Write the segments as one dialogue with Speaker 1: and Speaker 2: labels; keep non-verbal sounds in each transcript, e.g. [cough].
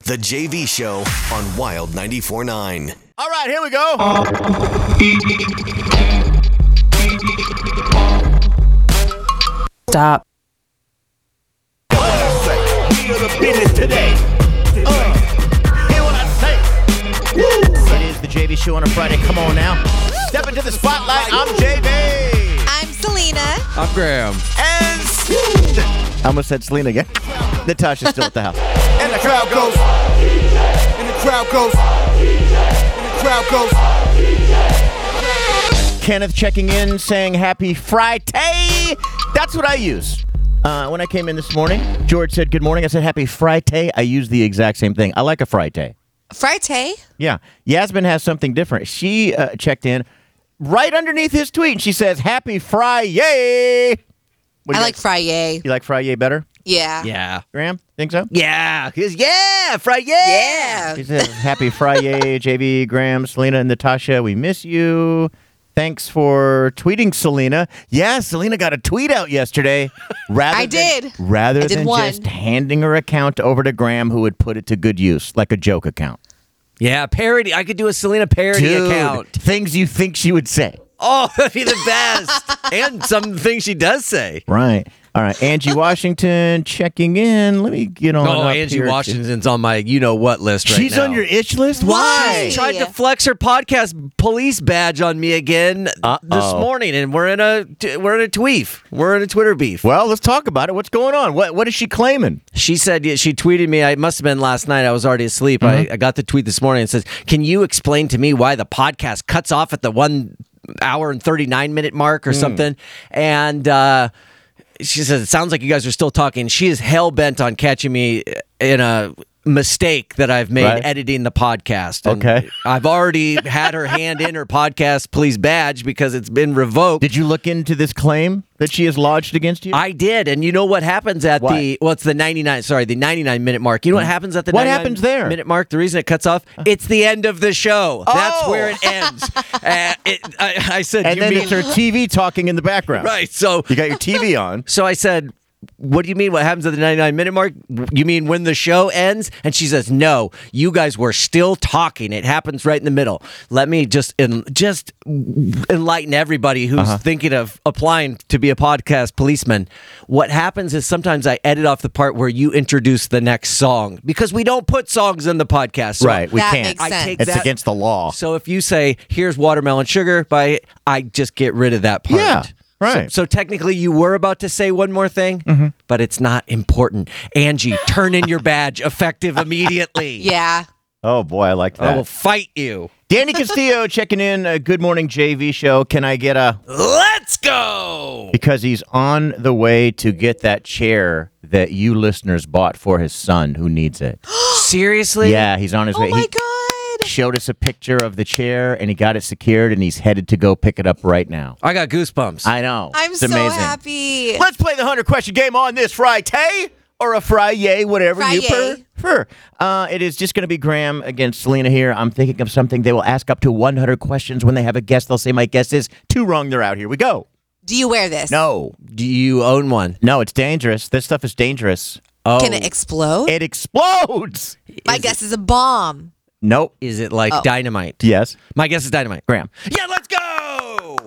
Speaker 1: The JV Show on Wild 94.9.
Speaker 2: All right, here we go.
Speaker 3: Stop.
Speaker 4: It is the JV Show on a Friday. Come on now. Step into the spotlight. I'm JV.
Speaker 5: I'm Selena.
Speaker 6: I'm Graham.
Speaker 4: And I almost said Selena again. [laughs] Natasha's still at the house.
Speaker 7: And the crowd goes. And the crowd goes. And the crowd goes.
Speaker 4: Kenneth checking in saying happy Friday. That's what I use. Uh, when I came in this morning, George said good morning. I said happy Friday. I use the exact same thing. I like a Friday.
Speaker 5: Friday.
Speaker 4: Yeah. Yasmin has something different. She uh, checked in right underneath his tweet and she says happy Friday. What do
Speaker 5: I
Speaker 4: you
Speaker 5: like
Speaker 4: guys-
Speaker 5: Friday.
Speaker 4: You like Friday better?
Speaker 5: Yeah.
Speaker 6: Yeah.
Speaker 4: Graham, think so?
Speaker 6: Yeah. Cause yeah, Friday.
Speaker 5: Yeah.
Speaker 4: He says, Happy Friday, JB, Graham, Selena, and Natasha. We miss you. Thanks for tweeting, Selena. Yeah, Selena got a tweet out
Speaker 5: [laughs]
Speaker 4: yesterday. Rather
Speaker 5: I
Speaker 4: than-
Speaker 5: did.
Speaker 4: Rather
Speaker 5: I did
Speaker 4: than
Speaker 5: one.
Speaker 4: just handing her account over to Graham, who would put it to good use, like a joke account.
Speaker 6: Yeah. Parody. I could do a Selena parody
Speaker 4: Dude,
Speaker 6: account.
Speaker 4: Things you think she would say.
Speaker 6: Oh, [laughs] that'd be the best. and some things she does say.
Speaker 4: Right. All right.
Speaker 5: [laughs]
Speaker 4: Angie Washington checking in. Let me get on.
Speaker 6: Oh,
Speaker 4: up
Speaker 6: Angie
Speaker 4: here.
Speaker 6: Washington's on my you know what list right
Speaker 4: She's
Speaker 6: now.
Speaker 4: on your itch list?
Speaker 6: Why?
Speaker 4: Why?
Speaker 6: She tried to flex her podcast police badge on me again this
Speaker 4: Uh-oh.
Speaker 6: morning, and we're in a t- we're in a tweef. We're in a Twitter beef.
Speaker 4: Well, let's talk about it. What's going on? What What is she claiming?
Speaker 6: She said yeah, she tweeted me. I must have been last night. I was already asleep.
Speaker 4: Mm-hmm.
Speaker 6: I, I got the tweet this morning. It says, "Can you explain to me why the podcast cuts off at the one hour and thirty nine minute mark or
Speaker 4: Mm.
Speaker 6: something?" And uh, she says, "It sounds like you guys are still talking." She is hell bent on catching me in a mistake that I've made
Speaker 4: Right.
Speaker 6: editing the podcast. And
Speaker 4: Okay.
Speaker 6: I've already had her hand in her podcast police badge because it's been revoked.
Speaker 4: Did you look into this claim that she has lodged against you?
Speaker 6: I did, and you know what happens at
Speaker 4: What? Hmm?
Speaker 6: the well, it's the ninety nine. Sorry, the ninety nine minute mark. You know what happens at the
Speaker 4: What
Speaker 6: 99
Speaker 4: happens there? Uh-huh.
Speaker 6: minute mark? The reason it cuts off, it's the end of the show. That's
Speaker 4: Oh.
Speaker 6: where it
Speaker 4: [laughs]
Speaker 6: ends. uh, it, I, I said,
Speaker 4: and
Speaker 6: you
Speaker 4: then
Speaker 6: mean
Speaker 4: it's her TV talking in the background.
Speaker 6: right? So,
Speaker 4: You got your TV on.
Speaker 6: so I said. What do you mean? What happens at the 99 minute mark? You mean when the show ends? And she says, No, you guys were still talking. It happens right in the middle. Let me just en- just enlighten everybody who's
Speaker 4: Uh-huh.
Speaker 6: thinking of applying to be a podcast policeman. What happens is sometimes I edit off the part where you introduce the next song because we don't put songs in the podcast. So
Speaker 4: Right. We
Speaker 5: That
Speaker 4: can't.
Speaker 5: makes
Speaker 6: I
Speaker 5: sense.
Speaker 6: take
Speaker 4: It's
Speaker 6: that-
Speaker 4: against the law.
Speaker 6: So if you say, "Here's watermelon sugar," by I just get rid of that part.
Speaker 4: Yeah,
Speaker 6: So-
Speaker 4: right. Mm-hmm.
Speaker 6: So, technically, you were about to say one more thing, but it's not important. Angie, turn in your badge
Speaker 4: [laughs]
Speaker 6: effective immediately.
Speaker 5: Yeah.
Speaker 4: oh, boy. I like
Speaker 6: I
Speaker 4: that.
Speaker 6: will fight
Speaker 4: [gasps]
Speaker 6: you.
Speaker 4: [laughs] Danny Castillo checking in. A Good morning, JV show. Can I get a.
Speaker 6: Let's go.
Speaker 4: Because he's on the way to get that chair that you listeners bought for his son who needs it.
Speaker 6: Seriously?
Speaker 4: yeah, he's on his
Speaker 5: Oh
Speaker 4: way.
Speaker 5: my
Speaker 4: He
Speaker 5: god.
Speaker 4: showed us a picture of the chair and he got it secured and he's headed to go pick it up right now.
Speaker 6: I got goosebumps.
Speaker 4: I know.
Speaker 5: I'm
Speaker 4: it's
Speaker 5: so
Speaker 4: amazing.
Speaker 5: happy.
Speaker 4: Let's play the 100 question game on this Friday or a Friday, whatever you
Speaker 5: Friday.
Speaker 4: prefer. Uh, it is just going to be Graham against Selena here. I'm thinking of something. They will ask up to 100 questions when they have a guest. They'll say, My guess is two wrong. They're out. Here we go.
Speaker 5: Do you wear this?
Speaker 4: No.
Speaker 6: Do you own one?
Speaker 4: No, it's dangerous. This stuff is dangerous.
Speaker 6: Oh,
Speaker 5: Can it explode?
Speaker 4: It explodes.
Speaker 5: My guess is a bomb.
Speaker 4: Nope.
Speaker 6: is it like dynamite?
Speaker 4: Yes.
Speaker 6: My guess is dynamite.
Speaker 4: Oh. Graham.
Speaker 6: Yeah, let's go.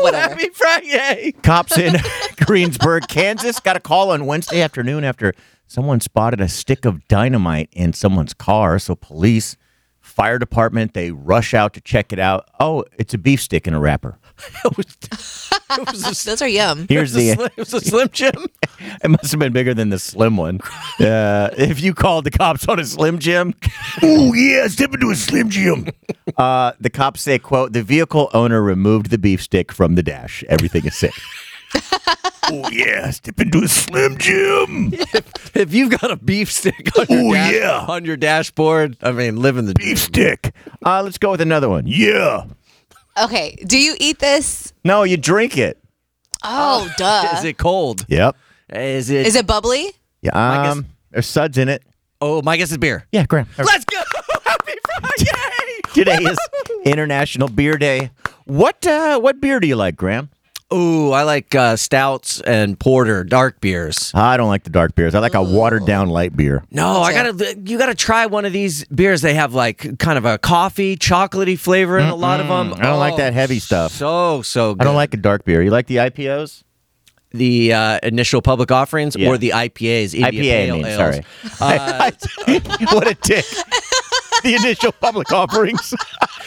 Speaker 5: Whatever.
Speaker 6: Happy Friday.
Speaker 4: Cops in [laughs] Greensburg, Kansas got a call on Wednesday afternoon after someone spotted a stick of dynamite in someone's car. So police, fire department, they rush out to check it out. Oh, it's a beef stick in a wrapper.
Speaker 6: It was, it was a
Speaker 5: Those are yum.
Speaker 4: Here's
Speaker 6: [laughs] It was a
Speaker 4: the
Speaker 6: slim- it was a slim
Speaker 4: [laughs]
Speaker 6: jim.
Speaker 4: it must have been bigger than the slim [laughs] one. Uh, if you called the cops on a slim jim, oh yeah, step into a slim jim. [laughs] Uh, the cops [laughs] say, "quote The vehicle owner removed the beef stick from the dash. Everything is safe." oh yeah, step into a slim jim. [laughs]
Speaker 6: If you've got a beef stick on your,
Speaker 4: Ooh,
Speaker 6: dash-
Speaker 4: yeah.
Speaker 6: on your dashboard, I mean, living the
Speaker 4: Beef stick. Uh, let's go with another one. Yeah.
Speaker 5: Okay. Do you eat this?
Speaker 4: No, you drink it.
Speaker 5: Oh, duh.
Speaker 6: Is it cold?
Speaker 4: Yep.
Speaker 6: Is it?
Speaker 5: Is it bubbly?
Speaker 4: Yeah.
Speaker 6: guess-
Speaker 4: Um, there's suds in it.
Speaker 6: Oh, my guess is beer.
Speaker 4: Yeah, Graham.
Speaker 6: Let's go! [laughs] Happy Friday!
Speaker 4: Today [laughs] is International Beer Day. What uh, what beer do you like, Graham?
Speaker 6: Ooh, I like uh, stouts and porter, dark beers.
Speaker 4: I don't like the dark beers. I like a watered down light beer.
Speaker 6: No, I gotta. You gotta try one of these beers. They have like kind of a coffee, chocolatey flavor in a lot of them. Oh,
Speaker 4: I don't like that heavy stuff.
Speaker 6: So so. Good.
Speaker 4: I don't like a dark beer. You like the IPOs?
Speaker 6: the uh, initial public offerings
Speaker 4: Yeah.
Speaker 6: or the IPAs. India
Speaker 4: IPA, I
Speaker 6: Pale
Speaker 4: mean,
Speaker 6: Ales.
Speaker 4: sorry.
Speaker 6: Uh,
Speaker 4: [laughs] what a dick. the initial public
Speaker 6: [laughs]
Speaker 4: offerings.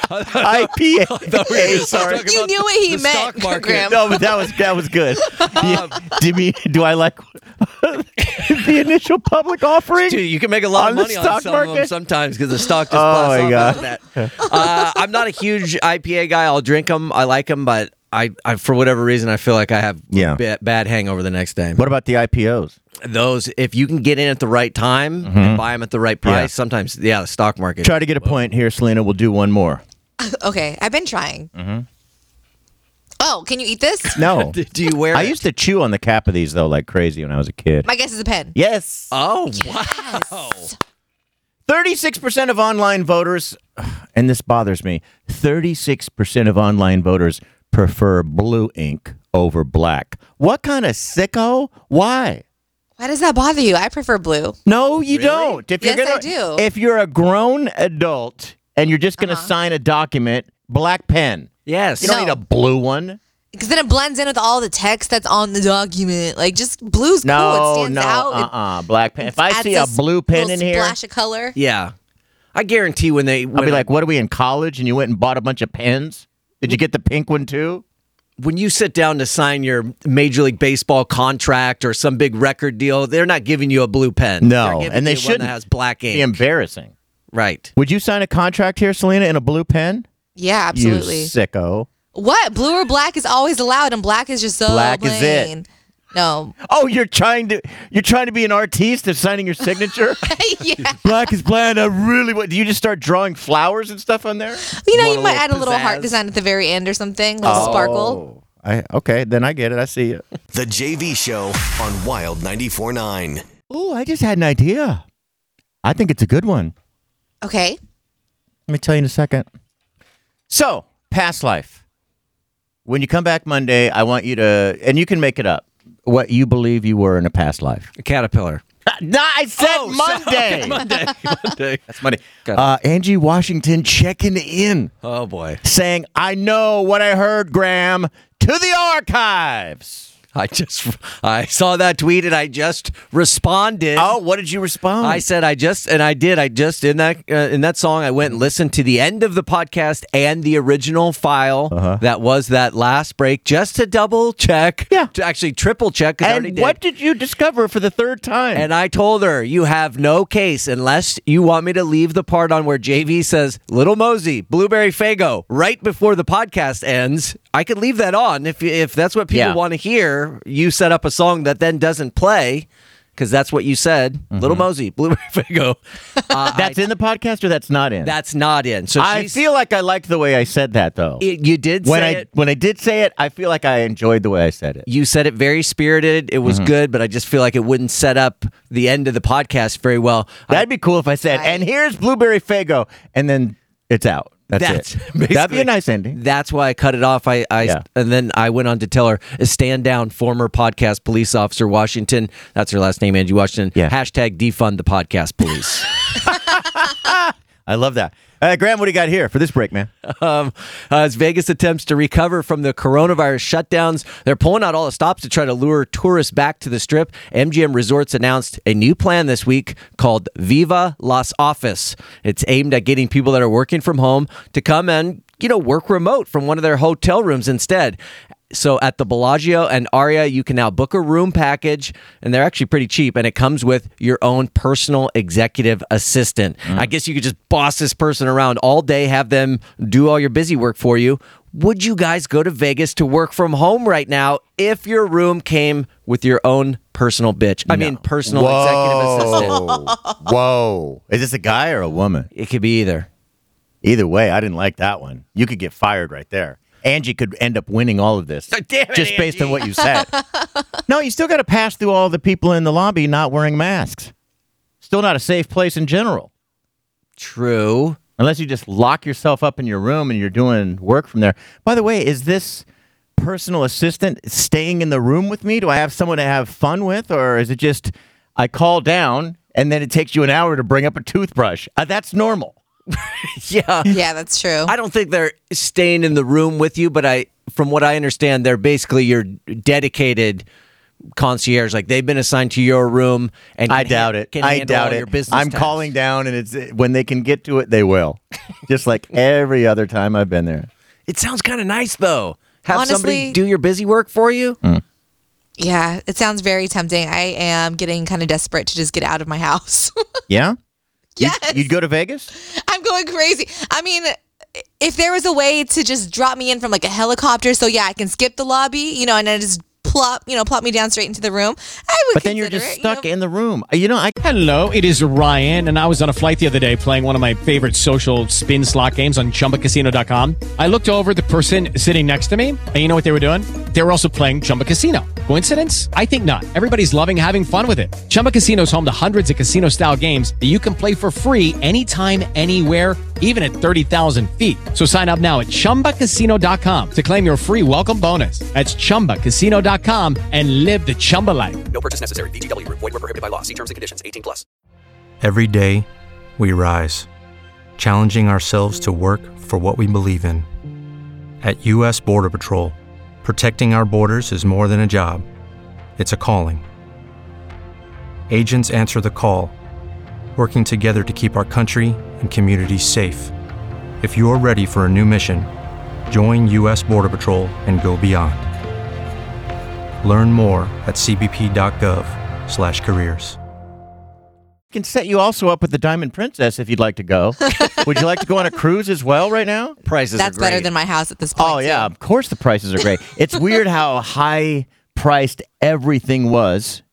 Speaker 4: IPA.
Speaker 6: [laughs] sorry.
Speaker 5: You knew what he meant, [laughs] Graham.
Speaker 4: No, but that was that was
Speaker 6: [laughs]
Speaker 4: good. Yeah. do you mean do I like [laughs] the initial public offering?
Speaker 6: Dude, you can make a
Speaker 4: On
Speaker 6: lot of
Speaker 4: the
Speaker 6: money on
Speaker 4: stock
Speaker 6: some of them
Speaker 4: market?
Speaker 6: sometimes because the stock just
Speaker 4: Oh,
Speaker 6: blasts
Speaker 4: my
Speaker 6: off
Speaker 4: God.
Speaker 6: after that. Uh, I'm not a huge IPA guy. I'll drink them. I like them, but I, I for whatever reason, I feel like I have
Speaker 4: Yeah.
Speaker 6: ba- bad hangover the next day.
Speaker 4: What about the IPOs?
Speaker 6: Those, if you can get in at the right time and buy them at the right price,
Speaker 4: Mm-hmm. Yeah.
Speaker 6: sometimes, yeah, the stock market.
Speaker 4: Try to get a point here, Selena. We'll do one
Speaker 6: [laughs]
Speaker 4: more.
Speaker 5: Okay. I've been trying.
Speaker 4: Mm-hmm.
Speaker 5: Oh, can you
Speaker 4: [laughs]
Speaker 5: eat this?
Speaker 4: No.
Speaker 6: [laughs] Do you wear
Speaker 4: I
Speaker 6: it?
Speaker 4: used to chew on the cap of these though like crazy when I was a kid.
Speaker 5: My guess is a pen.
Speaker 4: Yes.
Speaker 6: Oh, wow.
Speaker 4: Thirty-six percent of online voters, [sighs] and this bothers me. Thirty-six percent of online voters prefer blue ink over black. What kind of sicko? Why?
Speaker 5: Why does that bother you? I prefer blue.
Speaker 4: No, you don't. If
Speaker 5: Yes, I do. Uh-huh.
Speaker 4: If you're a grown adult and you're just going to sign a document, black pen.
Speaker 6: Yes.
Speaker 4: You don't need a blue one.
Speaker 5: Because then it blends in with all the text that's on the document. Like, just blue's cool.
Speaker 4: No,
Speaker 5: It stands
Speaker 4: no,
Speaker 5: out.
Speaker 4: uh,
Speaker 5: It
Speaker 4: uh black pen. If I
Speaker 5: adds
Speaker 4: see a
Speaker 5: this
Speaker 4: blue pen
Speaker 5: little
Speaker 4: in here,
Speaker 5: splash of color.
Speaker 6: yeah. I guarantee when they,
Speaker 4: I'll
Speaker 6: when
Speaker 4: be
Speaker 6: I-
Speaker 4: like, "What are we in college?" And you went and bought a bunch of pens. Did you get the pink one too?
Speaker 6: when you sit down to sign your major league baseball contract or some big record deal, they're not giving you a blue pen. They're
Speaker 4: No,
Speaker 6: giving
Speaker 4: and they
Speaker 6: you one
Speaker 4: shouldn't.
Speaker 6: that has black
Speaker 4: Be
Speaker 6: ink.
Speaker 4: embarrassing.
Speaker 6: right.
Speaker 4: Would you sign a contract here, Selena, in a blue pen?
Speaker 5: Yeah, absolutely.
Speaker 4: You sicko.
Speaker 5: What? Blue or black is always allowed, and black is just so
Speaker 4: Black is it.
Speaker 5: plain.
Speaker 6: [laughs]
Speaker 5: No. [laughs]
Speaker 4: Oh, you're trying to you're trying to be an artiste of signing your signature.
Speaker 5: yeah.
Speaker 4: black is bland. I really want. Do you just start drawing flowers and stuff on there?
Speaker 5: You know,
Speaker 6: Want
Speaker 5: you
Speaker 6: a
Speaker 5: might
Speaker 6: little
Speaker 5: add a little heart
Speaker 6: pizzazz?
Speaker 5: design at the very end or something, a little
Speaker 4: Oh.
Speaker 5: sparkle.
Speaker 4: I okay. Then I get it. I see it.
Speaker 1: The JV Show on Wild 94.9.
Speaker 4: Oh, I just had an idea. I think it's a good one.
Speaker 5: Okay.
Speaker 4: Let me tell you in a second. So, past life. When you come back Monday, I want you to, and you can make it up, what you believe you were in a past life.
Speaker 6: A caterpillar.
Speaker 4: No, I said Monday.
Speaker 6: Oh, [laughs] Monday. Monday.
Speaker 4: That's Monday. Uh, Angie Washington checking in,
Speaker 6: Oh boy.
Speaker 4: saying, I know what I heard, Graham, to the archives.
Speaker 6: I just I saw that tweet and I just responded.
Speaker 4: Oh, what did you respond?
Speaker 6: I said I just and I did. I just in that uh, in that song I went and listened to the end of the podcast and the original file
Speaker 4: Uh-huh.
Speaker 6: that was that last break just to double check.
Speaker 4: Yeah.
Speaker 6: To actually triple check. 'cause I already
Speaker 4: and
Speaker 6: did.
Speaker 4: what did you discover for the third time?
Speaker 6: And I told her, you have no case unless you want me to leave the part on where JV says, Little Mosey, Blueberry Fago, right before the podcast ends. I could leave that on if, if that's what people
Speaker 4: Yeah.
Speaker 6: want to hear. You set up a song that then doesn't play because that's what you said.
Speaker 4: Mm-hmm.
Speaker 6: Little Mosey, [laughs] Blueberry Fago. Uh,
Speaker 4: that's in the podcast or that's not in?
Speaker 6: that's not in. So
Speaker 4: I
Speaker 6: she's-
Speaker 4: feel like I liked the way I said that, though.
Speaker 6: it, you did
Speaker 4: when
Speaker 6: say
Speaker 4: I
Speaker 6: it.
Speaker 4: when I did say it, I feel like I enjoyed the way I said it.
Speaker 6: You said it very spirited. It was
Speaker 4: Mm-hmm.
Speaker 6: good, but I just feel like it wouldn't set up the end of the podcast very well. I-
Speaker 4: That'd be cool if I said, "And here's blueberry fago," and then it's out. That's, it.
Speaker 6: [laughs] basically-
Speaker 4: That'd be a nice ending.
Speaker 6: That's why I cut it off. I, I
Speaker 4: Yeah.
Speaker 6: and then I went on to tell her, "Stand down, former podcast police officer Washington." That's her last name, Angie Washington.
Speaker 4: Yeah.
Speaker 6: Hashtag defund the podcast
Speaker 4: [laughs]
Speaker 6: police.
Speaker 4: I love that. Uh, Graham, what do you got here for this break,
Speaker 6: [laughs]
Speaker 4: man?
Speaker 6: um, as Vegas attempts to recover from the coronavirus shutdowns, they're pulling out all the stops to try to lure tourists back to the strip. MGM Resorts announced a new plan this week called Viva Las Office. It's aimed at getting people that are working from home to come and you know work remote from one of their hotel rooms instead. So at the Bellagio and Aria, you can now book a room package, and they're actually pretty cheap, and it comes with your own personal executive assistant. I guess you could just boss this person around all day, have them do all your busy work for you. Would you guys go to Vegas to work from home right now if your room came with your own personal bitch? I mean, personal executive assistant.
Speaker 4: Whoa. Is this a guy or a woman?
Speaker 6: It could be either.
Speaker 4: Either way, I didn't like that one. You could get fired right there. Angie could end up winning all of this.
Speaker 6: [laughs] damn it,
Speaker 4: just based on what you
Speaker 6: [laughs]
Speaker 4: said. no, you still got to pass through all the people in the lobby not wearing masks. Still not a safe place in general.
Speaker 6: True.
Speaker 4: unless you just lock yourself up in your room and you're doing work from there. By the way, is this personal assistant staying in the room with me? Do I have someone to have fun with, or is it just I call down and then it takes you an hour to bring up a toothbrush? Uh, that's normal.
Speaker 6: Yeah.
Speaker 5: Yeah, that's true.
Speaker 6: I don't think they're staying in the room with you, but I, from what I understand, they're basically your dedicated concierge. Like they've been assigned to your room, and
Speaker 4: I
Speaker 6: can
Speaker 4: doubt
Speaker 6: ha-
Speaker 4: it.
Speaker 6: Can
Speaker 4: I
Speaker 6: handle
Speaker 4: doubt
Speaker 6: all
Speaker 4: it.
Speaker 6: Your business
Speaker 4: I'm
Speaker 6: tasks.
Speaker 4: calling down, and it's when they can get to it, they
Speaker 6: [laughs]
Speaker 4: will. just like every other time I've been there.
Speaker 6: It sounds kind of nice though. Have somebody
Speaker 5: Honestly-
Speaker 6: do your busy work for you.
Speaker 4: Mm.
Speaker 5: yeah, it sounds very tempting. I am getting kind of desperate to just get out of my house. [laughs]
Speaker 4: Yeah. You'd-
Speaker 5: Yes.
Speaker 4: You'd, go to Vegas?
Speaker 5: I'm going crazy. I mean, if there was a way to just drop me in from like a helicopter, so yeah, I can skip the lobby, you know, and then just plop, you know, plop me down straight into the room. I would.
Speaker 4: But then you're
Speaker 5: consider
Speaker 4: just
Speaker 5: it, you know.
Speaker 4: stuck in the room. You know, I
Speaker 8: Hello, it is Ryan, and I was on a flight the other day playing one of my favorite social spin slot games on chumbacasino.com. I looked over at the person sitting next to me, and you know what they were doing? They were also playing Chumba Casino. Coincidence? I think not. Everybody's loving having fun with it. Chumba Casino is home to hundreds of casino style games that you can play for free anytime, anywhere, even at 30,000 feet. So sign up now at chumbacasino.com to claim your free welcome bonus. That's chumbacasino.com and live the Chumba life.
Speaker 7: Every day, we rise, challenging ourselves to work for what we believe in. At U.S. Border Patrol, protecting our borders is more than a job, it's a calling. Agents answer the call, working together to keep our country and communities safe. If you're ready for a new mission, join U.S. Border Patrol and go beyond. Learn more at cbp.gov slash careers.
Speaker 4: can set you also up with the Diamond Princess if you'd like to go. Would you like to go on a cruise as well right now?
Speaker 6: Prices
Speaker 5: That's
Speaker 6: are great.
Speaker 5: better than my house at this point.
Speaker 4: Oh yeah, of course the prices are great.
Speaker 6: [laughs]
Speaker 4: It's weird how high priced everything was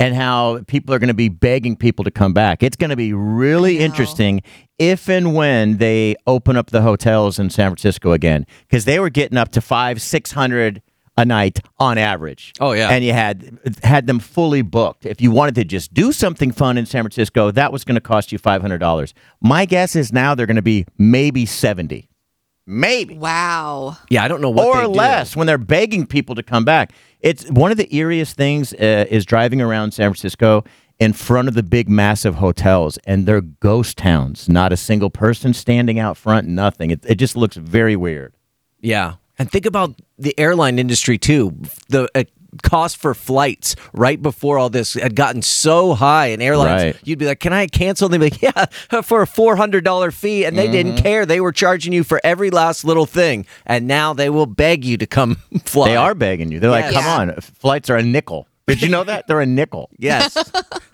Speaker 4: and how people are going to be begging people to come back. It's going to be really interesting if and when they open up the hotels in San Francisco again cuz they were getting up to 5 600 a night on average.
Speaker 6: Oh, yeah.
Speaker 4: And you had had them fully booked. If you wanted to just do something fun in San Francisco, that was going to cost you $500. My guess is now they're going to be maybe 70. Maybe
Speaker 5: too. Wow.
Speaker 6: yeah, I don't know what
Speaker 4: or
Speaker 6: they do.
Speaker 4: less when they're begging people to come back. It's one of the eeriest things uh, is driving around San Francisco in front of the big massive hotels and they're ghost towns, not a single person standing out front, nothing. It, it just looks very weird.
Speaker 6: Yeah. And think about the airline industry too. The uh, cost for flights right before all this had gotten so high in airlines.
Speaker 4: Right.
Speaker 6: You'd be like, "Can I cancel?" And they'd be like, [laughs] "Yeah, for a four hundred dollar fee," and they
Speaker 4: Mm-hmm.
Speaker 6: didn't care. They were charging you for every last little thing, and now they will beg you to come [laughs] fly.
Speaker 4: They are begging you. They're like,
Speaker 6: Yes.
Speaker 4: "Come
Speaker 6: Yeah.
Speaker 4: on, f- flights are a nickel." Did you know that? They're a
Speaker 6: [laughs]
Speaker 4: nickel. [laughs]
Speaker 6: Yes.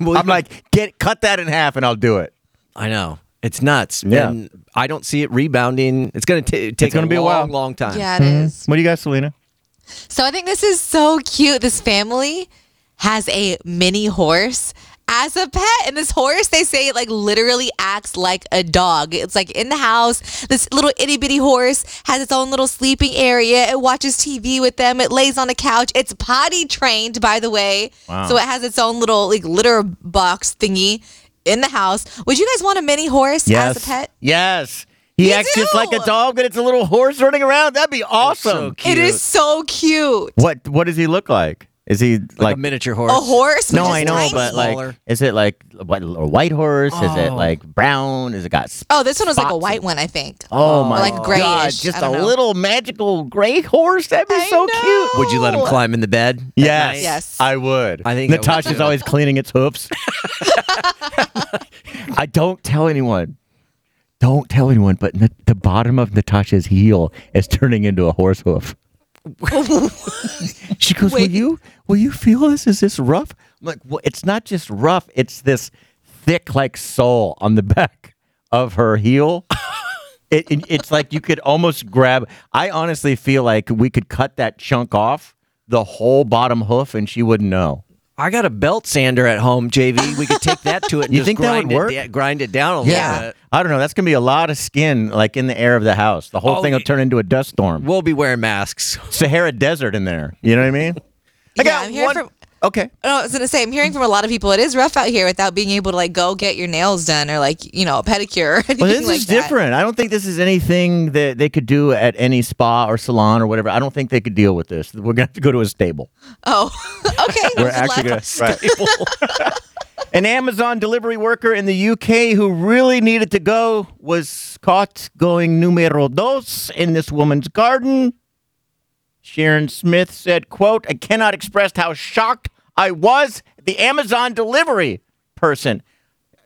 Speaker 6: Well,
Speaker 4: I'm like, "Get cut that in half and I'll do it."
Speaker 6: I know. It's nuts.
Speaker 4: Yeah.
Speaker 6: And I don't see it rebounding. It's going to take
Speaker 4: gonna
Speaker 6: a
Speaker 4: be a
Speaker 6: long,
Speaker 4: while.
Speaker 6: long time.
Speaker 5: Yeah, it is.
Speaker 4: Mm-hmm. What do you got, Selena?
Speaker 5: So I think this is so cute. This family has a mini horse as a pet, and this horse they say it like literally acts like a dog. It's like in the house. This little itty bitty horse has its own little sleeping area. It watches TV with them. It lays on a couch. It's potty trained, by the way.
Speaker 4: Wow.
Speaker 5: So it has its own little like litter box thingy in the house. Would you guys want a mini horse as a pet?
Speaker 4: Yes. He
Speaker 5: Me
Speaker 4: acts just like a
Speaker 5: too.
Speaker 4: dog, and it's a little horse running around. That'd be awesome.
Speaker 5: It is so cute.
Speaker 4: What What does he look like? Is he
Speaker 6: Like
Speaker 4: like
Speaker 6: a miniature horse.
Speaker 5: A horse?
Speaker 4: No,
Speaker 5: which
Speaker 4: I
Speaker 5: is
Speaker 4: know,
Speaker 5: tiny.
Speaker 4: but
Speaker 6: Smaller.
Speaker 4: like, is it like a white, a white horse? Is it like brown? Is it got? Sp-
Speaker 5: Oh, this one was like a white one, I think.
Speaker 4: oh
Speaker 5: Or
Speaker 4: my
Speaker 5: like grayish.
Speaker 4: god!
Speaker 5: I
Speaker 4: Just a
Speaker 5: don't know.
Speaker 4: little magical gray horse. That'd be
Speaker 5: I
Speaker 4: so cute.
Speaker 5: know.
Speaker 6: Would you let him climb in the bed?
Speaker 4: Yes,
Speaker 5: Yes.
Speaker 4: I would.
Speaker 6: I think I would,
Speaker 4: Natasha's
Speaker 6: too.
Speaker 4: always cleaning its hoofs. [laughs] I don't tell anyone. [laughs] Don't tell anyone, but the, the bottom of Natasha's heel is turning into a horse hoof. She goes, "Will you? Will you feel this? Is this rough?" I'm like, "Well, it's not just rough. It's this thick, like sole on the back of her [laughs] heel. it, it- it's like you could almost grab. I honestly feel like we could cut that chunk off the whole bottom hoof, and she wouldn't know."
Speaker 6: I got a belt sander at home, JV. We could take that to it.
Speaker 4: [laughs]
Speaker 6: And
Speaker 4: You
Speaker 6: just
Speaker 4: think that would
Speaker 6: grind it
Speaker 4: work?
Speaker 6: da- grind it down a little bit.
Speaker 4: I don't know. That's gonna be a lot of skin, like in the air of the house. The whole
Speaker 6: Oh,
Speaker 4: thing will turn into a dust storm.
Speaker 6: We'll be wearing masks. [laughs]
Speaker 4: Sahara Desert in there. You know what I mean? I
Speaker 5: yeah, I'm hearing from.
Speaker 4: Okay.
Speaker 5: No, I was gonna say I'm hearing from a lot of people. It is rough out here without being able to like go get your nails done or like you know a pedicure. Or anything
Speaker 4: Well, this
Speaker 5: like
Speaker 4: is
Speaker 5: that.
Speaker 4: different. I don't think this is anything that they could do at any spa or salon or whatever. I don't think they could deal with this. We're gonna have to go to a stable.
Speaker 5: Oh, [laughs] okay.
Speaker 4: We're
Speaker 5: good
Speaker 4: actually
Speaker 5: luck.
Speaker 4: gonna [laughs] An Amazon delivery worker in the UK who really needed to go was caught going numero dos in this woman's garden. Sharon Smith said, quote, I cannot express how shocked I was at the Amazon delivery person.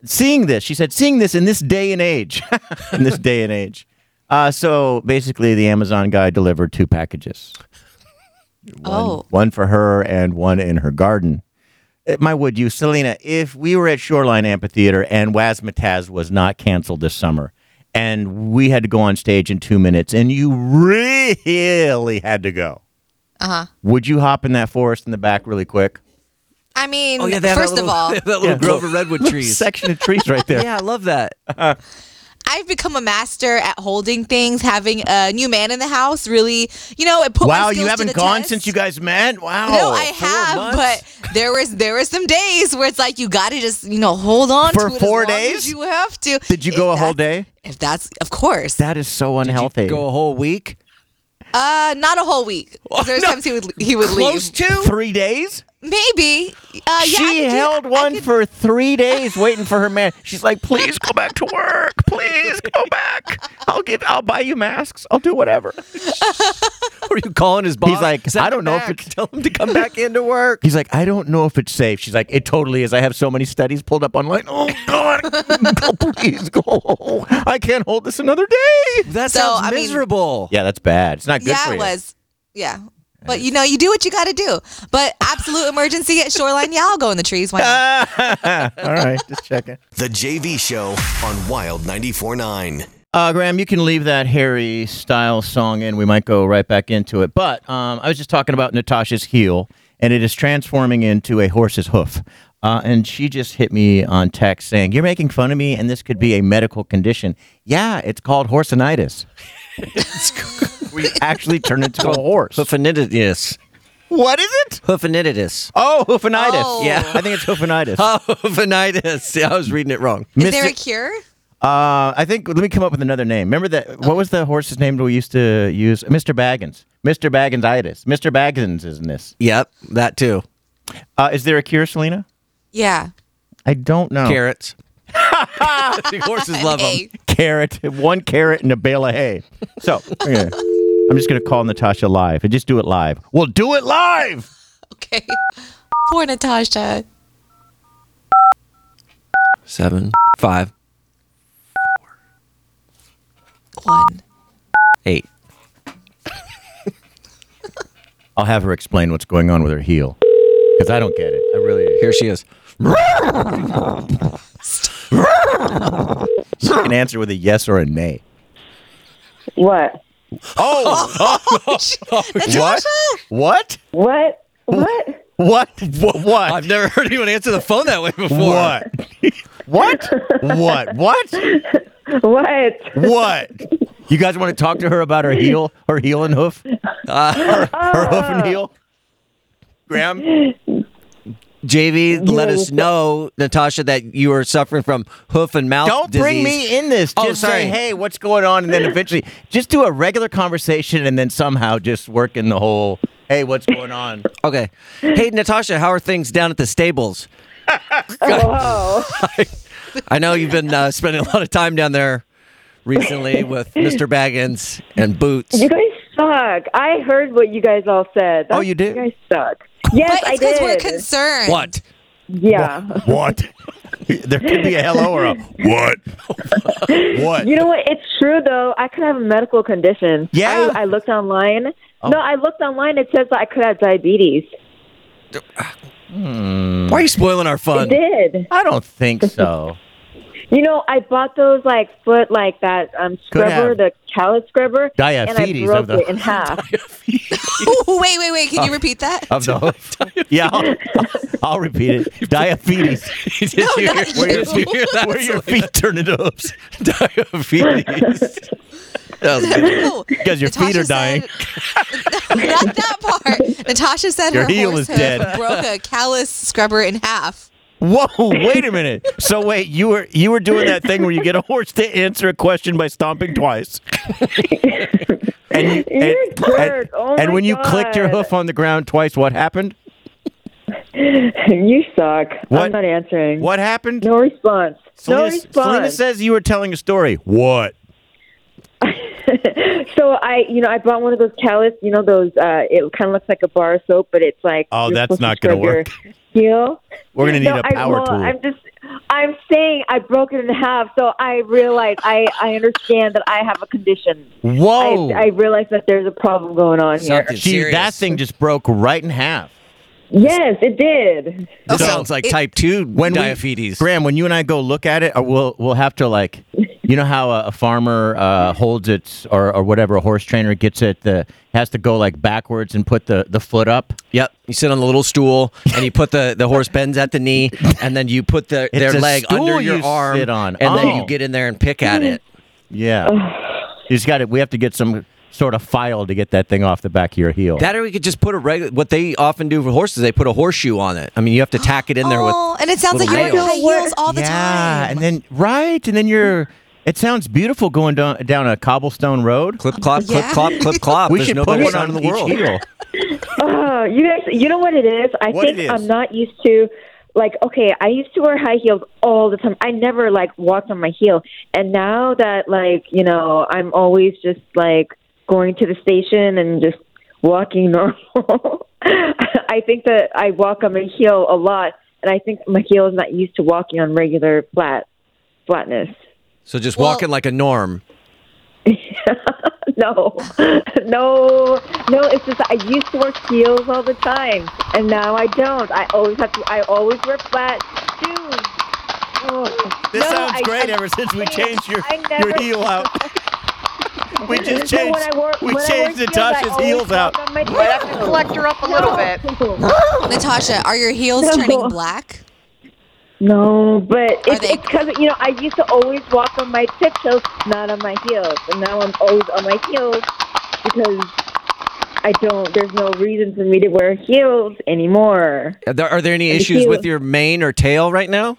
Speaker 4: Seeing this, she said, seeing this in this day and age. [laughs] in this day and age. Uh, so basically, the Amazon guy delivered two packages
Speaker 5: Oh,
Speaker 4: one for her and one in her garden. Uh, My would you, Selena, if we were at Shoreline Amphitheater and Wasmataz was not canceled this summer and we had to go on stage in two minutes and you really had to go,
Speaker 5: uh huh.
Speaker 4: would you hop in that forest in the back really quick?
Speaker 5: I mean,
Speaker 6: Oh, yeah, [laughs] they have that
Speaker 5: first
Speaker 6: little-
Speaker 5: of all,
Speaker 6: that little
Speaker 4: Yeah.
Speaker 6: grove
Speaker 4: [laughs]
Speaker 6: of redwood trees.
Speaker 4: Section of trees right
Speaker 5: [laughs]
Speaker 4: there.
Speaker 6: Yeah, I
Speaker 4: [laughs]
Speaker 6: love that.
Speaker 5: I've become a master at holding things. Having a new man in the house really, you know, it put my
Speaker 4: wow,
Speaker 5: skills
Speaker 4: you
Speaker 5: to
Speaker 4: haven't
Speaker 5: the
Speaker 4: gone
Speaker 5: test.
Speaker 4: since you guys met? Wow.
Speaker 5: No, I have, but there was there were some days where it's like you got to just you know hold on
Speaker 4: For
Speaker 5: to it
Speaker 4: four
Speaker 5: as long
Speaker 4: days?
Speaker 5: as you have to.
Speaker 4: Did you
Speaker 5: If
Speaker 4: go a whole
Speaker 5: that's-
Speaker 4: day?
Speaker 5: If that's of course,
Speaker 4: That is so unhealthy.
Speaker 6: Go a whole week.
Speaker 5: uh, not a
Speaker 4: [laughs]
Speaker 5: whole week.
Speaker 4: Oh,
Speaker 5: 'Cause There's
Speaker 6: no.
Speaker 5: times he would he would
Speaker 6: Close
Speaker 5: leave.
Speaker 6: to.
Speaker 4: Three days?
Speaker 5: Maybe. Uh, yeah, I
Speaker 4: she
Speaker 5: could do-
Speaker 4: held
Speaker 5: I
Speaker 4: one
Speaker 5: could-
Speaker 4: for three days waiting for her man. She's like, please go back to work. Please go back. I'll give I'll buy you masks. I'll do whatever.
Speaker 6: Were you calling his boss?
Speaker 4: like,
Speaker 6: "Send
Speaker 4: I
Speaker 6: him
Speaker 4: don't know if
Speaker 6: back.
Speaker 4: it's- [laughs]
Speaker 6: tell him to come back into work.
Speaker 4: He's like, I don't know if it's safe. She's like, it totally is. I have so many studies pulled up online. Oh God. Go, please go. I can't hold this another day.
Speaker 6: That
Speaker 5: So,
Speaker 6: sounds
Speaker 5: I mean-
Speaker 6: miserable.
Speaker 4: Yeah, that's bad. It's not good
Speaker 5: Yeah,
Speaker 4: for
Speaker 5: it
Speaker 4: you.
Speaker 5: was. Yeah. But you know, you do what you got to do. But absolute emergency at shoreline, yeah, I'll go in the trees. Why not?
Speaker 4: Uh, All right, just checking.
Speaker 1: The JV Show on Wild 94.9.
Speaker 4: Uh, Graham, you can leave that Harry Styles song in. We might go right back into it. But um, I was just talking about Natasha's heel, and it is transforming into a horse's hoof. Uh, and she just hit me on text saying, You're making fun of me, and this could be a medical condition. Yeah, it's called horsonitis. [laughs] we actually turn into a horse.
Speaker 6: Hoofinitis.
Speaker 4: What is it?
Speaker 6: Hoofinitis.
Speaker 4: Oh, hoofonitis.
Speaker 5: Oh. Uh,
Speaker 4: Yeah, I think it's hoofonitis.
Speaker 6: [laughs] Oh, hoofinitis. Yeah, I was reading it wrong.
Speaker 5: Is there
Speaker 4: Mr.
Speaker 5: a cure?
Speaker 4: Uh, I think let me come up with another name. Remember that? What was the horse's name we used to use? Mr. Baggins. Mr. Baggins itis. Mr. Baggins is in this.
Speaker 6: Yep, that too.
Speaker 4: Uh, is there a cure, Selena?
Speaker 5: Yeah.
Speaker 4: I don't know.
Speaker 5: [laughs]
Speaker 6: Carrots. [laughs] the horses love them.
Speaker 5: Hey,
Speaker 4: Carrot. [laughs] One carrot and a bale of hay. So okay. I'm just gonna call Natasha live and just do it live. We'll do it live.
Speaker 5: okay. Poor Natasha.
Speaker 6: Seven, five,
Speaker 5: One.
Speaker 6: eight.
Speaker 4: I'll have her explain what's going on with her heel because I don't get it. I really.
Speaker 6: Here she is.
Speaker 4: She can answer with a yes or a nay.
Speaker 9: What?
Speaker 4: Oh! What? What?
Speaker 9: What? What?
Speaker 4: What? What? What?
Speaker 6: I've never heard anyone answer the phone that way before.
Speaker 4: What? what? What? What?
Speaker 9: What?
Speaker 4: What? You guys want to talk to her about her heel, her heel and hoof, [laughs]
Speaker 6: Uh,
Speaker 4: her, her hoof and heel? Graham,
Speaker 6: JV, let us know, Natasha, that you are suffering from hoof and mouth
Speaker 4: don't bring me in this.
Speaker 6: Oh,
Speaker 4: Just
Speaker 6: sorry.
Speaker 4: say, hey, what's going on? And then eventually, just do a regular conversation, and then somehow just work in the whole, hey, what's going on?
Speaker 6: Okay. Hey, Natasha, how are things down at the
Speaker 9: [laughs]
Speaker 6: stables?
Speaker 9: Oh,
Speaker 6: [laughs] I know you've been uh, spending a lot of time down there recently
Speaker 9: [laughs]
Speaker 6: with Mr. Baggins and Boots.
Speaker 9: you guys suck. I heard what you guys all said.
Speaker 4: Oh, you did?
Speaker 9: You guys suck. Yes,
Speaker 5: But
Speaker 9: I
Speaker 5: it's because
Speaker 9: did.
Speaker 5: we're concerned.
Speaker 6: What?
Speaker 9: yeah.
Speaker 4: What? there could be a hello or a [laughs] what? what?
Speaker 9: You know what? It's true though. I could have a medical condition.
Speaker 4: Yeah. Oh.
Speaker 9: I, I looked online. No, I looked online. It says I could have diabetes.
Speaker 6: Why are you spoiling our
Speaker 4: Mm.
Speaker 6: fun?
Speaker 9: It did.
Speaker 4: I don't think [laughs] so.
Speaker 9: You know, I bought those like foot like that um
Speaker 4: Could
Speaker 9: scrubber,
Speaker 4: have.
Speaker 9: the callus scrubber, and I
Speaker 4: Diaphetes
Speaker 9: broke
Speaker 4: of the-
Speaker 9: it in half.
Speaker 5: [laughs] wait, wait, wait.
Speaker 4: Oh.
Speaker 5: Can you repeat that?
Speaker 4: Of the [laughs] yeah, I'll, I'll repeat it. Diaphetes.
Speaker 6: Did you hear-
Speaker 4: [laughs] where your feet, where your feet turn into hooves. Diaphetes. Because your feet are dying.
Speaker 5: [laughs] Not that part. Natasha said
Speaker 4: Your
Speaker 5: her
Speaker 4: heel
Speaker 5: horse
Speaker 4: is
Speaker 5: hoof
Speaker 4: dead.
Speaker 5: [laughs] broke a callus scrubber in half.
Speaker 4: Whoa! Wait a minute. So wait, you were you were doing that thing where you get a horse to answer a question by stomping twice. and you, and,
Speaker 9: jerk.
Speaker 4: and-
Speaker 9: Oh
Speaker 4: and
Speaker 9: my
Speaker 4: when you clicked your
Speaker 9: God.
Speaker 4: hoof on the ground twice, what happened?
Speaker 9: you suck.
Speaker 4: What-
Speaker 9: I'm not answering.
Speaker 4: What happened?
Speaker 9: No response. no
Speaker 4: Selena,
Speaker 9: response.
Speaker 4: Selena says you were telling a story. What?
Speaker 9: so I, you know, I bought one of those callus. You know, those. Uh, it kind of looks like a bar of soap, but it's like.
Speaker 4: Oh,
Speaker 9: you're
Speaker 4: that's
Speaker 9: supposed
Speaker 4: not
Speaker 9: to
Speaker 4: gonna
Speaker 9: scrub
Speaker 4: work.
Speaker 9: Your heel.
Speaker 4: We're gonna need
Speaker 9: no,
Speaker 4: a
Speaker 9: I-
Speaker 4: power
Speaker 9: well,
Speaker 4: tool.
Speaker 9: I'm just. I'm saying I broke it in half, so I realize I I understand that I have a condition.
Speaker 4: Whoa!
Speaker 9: I, I realize that there's a problem going on here.
Speaker 4: She- that thing just broke right in half.
Speaker 9: Yes, it did.
Speaker 6: That sounds like type two
Speaker 4: When we-
Speaker 6: diabetes.
Speaker 4: Graham, when you and I go look at it, uh, we'll we'll have to like, you know how a, a farmer uh, holds its or, or whatever a horse trainer gets it the has to go like backwards and put the the foot up.
Speaker 6: Yep, you sit on the little stool and you put the, the horse bends at the knee, and then you put the,
Speaker 4: It's
Speaker 6: their
Speaker 4: a
Speaker 6: leg under
Speaker 4: stool
Speaker 6: your
Speaker 4: you
Speaker 6: arm,
Speaker 4: sit on.
Speaker 6: and then
Speaker 4: Oh.
Speaker 6: you get in there and pick at it.
Speaker 4: Yeah, you just got it. We have to get some sort of file to get that thing off the back of your heel.
Speaker 6: That or we could just put a regular. What they often do for horses, they put a horseshoe on it. I mean, you have to tack it in there with.
Speaker 5: Oh, and it sounds like
Speaker 6: little
Speaker 5: you're in
Speaker 6: nails.
Speaker 5: high heels all the
Speaker 4: yeah,
Speaker 5: time.
Speaker 4: and then right, and then you're. It sounds beautiful going down down a cobblestone road.
Speaker 6: Clip clop,
Speaker 5: Yeah.
Speaker 6: clip clop,
Speaker 5: [laughs]
Speaker 6: clip clop.
Speaker 4: we
Speaker 6: There's
Speaker 4: should
Speaker 6: no
Speaker 4: put
Speaker 6: better
Speaker 4: one
Speaker 6: sound
Speaker 4: on
Speaker 6: in the
Speaker 4: each
Speaker 6: world.
Speaker 4: heel.
Speaker 9: Oh, you guys, you know what it is? I
Speaker 4: What
Speaker 9: think
Speaker 4: it is?
Speaker 9: I'm not used to, like, okay, I used to wear high heels all the time. I never, like, walked on my heel. And now that, like, you know, I'm always just, like, going to the station and just walking [laughs] normal, I think that I walk on my heel a lot. And I think my heel is not used to walking on regular flat flatness.
Speaker 6: So just
Speaker 5: Well-
Speaker 6: walking like a norm.
Speaker 9: [laughs] No, no, no. It's just I used to wear heels all the time, and now I don't. I always have to. I always wear flat shoes. Oh,
Speaker 4: This
Speaker 9: no,
Speaker 4: sounds
Speaker 9: I-
Speaker 4: great.
Speaker 9: [laughs] I-
Speaker 4: ever since we changed your
Speaker 9: I
Speaker 4: your
Speaker 9: never-
Speaker 4: heel
Speaker 9: [laughs]
Speaker 4: out, we just
Speaker 9: So when
Speaker 4: changed
Speaker 9: I wore-
Speaker 4: we
Speaker 9: when I
Speaker 4: changed
Speaker 9: wore heels, I
Speaker 4: Natasha's
Speaker 9: always
Speaker 4: heels out.
Speaker 9: walked on my heels.
Speaker 10: her up a little bit.
Speaker 5: Natasha, are your heels
Speaker 9: No.
Speaker 5: turning black?
Speaker 9: No, but it's
Speaker 5: they-
Speaker 9: because you know I used to always walk on my tiptoes, not on my heels, and now I'm always on my heels because I don't. There's no reason for me to wear heels anymore.
Speaker 6: Are there, are there any
Speaker 9: And
Speaker 6: issues
Speaker 9: heel.
Speaker 6: with your mane or tail right now?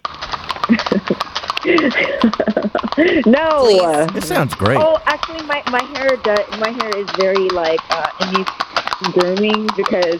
Speaker 9: No. uh,
Speaker 4: This sounds great.
Speaker 9: Oh, actually, my my hair does, my hair is very like uh, it needs grooming because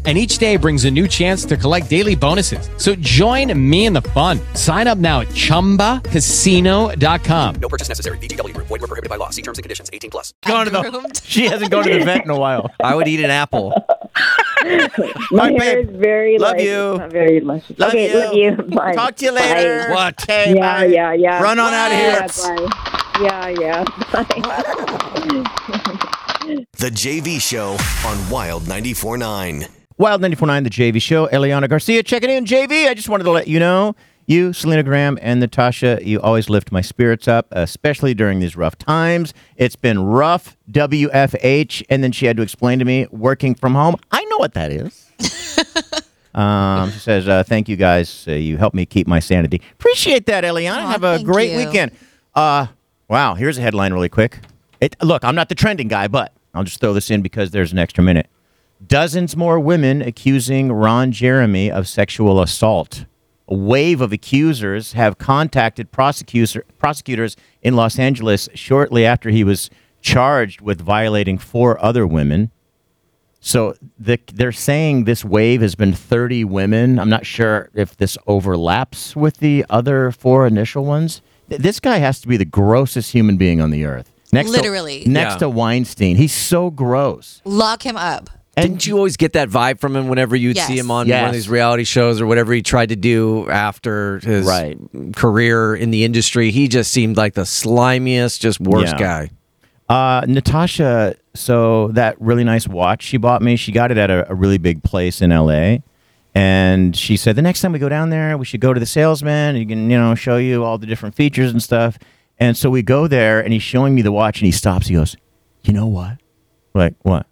Speaker 8: and each day brings a new chance to collect daily bonuses. So join me in the fun. Sign up now at ChumbaCasino.com.
Speaker 11: No purchase necessary. VGW Group. Void were prohibited by law. See terms and conditions. 18 plus.
Speaker 9: Oh,
Speaker 4: Gone to the,
Speaker 5: Groomed.
Speaker 4: she hasn't gone to the vet in a
Speaker 9: [laughs]
Speaker 4: while.
Speaker 6: I would eat
Speaker 5: [laughs]
Speaker 6: an apple.
Speaker 9: my
Speaker 4: All right,
Speaker 9: hair
Speaker 4: babe.
Speaker 9: is very
Speaker 4: Love
Speaker 9: light.
Speaker 4: you.
Speaker 9: It's not very lush.
Speaker 4: Love
Speaker 9: okay,
Speaker 4: you.
Speaker 9: love you.
Speaker 4: [laughs]
Speaker 9: Bye.
Speaker 4: Talk to you
Speaker 9: Bye.
Speaker 4: later.
Speaker 6: What?
Speaker 4: Hey,
Speaker 9: yeah,
Speaker 4: bye.
Speaker 9: yeah, yeah.
Speaker 4: Run on out of here.
Speaker 9: Yeah, yeah. [laughs] Bye.
Speaker 1: The JV Show on Wild 94.9.
Speaker 4: Wild 94.9, the JV show. Eliana Garcia checking in. JV, I just wanted to let you know you, Selena Graham, and Natasha, you always lift my spirits up, especially during these rough times. It's been rough, WFH. And then she had to explain to me working from home. I know what that
Speaker 5: [laughs]
Speaker 4: is. um, she says, uh, Thank you guys. Uh, you helped me keep my sanity. Appreciate that, Eliana. Have a
Speaker 5: thank
Speaker 4: great
Speaker 5: you.
Speaker 4: weekend. Uh, wow, here's a headline really quick. It, look, I'm not the trending guy, but I'll just throw this in because there's an extra minute. Dozens more women accusing Ron Jeremy of sexual assault. A wave of accusers have contacted prosecutor, prosecutors in Los Angeles shortly after he was charged with violating four other women. So the, they're saying this wave has been 30 women. I'm not sure if this overlaps with the other four initial ones. Th- This guy has to be the grossest human being on the earth. Next
Speaker 5: Literally.
Speaker 4: To, next
Speaker 6: Yeah.
Speaker 4: to Weinstein. He's so gross.
Speaker 5: Lock him up.
Speaker 6: Didn't you always get that vibe from him whenever you'd see
Speaker 5: Yes.
Speaker 6: him on one
Speaker 4: Yes.
Speaker 6: of these reality shows or whatever he tried to do after his
Speaker 4: Right.
Speaker 6: career in the industry? He just seemed like the slimiest, just worst
Speaker 4: Yeah.
Speaker 6: guy.
Speaker 4: Uh, Natasha, so that really nice watch she bought me, she got it at a, a really big place in LA. And she said, the next time we go down there, we should go to the salesman. He can, you know, show you all the different features and stuff. And so we go there, and he's showing me the watch, and he stops. He goes, you know what? We're like, what?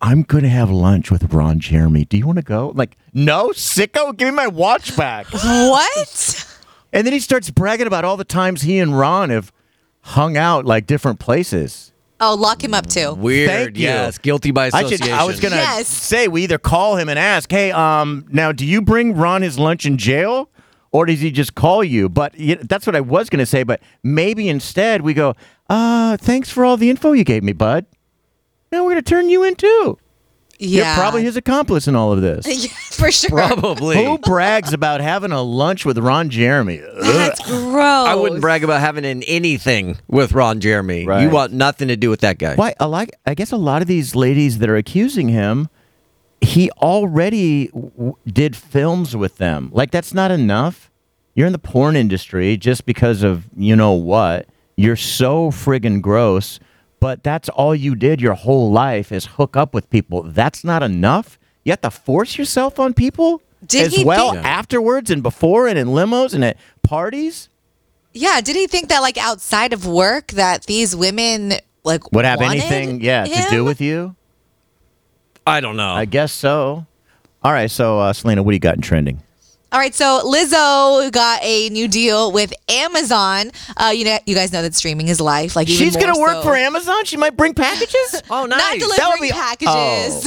Speaker 4: I'm going to have lunch with Ron Jeremy. Do you want to go? I'm like, no, sicko, give me my watch back.
Speaker 5: What?
Speaker 4: And then he starts bragging about all the times he and Ron have hung out like different places.
Speaker 5: Oh, lock him up too.
Speaker 6: Weird.
Speaker 4: Thank you.
Speaker 6: yes. Guilty by
Speaker 4: I, should-
Speaker 6: association.
Speaker 4: I was gonna
Speaker 5: Yes.
Speaker 4: say we either call him and ask, hey, um, now do you bring Ron his lunch in jail, or does he just call you? But y that's what I was gonna say. But maybe instead we go, uh, thanks for all the info you gave me, bud. Now we're gonna turn you in too.
Speaker 5: Yeah. Uh,
Speaker 4: You're probably his accomplice in all of this.
Speaker 5: [laughs] Yeah, for sure.
Speaker 6: [laughs] Probably.
Speaker 4: Who brags about having a lunch with Ron Jeremy?
Speaker 5: That's gross.
Speaker 6: I wouldn't brag about having an anything with Ron Jeremy. You
Speaker 4: Right.
Speaker 6: want nothing to do with that guy.
Speaker 4: Why? A lot, I guess a lot of these ladies that are accusing him, he already w- did films with them. Like that's not enough. You're in the porn industry just because of you know what. You're so friggin' gross. But that's all you did your whole life is hook up with people. That's not enough. You have to force yourself on people
Speaker 5: Did
Speaker 4: as
Speaker 5: he
Speaker 4: well
Speaker 5: think-
Speaker 4: afterwards and before and in limos and at parties.
Speaker 5: Yeah, did he think that like outside of work that these women like
Speaker 4: Would have
Speaker 5: wanted
Speaker 4: anything, yeah, to do
Speaker 5: him?
Speaker 4: with you?
Speaker 6: I don't know.
Speaker 4: I guess so. All right, so uh, Selena, what do you got in trending?
Speaker 5: All right, so Lizzo got a new deal with Amazon. Uh, you know, you guys know that streaming is life. Like even
Speaker 4: She's gonna
Speaker 5: more
Speaker 4: work
Speaker 5: so.
Speaker 4: for Amazon. She might bring packages.
Speaker 6: oh,
Speaker 5: Not
Speaker 6: nice.
Speaker 5: delivering
Speaker 4: That would be- Oh.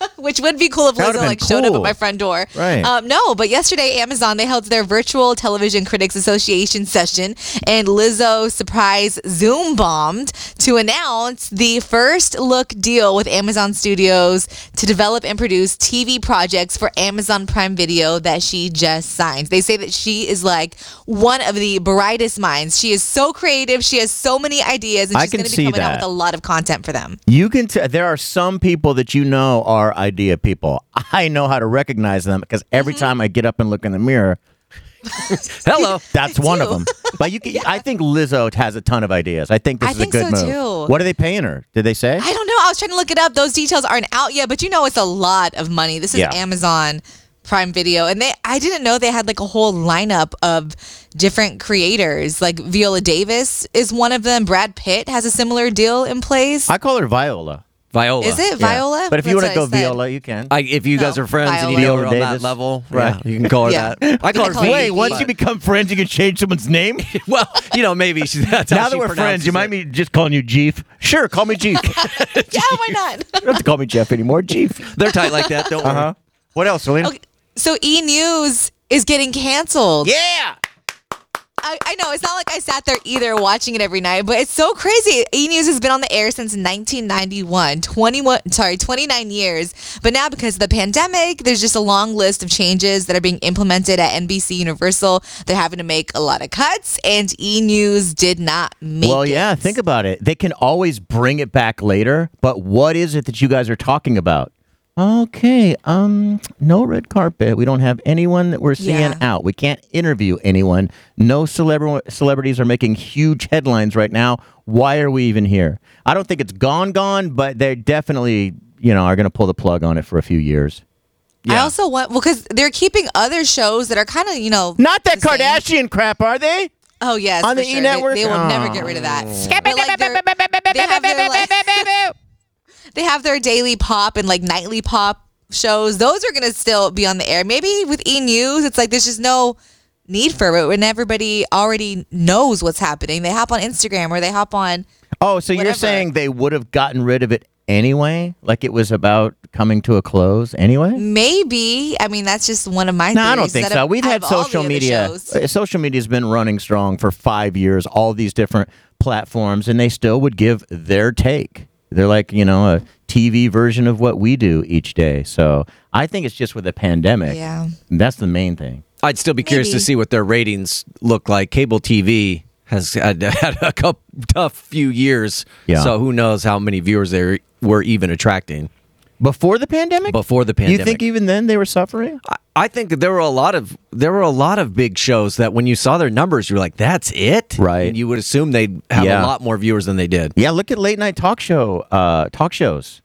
Speaker 5: packages, [laughs] which would be cool if
Speaker 4: That
Speaker 5: Lizzo
Speaker 4: would've been
Speaker 5: like showed up
Speaker 4: cool.
Speaker 5: at my front door.
Speaker 4: Right.
Speaker 5: Um, no, but yesterday Amazon they held their virtual television critics association session, and Lizzo surprise Zoom bombed to announce the first look deal with Amazon Studios to develop and produce TV projects for Amazon Prime Video that she just signed. They say that she is like one of the brightest minds. She is so creative. She has so many ideas, and
Speaker 4: I
Speaker 5: she's
Speaker 4: can
Speaker 5: going to be
Speaker 4: see
Speaker 5: coming out
Speaker 4: that.
Speaker 5: with a lot of content for them.
Speaker 4: You can. T- there are some people that you know are idea people. [laughs] I know how to recognize them because every
Speaker 5: Mm-hmm.
Speaker 4: time I get up and look in the mirror,
Speaker 6: Hello.
Speaker 4: [laughs] that's one of
Speaker 5: do.
Speaker 4: them. But you,
Speaker 5: [laughs]
Speaker 4: can, I think Lizzo has a ton of ideas. I think this
Speaker 5: I
Speaker 4: is
Speaker 5: think
Speaker 4: a good
Speaker 5: so,
Speaker 4: move.
Speaker 5: too.
Speaker 4: What are they paying her? Did they say?
Speaker 5: I don't know. I was trying to look it up. Those details aren't out yet, but you know it's a lot of money. This is
Speaker 4: Yeah.
Speaker 5: Amazon Prime Video, and they I didn't know they had like a whole lineup of different creators. Like Viola Davis is one of them. Brad Pitt has a similar deal in place.
Speaker 4: I call her Viola.
Speaker 6: Viola.
Speaker 5: is it
Speaker 4: Yeah.
Speaker 5: Viola?
Speaker 4: But if you
Speaker 5: That's
Speaker 4: want to go
Speaker 5: what I said.
Speaker 4: Viola, you can.
Speaker 6: I, if you guys
Speaker 5: No.
Speaker 6: are friends and you know
Speaker 4: Viola
Speaker 6: her on that
Speaker 4: Davis.
Speaker 6: level,
Speaker 4: Right.
Speaker 6: yeah, you can call her
Speaker 5: Yeah.
Speaker 6: that. I
Speaker 5: We
Speaker 6: call
Speaker 5: can
Speaker 6: [laughs] her
Speaker 5: call her
Speaker 6: Vee.
Speaker 5: Vee. Once
Speaker 6: but-
Speaker 5: you
Speaker 4: become friends, you can change someone's name.
Speaker 6: well, you know, maybe she's that's
Speaker 4: now
Speaker 6: how
Speaker 4: that
Speaker 6: she
Speaker 4: we're friends, you
Speaker 6: pronounces
Speaker 4: might
Speaker 6: it.
Speaker 4: be just calling you Jeef. Sure, call me
Speaker 5: [laughs]
Speaker 4: Jeef. you
Speaker 5: Yeah, why
Speaker 4: [laughs]
Speaker 5: not?
Speaker 4: don't have to call me Jeff anymore. Jeef.
Speaker 6: They're tight like that. Don't
Speaker 4: Uh-huh. What else, Selena?
Speaker 5: Okay, so E News is getting canceled.
Speaker 4: Yeah.
Speaker 5: I, I know it's not like I sat there either watching it every night, but it's so crazy. E News has been on the air since 1991, 21 sorry, 29 years. But now because of the pandemic, there's just a long list of changes that are being implemented at NBC Universal. They're having to make a lot of cuts, and E News did not make.
Speaker 4: Well,
Speaker 5: it.
Speaker 4: yeah, think about it. They can always bring it back later, but what is it that you guys are talking about? Okay, um, no red carpet. We don't have anyone that we're seeing
Speaker 5: Yeah.
Speaker 4: out. We can't interview anyone. No celebra- celebrities are making huge headlines right now. Why are we even here? I don't think it's gone, gone, but they definitely, you know, are going to pull the plug on it for a few years.
Speaker 5: I also want well because they're keeping other shows that are kind of you know
Speaker 4: Not that
Speaker 5: the same.
Speaker 4: Kardashian crap, are they?
Speaker 5: Oh yes,
Speaker 4: On the
Speaker 5: for
Speaker 4: Oh. E
Speaker 5: sure.
Speaker 4: Network?
Speaker 5: They, they will never get rid of that. But, like, they're- they have their, like- They have their daily pop and like nightly pop shows. Those are gonna still be on the air. Maybe with E News, it's like there's just no need for it when everybody already knows what's happening. They hop on Instagram or they hop on.
Speaker 4: Oh, so you're
Speaker 5: Whatever.
Speaker 4: saying they would have gotten rid of it anyway? Like it was about coming to a close anyway?
Speaker 5: Maybe I mean that's just one of my.
Speaker 4: No, I don't
Speaker 5: theories,
Speaker 4: think
Speaker 5: that
Speaker 4: so.
Speaker 5: of-
Speaker 4: We've
Speaker 5: out
Speaker 4: had
Speaker 5: of all the
Speaker 4: social
Speaker 5: other
Speaker 4: media.
Speaker 5: shows-
Speaker 4: uh, Social media's been running strong for five years, all these different platforms, and they still would give their take. They're like, you know, a TV version of what we do each day. So I think it's just with the pandemic.
Speaker 5: Yeah.
Speaker 4: That's the main thing.
Speaker 6: I'd still be curious to
Speaker 5: Maybe.
Speaker 6: see what their ratings look like. Cable TV has had, [laughs] had a couple, tough few years,
Speaker 4: Yeah.
Speaker 6: so who knows how many viewers they were even attracting
Speaker 4: before the pandemic.
Speaker 6: Before the pandemic,
Speaker 4: You think even then they were suffering?
Speaker 6: I- I think that there were a lot of there were a lot of big shows that when you saw their numbers, you were like, "That's it," right? And you would assume they'd have
Speaker 4: Yeah.
Speaker 6: a lot more viewers than they did.
Speaker 4: Yeah, look at late night talk show uh, talk shows.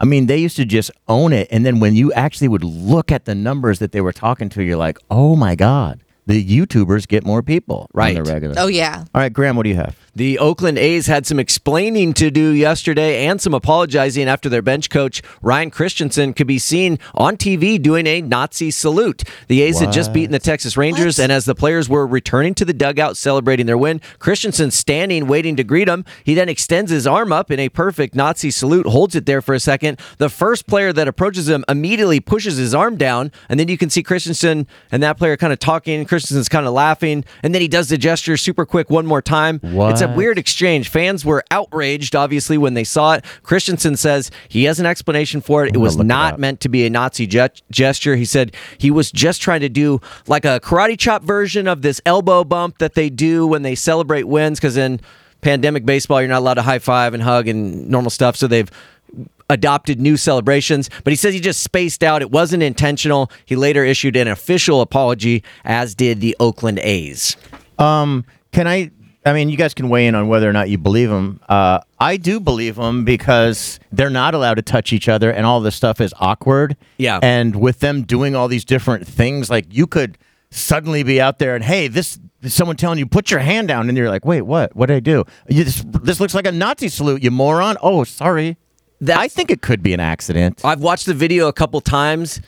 Speaker 4: I mean, they used to just own it, and then when you actually would look at the numbers that they were talking to, you're like, "Oh my god, the YouTubers get more people right. on the regular."
Speaker 5: Oh, yeah.
Speaker 4: All right, Graham, what do you have?
Speaker 6: The Oakland A's had some explaining to do yesterday and some apologizing after their bench coach Ryan Christensen could be seen on TV doing a Nazi salute. The A's had just
Speaker 10: What?
Speaker 6: beaten the Texas Rangers, and as the players were returning to the dugout celebrating their win, Christensen standing waiting to greet him. He then extends his arm up in a perfect Nazi salute, holds it there for a second. The first player that approaches him immediately pushes his arm down, and then you can see Christensen and that player kind of talking. Christensen's kind of laughing, and then he does the gesture super quick one more time. It's a
Speaker 10: What?
Speaker 6: weird exchange. Fans were outraged, obviously, when they saw it. Christensen says he has an explanation for it. It was not meant to be a Nazi ge- gesture. He said he was just trying to do like a karate chop version of this elbow bump that they do when they celebrate wins, because in pandemic baseball, you're not allowed to high five and hug and normal stuff. So they've adopted new celebrations, but he says he just spaced out. It wasn't intentional. He later issued an official apology, as did the Oakland A's.
Speaker 4: Um, can I? I mean, you guys can weigh in on whether or not you believe them. Uh, I do believe them because they're not allowed to touch each other, and all this stuff is awkward.
Speaker 6: Yeah.
Speaker 4: And with them doing all these different things, like you could suddenly be out there and hey, this someone telling you put your hand down, and you're like, wait, what? What did I do? You, this, this looks like a Nazi salute, you moron. Oh, sorry. I think it could be an accident.
Speaker 6: I've watched the video a couple times.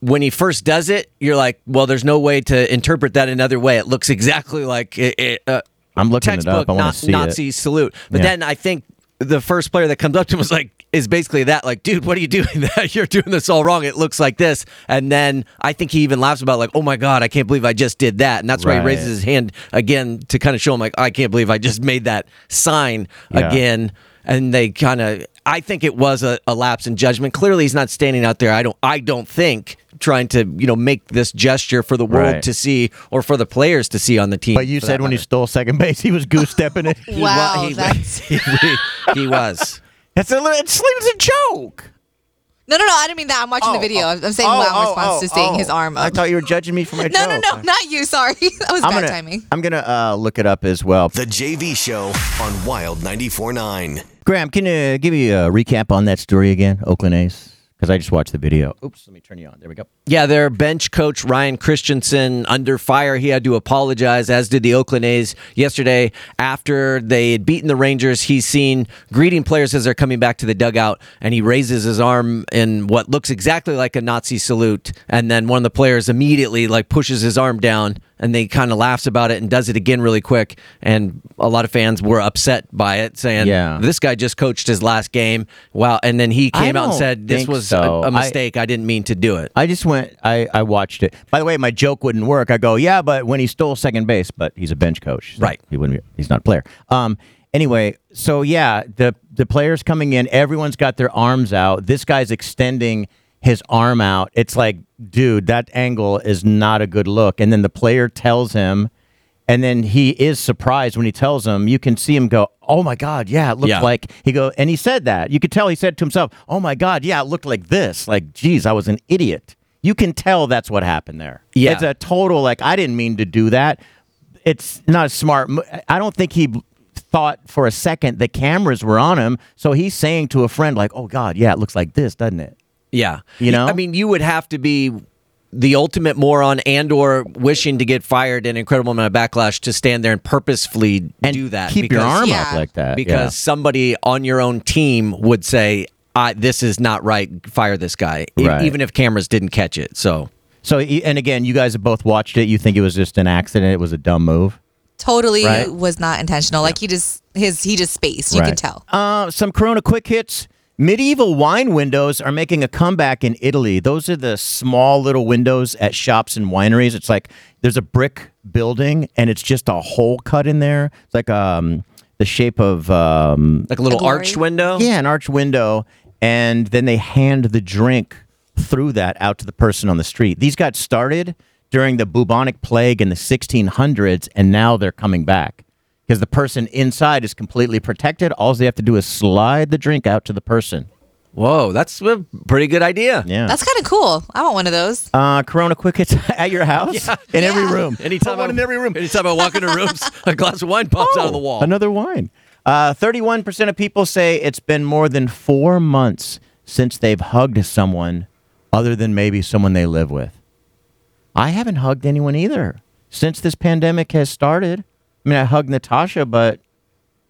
Speaker 6: When he first does it, you're like, well, there's no way to interpret that another way. It looks exactly like it. it uh,
Speaker 4: I'm looking it up. I wanna
Speaker 6: Na-
Speaker 4: see it.
Speaker 6: Nazi salute. But
Speaker 4: Yeah.
Speaker 6: then I think the first player that comes up to him is like, is basically that, like, dude, what are you doing? [laughs] That you're doing this all wrong. It looks like this. And then I think he even laughs about like, oh my god, I can't believe I just did that. And that's why he
Speaker 10: Right.
Speaker 6: raises his hand again to kind of show him like, I can't believe I just made that sign
Speaker 10: Yeah.
Speaker 6: again and they kind of i think it was a, a lapse in judgment clearly he's not standing out there i don't i don't think trying to you know make this gesture for the world
Speaker 4: Right.
Speaker 6: to see or for the players to see on the team
Speaker 4: But you
Speaker 6: for
Speaker 4: said
Speaker 6: that
Speaker 4: when he
Speaker 6: matter.
Speaker 4: stole second base, he was goose stepping it.
Speaker 6: He wa- [laughs] Wow, he wa- that's- he, he was
Speaker 4: That's a little, it's, it's a joke.
Speaker 5: No, no, no. I didn't mean that. I'm watching the video. I'm I'm saying
Speaker 4: oh,
Speaker 5: wow in
Speaker 4: oh,
Speaker 5: response
Speaker 4: oh,
Speaker 5: to seeing
Speaker 4: oh.
Speaker 5: his arm
Speaker 4: I
Speaker 5: up.
Speaker 4: thought you were judging me for my
Speaker 5: [laughs] No, no,
Speaker 4: joke.
Speaker 5: no. Not you. Sorry. [laughs] That was
Speaker 4: I'm
Speaker 5: bad
Speaker 4: gonna,
Speaker 5: timing.
Speaker 4: I'm gonna uh, look it up as well.
Speaker 1: The JV Show on Wild 94.9.
Speaker 4: Graham, can you give me a recap on that story again, Oakland A's? Because I just watched the video. Oops, let me turn you on. There we go.
Speaker 6: Yeah, their bench coach Ryan Christensen under fire. He had to apologize, as did the Oakland A's yesterday after they had beaten the Rangers. He's seen greeting players as they're coming back to the dugout, and he raises his arm in what looks exactly like a Nazi salute. And then one of the players immediately like pushes his arm down, and they kind of laughs about it and does it again really quick. And a lot of fans were upset by it, saying,
Speaker 4: Yeah.
Speaker 6: this guy just coached his last game." Wow! And then he
Speaker 4: I
Speaker 6: came out and
Speaker 4: don't
Speaker 6: said, "This
Speaker 4: think
Speaker 6: was
Speaker 4: so.
Speaker 6: a,
Speaker 4: I-
Speaker 6: a mistake. I didn't mean to do it."
Speaker 4: I just went. I I watched it. By the way, my joke wouldn't work. I go, yeah, but when he stole second base, but he's a bench coach, right? He wouldn't. Be, he's not a player. Um. Anyway, so yeah, the the players coming in, everyone's got their arms out. This guy's extending his arm out. It's like, dude, that angle is not a good look. And then the player tells him, and then he is surprised when he tells him. You can see him go, oh my god, yeah, it looked
Speaker 10: Yeah.
Speaker 4: like like he go and he said that you could tell he said to himself oh my god yeah it looked like this like geez i was an idiot you can tell that's what happened there
Speaker 10: Yeah.
Speaker 4: it's a total like i didn't mean to do that it's not a smart mo- i don't think he thought for a second the cameras were on him so he's saying to a friend like oh god yeah it looks like this doesn't it
Speaker 6: Yeah.
Speaker 4: You know?
Speaker 6: I mean, you would have to be the ultimate moron and or wishing to get fired an incredible amount of backlash to stand there and purposefully do that.
Speaker 4: keep your arm up Yeah. like that, yeah.
Speaker 6: Because somebody on your own team would say, I, this is not right. Fire this guy. e-
Speaker 4: Right.
Speaker 6: Even if cameras didn't catch it. So
Speaker 4: so y- and again you guys have both watched it you think it was just an accident it was a dumb move
Speaker 5: Totally
Speaker 4: Right?
Speaker 5: was not intentional. Like he just his he just spaced. You
Speaker 4: Right.
Speaker 5: can tell.
Speaker 4: Uh, some Corona quick hits. Medieval wine windows are making a comeback in Italy. Those are the small little windows at shops and wineries. It's like there's a brick building and it's just a hole cut in there. It's like um, the shape of um,
Speaker 6: like a little A glory? arch window.
Speaker 4: Yeah, an arch window, and then they hand the drink through that out to the person on the street. These got started during the bubonic plague in the 1600s, and now they're coming back because the person inside is completely protected. All they have to do is slide the drink out to the person.
Speaker 6: Whoa, that's a pretty good idea.
Speaker 4: Yeah.
Speaker 5: That's kind of cool. I want one of those.
Speaker 4: Uh, Corona Quick Hits [laughs] at your house in every room.
Speaker 6: Anytime
Speaker 4: Put one
Speaker 6: I-
Speaker 4: in every room.
Speaker 6: Anytime I walk into rooms, [laughs] a glass of wine pops out of the wall.
Speaker 4: Oh, Another wine. Uh, 31% of people say it's been more than four months since they've hugged someone other than maybe someone they live with. I haven't hugged anyone either since this pandemic has started. I mean, I hugged Natasha, but.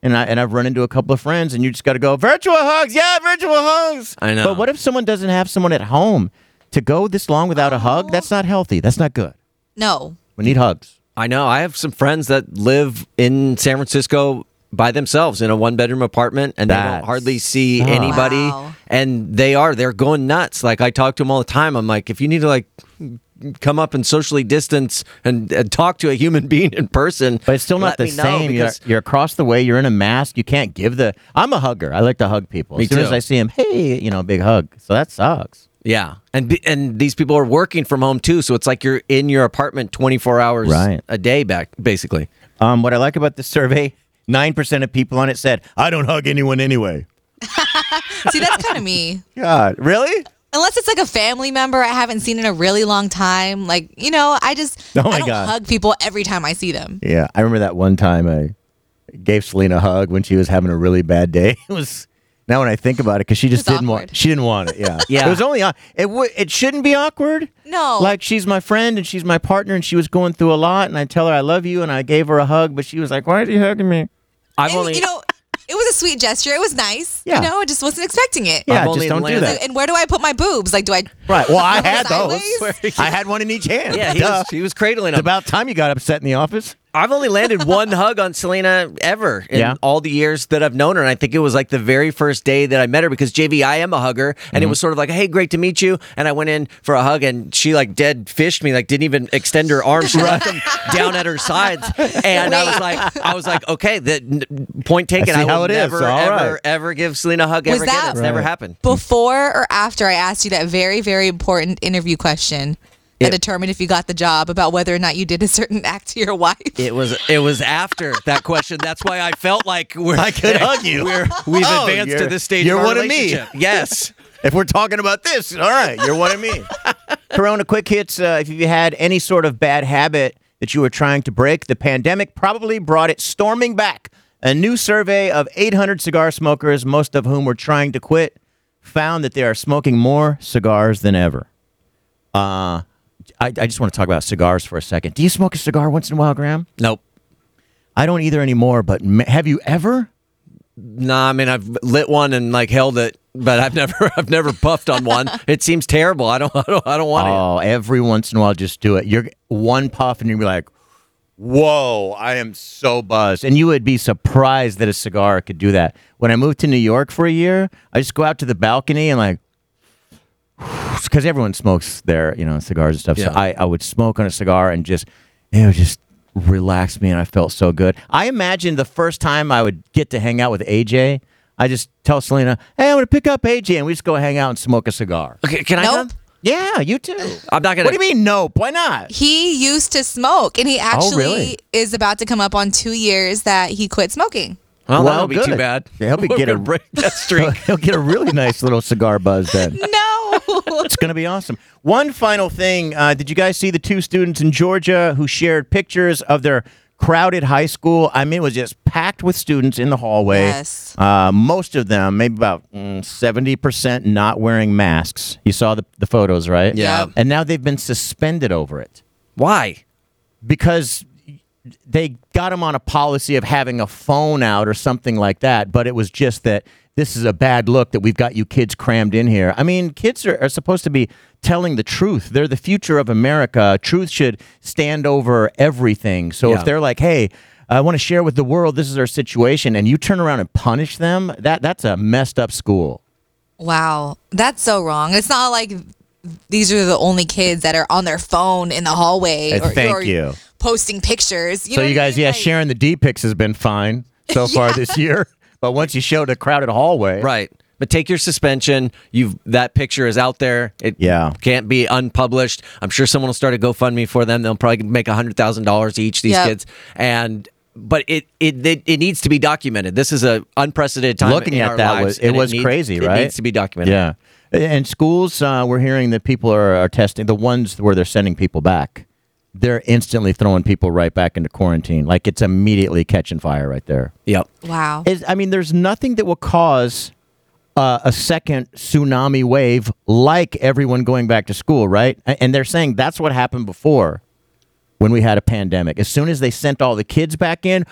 Speaker 4: And, I, and I've run into a couple of friends, and you just got to go virtual hugs. Yeah, virtual hugs.
Speaker 6: I know.
Speaker 4: But what if someone doesn't have someone at home to go this long without a hug? That's not healthy. That's not good.
Speaker 5: No.
Speaker 4: We need hugs.
Speaker 6: I know. I have some friends that live in San Francisco by themselves in a one bedroom apartment and they
Speaker 4: That's-
Speaker 6: don't hardly see
Speaker 4: Oh.
Speaker 6: anybody. And they are, they're going nuts. Like I talk to them all the time. I'm like, if you need to like come up and socially distance and, and talk to a human [laughs] being in person,
Speaker 4: But it's still not
Speaker 6: let
Speaker 4: the
Speaker 6: me know
Speaker 4: same. You're,
Speaker 6: because-
Speaker 4: you're across the way. You're in a mask. You can't give the. I'm a hugger. I like to hug people.
Speaker 6: Me
Speaker 4: as soon
Speaker 6: too.
Speaker 4: as I see him, hey, you know, big hug. So that sucks.
Speaker 6: Yeah, and be- and these people are working from home too, so it's like you're in your apartment 24 hours
Speaker 4: Right.
Speaker 6: a day back basically.
Speaker 4: Um, what I like about this survey, nine percent of people on it said, "I don't hug anyone anyway."
Speaker 5: See, that's kind
Speaker 4: [laughs]
Speaker 5: of me.
Speaker 4: God, really?
Speaker 5: Unless it's like a family member I haven't seen in a really long time. Like, you know, I just
Speaker 4: Oh my
Speaker 5: I don't
Speaker 4: God.
Speaker 5: hug people every time I see them.
Speaker 4: Yeah, I remember that one time I gave Selena a hug when she was having a really bad day. [laughs] It was now when I think about it because she just didn't want she didn't want it. Yeah,
Speaker 6: [laughs] Yeah.
Speaker 4: It was only on- it would it shouldn't be awkward.
Speaker 5: No.
Speaker 4: like she's my friend and she's my partner and she was going through a lot and I tell her I love you and I gave her a hug but she was like, "Why are you hugging me?"
Speaker 6: I've
Speaker 5: And,
Speaker 6: only
Speaker 5: you know, it was a sweet gesture. It was nice.
Speaker 4: Yeah.
Speaker 5: You know, I just wasn't expecting it.
Speaker 4: Yeah, just
Speaker 6: I've only
Speaker 4: don't do
Speaker 6: landed-
Speaker 4: that.
Speaker 5: And where do I put my boobs? Like, do I?
Speaker 4: Right.
Speaker 5: [laughs]
Speaker 4: Well, I had
Speaker 5: Sideways?
Speaker 6: [laughs]
Speaker 4: those. I had one in each hand.
Speaker 6: yeah, he
Speaker 4: Duh.
Speaker 6: was, he was cradling
Speaker 4: It's
Speaker 6: him.
Speaker 4: about time you got upset in the office.
Speaker 6: I've
Speaker 5: [laughs]
Speaker 6: only landed one hug on Selena ever in
Speaker 4: Yeah.
Speaker 6: all the years that I've known her. And I think it was like the very first day that I met her because JV, I am a hugger. And
Speaker 4: Mm-hmm.
Speaker 6: it was sort of like, hey, great to meet you. And I went in for a hug and she like dead fished me, like didn't even extend her arms. She left them down at her sides. And I was like, I was taken. Okay, the n- point taken.
Speaker 4: see
Speaker 6: I, will
Speaker 4: how it is.
Speaker 6: never,
Speaker 4: All
Speaker 6: ever,
Speaker 4: right.
Speaker 6: ever give Selena a hug
Speaker 5: Was
Speaker 6: ever again.
Speaker 5: that-
Speaker 6: It's never
Speaker 4: Right.
Speaker 6: happened.
Speaker 5: Before or after I asked you that very, very important interview question that
Speaker 6: It-
Speaker 5: determined if you got the job about whether or not you did a [laughs] certain act to your wife.
Speaker 6: It was it was after that question. That's why I felt like we're
Speaker 4: I
Speaker 6: [laughs]
Speaker 4: could hug you.
Speaker 6: We're, we've
Speaker 4: Oh,
Speaker 6: advanced to
Speaker 4: you're-
Speaker 6: this stage.
Speaker 4: you're
Speaker 6: of our
Speaker 4: one of me.
Speaker 6: relationship. Yes.
Speaker 4: If we're talking about this, all right, you're one of me. [laughs] Corona quick hits. Uh, if you had any sort of bad habit that you were trying to break, the pandemic probably brought it storming back. A new survey of 800 cigar smokers, most of whom were trying to quit, found that they are smoking more cigars than ever. Uh, I, I just want to talk about cigars for a second. Do you smoke a cigar once in a while, Graham?
Speaker 6: Nope.
Speaker 4: I don't either anymore, but ma- have you ever?
Speaker 6: Nah, I mean I've lit one and like held it, but I've [laughs] never I've never puffed on one. It seems terrible. I don't [laughs] I don't, I don't want it.
Speaker 4: Oh, every once in a while, just do it. You're one puff, and you'll be like, "Whoa, I am so buzzed!" And you would be surprised that a cigar could do that. When I moved to New York for a year, I just go out to the balcony and like, [sighs] because everyone smokes their you know cigars and stuff. So
Speaker 6: Yeah.
Speaker 4: I I would smoke on a cigar and just it would just relax me, and I felt so good. I imagine the first time I would get to hang out with AJ. I just tell Selena, "Hey, I'm gonna pick up AJ, and we just go hang out and smoke a cigar."
Speaker 6: Okay, can I
Speaker 5: Nope.
Speaker 6: come?
Speaker 4: Yeah, you too.
Speaker 6: I'm not gonna
Speaker 4: What do you mean? Nope. Why not?
Speaker 5: He used to smoke, and he actually
Speaker 4: Oh, really?
Speaker 5: is about to come up on two years that he quit smoking.
Speaker 6: Well,
Speaker 4: Well,
Speaker 6: that'll be
Speaker 4: good.
Speaker 6: too bad.
Speaker 4: Yeah, help me
Speaker 6: [laughs] We're
Speaker 4: get a-
Speaker 6: gonna break that streak.
Speaker 4: [laughs] He'll get a really nice little cigar buzz
Speaker 6: [laughs]
Speaker 4: then.
Speaker 5: No.
Speaker 4: [laughs] It's going to be awesome. One final thing. Uh, did you guys see the two students in Georgia who shared pictures of their crowded high school? I mean, it was just packed with students in the hallway.
Speaker 5: Yes.
Speaker 4: Uh, most of them, maybe about mm, seventy percent, not wearing masks. You saw the, the photos, right?
Speaker 6: Yeah.
Speaker 4: And now they've been suspended over it.
Speaker 6: Why?
Speaker 4: because they got him on a policy of having a phone out or something like that. But it was just that this is a bad look that we've got you kids crammed in here. I mean, kids are, are supposed to be telling the truth. They're the future of America. Truth should stand over everything. So
Speaker 6: Yeah.
Speaker 4: if they're like, hey, I want to share with the world this is our situation, and you turn around and punish them, that that's a messed up school.
Speaker 5: Wow, that's so wrong. It's not like these are the only kids that are on their phone in the hallway
Speaker 4: Hey,
Speaker 5: or,
Speaker 4: Uh, thank
Speaker 5: or
Speaker 4: you.
Speaker 5: posting pictures. You
Speaker 4: so
Speaker 5: know
Speaker 4: you
Speaker 5: what I
Speaker 4: guys,
Speaker 5: mean?
Speaker 4: yeah,
Speaker 5: Like,
Speaker 4: sharing the D pics has been fine. [laughs] so far this year. But once you showed a crowded hallway,
Speaker 6: right? But take your suspension. You've that picture is out there. It
Speaker 4: yeah.
Speaker 6: can't be unpublished. I'm sure someone will start a GoFundMe for them. They'll probably make hundred thousand dollars each. These
Speaker 5: Yep.
Speaker 6: kids and. But it, it it it needs to be documented. This is a unprecedented time.
Speaker 4: Looking
Speaker 6: in
Speaker 4: at
Speaker 6: our
Speaker 4: that
Speaker 6: lives,
Speaker 4: was
Speaker 6: and
Speaker 4: it was
Speaker 6: needs-
Speaker 4: crazy, right?
Speaker 6: It needs to be documented.
Speaker 4: Yeah, and schools uh, we're hearing that people are, are testing the ones where they're sending people back. They're instantly throwing people right back into quarantine. Like it's immediately catching fire right there.
Speaker 6: Yep.
Speaker 5: Wow.
Speaker 4: Is, I mean, there's nothing that will cause uh, a second tsunami wave like everyone going back to school, right? A- And they're saying that's what happened before when we had a pandemic. As soon as they sent all the kids back in,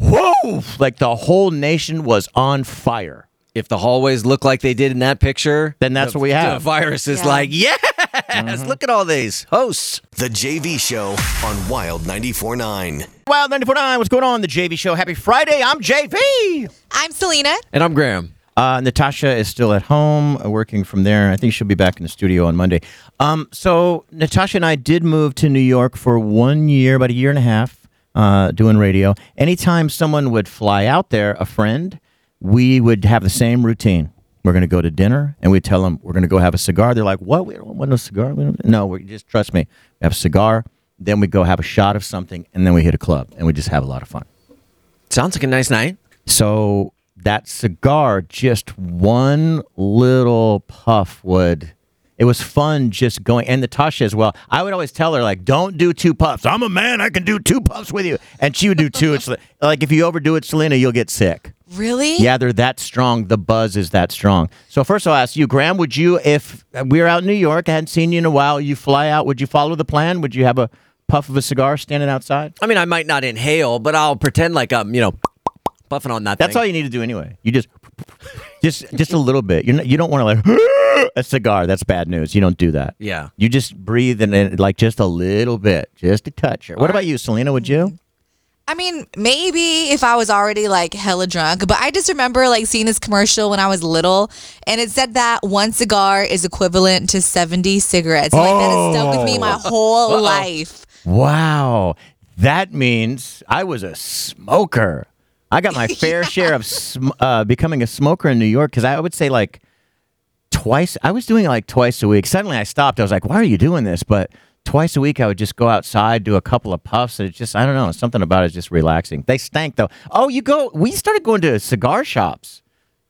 Speaker 4: whoa, like the whole nation was on fire.
Speaker 6: If the hallways look like they did in that picture,
Speaker 4: then that's
Speaker 6: the-
Speaker 4: what we
Speaker 6: The
Speaker 4: have. Mm-hmm.
Speaker 6: virus is
Speaker 4: Yeah.
Speaker 6: like, [laughs] yes, look at all these hosts.
Speaker 1: The JV Show on Wild 94.9.
Speaker 4: Wild 94.9, what's going on? The JV Show. Happy Friday. I'm JV.
Speaker 5: I'm Selena.
Speaker 6: And I'm Graham.
Speaker 4: Uh, Natasha is still at home uh, working from there. I think she'll be back in the studio on Monday. Um, so, Natasha and I did move to New York for one year, about a year and a half, uh, doing radio. Anytime someone would fly out there, a friend, we would have the same routine. We're going to go to dinner, and we tell them we're going to go have a cigar. They're like, "What? We don't want no cigar? We don't, no, we just trust me. We have a cigar, then we go have a shot of something, and then we hit a club, and we just have a lot of fun."
Speaker 6: Sounds like a nice night.
Speaker 4: So that cigar, just one little puff would. It was fun just going, and Natasha as well. I would always tell her like, "Don't do two puffs. I'm a man. I can do two puffs with you." And she would do two. It's like, like if you overdo it, Selena, you'll get sick.
Speaker 5: Really?
Speaker 4: Yeah, they're that strong. The buzz is that strong. So first, I'll ask you, Graham. Would you, if we were out in New York, I hadn't seen you in a while, you fly out? Would you follow the plan? Would you have a puff of a cigar standing outside?
Speaker 6: I mean, I might not inhale, but I'll pretend like I'm, you know, puffing on that.
Speaker 4: That's all you need to do anyway. You just, [laughs] just, just a little bit. You're not, you don't want to like [gasps] a cigar. That's bad news. You don't do that.
Speaker 6: Yeah.
Speaker 4: You just breathe and then like just a little bit, just a touch. What about you, Selena? Would you?
Speaker 5: I mean, maybe if I was already like hella drunk, but I just remember like seeing this commercial when I was little, and it said that one cigar is equivalent to 70 cigarettes. Like that has stuck with me my whole
Speaker 4: Uh-oh.
Speaker 5: life.
Speaker 4: Wow. That means I was a smoker. I got my fair share of sm- uh, becoming a smoker in New York because I would say like twice. I was doing it like twice a week. Suddenly I stopped. I was like, why are you doing this? But twice a week I would just go outside, do a couple of puffs. And it's just, I don't know, something about it is just relaxing. They stank though. Oh, you go, we started going to cigar shops.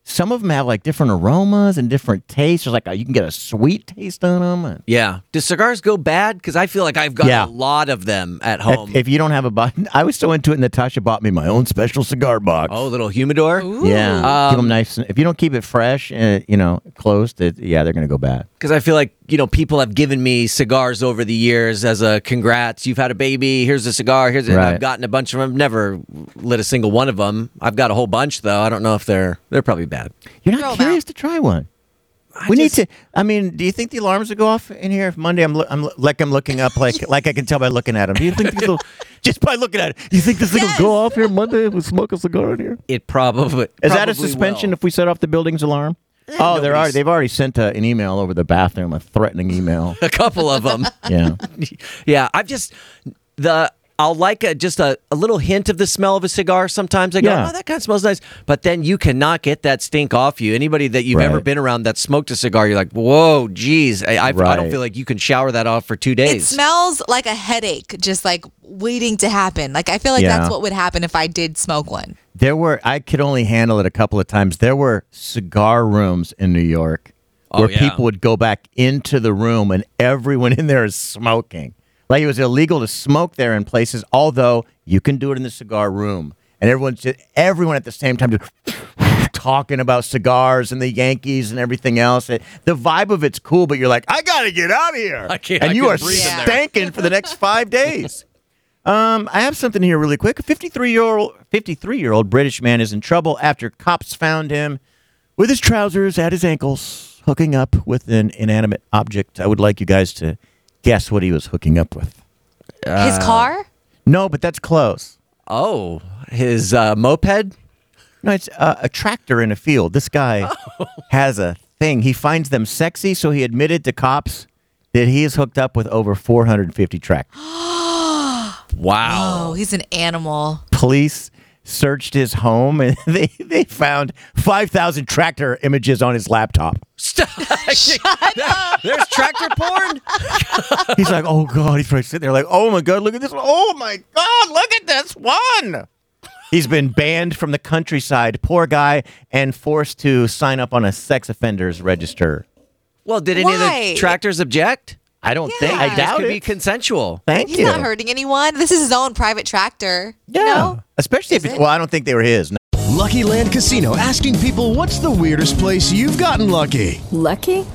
Speaker 4: Some of them have like different aromas and different tastes. There's like a, you can get a sweet taste on them. And
Speaker 6: Yeah. Do cigars go bad? Because I feel like I've got
Speaker 4: Yeah.
Speaker 6: a lot of them at
Speaker 4: If-
Speaker 6: home.
Speaker 4: If, you don't have a box, [laughs] I was so into it. Natasha bought me my own special cigar box.
Speaker 6: oh, little humidor.
Speaker 4: yeah, keep
Speaker 6: Um,
Speaker 4: them nice. and- If you don't keep it fresh, uh, you know, closed, it, yeah, they're gonna go bad.
Speaker 6: because I feel like you know people have given me cigars over the years as a congrats. You've had a baby. Here's a cigar. Here's and
Speaker 4: Right.
Speaker 6: I've gotten a bunch of them. Never lit a single one of them. I've got a whole bunch though. I don't know if they're they're probably bad.
Speaker 4: You're not curious to try one. we need to. I mean, do you think the alarms will go off in here if Monday? I'm, lo- I'm lo- like I'm looking up, like like I can tell by looking at them. Do you think this will just by looking at it? You think this thing will go off here Monday if we smoke a cigar in here?
Speaker 6: It probably
Speaker 4: Is that a
Speaker 6: probably
Speaker 4: suspension
Speaker 6: will.
Speaker 4: if we set off the building's alarm? Oh, they're already, they've already sent uh an email over the bathroom, a threatening
Speaker 6: [laughs]
Speaker 4: email.
Speaker 6: [laughs] A couple
Speaker 4: [laughs]
Speaker 6: of them.
Speaker 4: Yeah.
Speaker 6: [laughs] yeah. I've just the. I'll like a, just a, a little hint of the smell of a cigar sometimes. I go,
Speaker 4: Yeah.
Speaker 6: oh, that kind of smells nice. But then you cannot get that stink off you. Anybody that you've ever
Speaker 4: Right.
Speaker 6: been around that smoked a cigar, you're like, whoa, geez. I, I, I don't
Speaker 4: Right.
Speaker 6: feel like you can shower that off for two days.
Speaker 5: It smells like a headache, just like waiting to happen. Like I feel like
Speaker 4: Yeah.
Speaker 5: that's what would happen if I did smoke one.
Speaker 4: There were I could only handle it a couple of times. There were cigar rooms in New York
Speaker 6: Oh,
Speaker 4: where
Speaker 6: yeah.
Speaker 4: people would go back into the room and everyone in there is smoking. Like it was illegal to smoke there in places, although you can do it in the cigar room. And everyone's just, everyone at the same time just talking about cigars and the Yankees and everything else. It, the vibe of it's cool, but you're like, I gotta get out of here.
Speaker 6: I can't-
Speaker 4: and
Speaker 6: I
Speaker 4: you are
Speaker 6: couldn't breathe in there.
Speaker 4: stinking for the next five days. Um, I have something here really quick. A 53 year old 53 year old British man is in trouble after cops found him with his trousers at his ankles hooking up with an inanimate object. I would like you guys to guess what he was hooking up with.
Speaker 5: His car?
Speaker 4: No, but that's close.
Speaker 6: Oh, his uh, moped?
Speaker 4: No, it's uh, a tractor in a field. This guy has a thing. He finds them sexy, so he admitted to cops that he is hooked up with over 450 tractors.
Speaker 6: Wow.
Speaker 5: Oh, he's an animal.
Speaker 4: police searched his home and [laughs] they, they found 5,000 tractor images on his laptop.
Speaker 6: [laughs]
Speaker 5: [laughs]
Speaker 6: There's tractor porn.
Speaker 4: [laughs] He's like, oh God. He's probably sitting there like, oh my God, look at this one. Oh my God, look at this one. He's been banned from the countryside, poor guy, and forced to sign up on a sex offenders register.
Speaker 6: Well, did any of
Speaker 5: Why?
Speaker 6: the tractors object? I don't think.
Speaker 5: I
Speaker 6: This
Speaker 5: doubt
Speaker 6: could
Speaker 5: it.
Speaker 6: be consensual.
Speaker 4: Thank
Speaker 5: He's
Speaker 4: you.
Speaker 5: not hurting anyone. This is his own private tractor. Yeah.
Speaker 4: Especially if, it, well, I don't think they were his.
Speaker 2: Lucky Land Casino asking people what's the weirdest place you've gotten lucky?
Speaker 12: Lucky?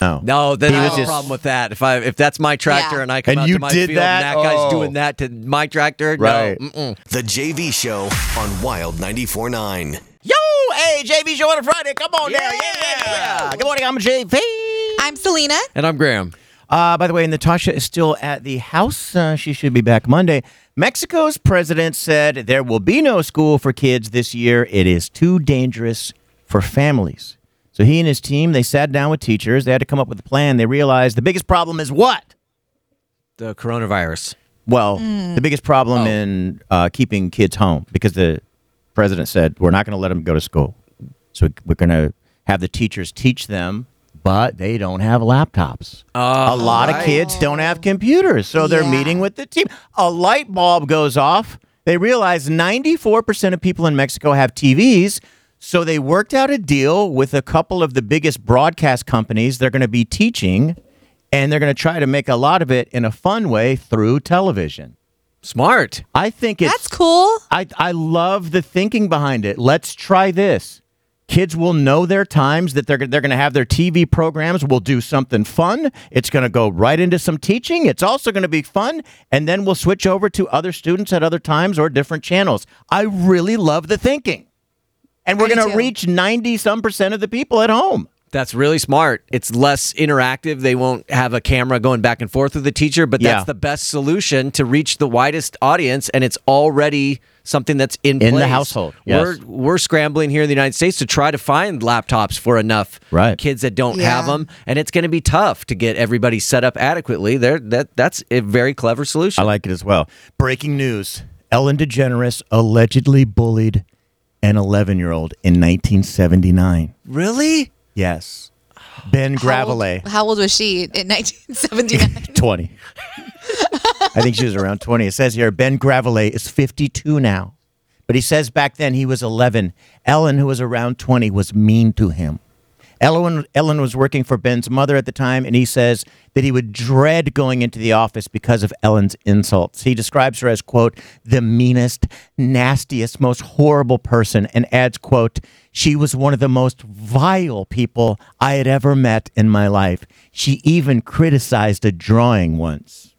Speaker 4: No.
Speaker 6: No, then
Speaker 4: He
Speaker 6: I
Speaker 4: was
Speaker 6: have a
Speaker 4: just-
Speaker 6: problem with that. If I if that's my tractor
Speaker 1: Yeah.
Speaker 6: and I come
Speaker 1: And
Speaker 6: out
Speaker 1: you
Speaker 6: to my
Speaker 1: did
Speaker 6: field
Speaker 1: that?
Speaker 6: and that
Speaker 1: Oh.
Speaker 6: guy's doing that to my tractor,
Speaker 1: Right.
Speaker 6: no. Mm-mm.
Speaker 1: The JV Show on Wild 94.9.
Speaker 4: Yo, hey, JV Show on a Friday. Come on now. Yeah, yeah. Good morning. I'm JV.
Speaker 5: I'm Selena.
Speaker 6: And I'm Graham.
Speaker 4: Uh, by the way, Natasha is still at the house. Uh, she should be back Monday. Mexico's president said there will be no school for kids this year. It is too dangerous for families. So he and his team they sat down with teachers. They had to come up with a plan. They realized the biggest problem is what?
Speaker 6: The coronavirus.
Speaker 4: Well, the biggest problem in uh, keeping kids home because the president said we're not going to let them go to school. So we're going to have the teachers teach them, but they don't have laptops. a lot of
Speaker 6: right.
Speaker 4: kids don't have computers. So they're meeting with the team. A light bulb goes off. They realize 94% of people in Mexico have TVs. So they worked out a deal with a couple of the biggest broadcast companies. They're going to be teaching and they're going to try to make a lot of it in a fun way through television.
Speaker 6: Smart.
Speaker 4: I think it's
Speaker 5: That's cool.
Speaker 4: I, I love the thinking behind it. Let's try this. Kids will know their times that they're they're going to have their TV programs. We'll do something fun. It's going to go right into some teaching. It's also going to be fun, and then we'll switch over to other students at other times or different channels. I really love the thinking, and we're
Speaker 5: I do
Speaker 4: going to
Speaker 5: too.
Speaker 4: reach ninety some percent of the people at home.
Speaker 6: That's really smart. It's less interactive. They won't have a camera going back and forth with the teacher, but
Speaker 4: Yeah.
Speaker 6: that's the best solution to reach the widest audience, and it's already something that's in
Speaker 4: In the
Speaker 6: place.
Speaker 4: household, yes.
Speaker 6: We're we're scrambling here in the United States to try to find laptops for enough
Speaker 4: Right.
Speaker 6: kids that don't
Speaker 5: Yeah.
Speaker 6: have them, and it's going to be tough to get everybody set up adequately. There, that that's a very clever solution.
Speaker 4: I like it as well. Breaking news: Ellen DeGeneres allegedly bullied an eleven-year-old in 1979.
Speaker 6: really?
Speaker 4: Yes. Ben
Speaker 5: How
Speaker 4: Gravelet,
Speaker 5: [laughs] old, how old was she in 1979?
Speaker 4: 20. I think she was around 20. It says here Ben Gravelet is 52 now. But he says back then he was 11. Ellen, who was around 20, was mean to him. Ellen, Ellen was working for Ben's mother at the time, and he says that he would dread going into the office because of Ellen's insults. He describes her as, quote, the meanest, nastiest, most horrible person, and adds, quote, she was one of the most vile people I had ever met in my life. She even criticized a drawing once.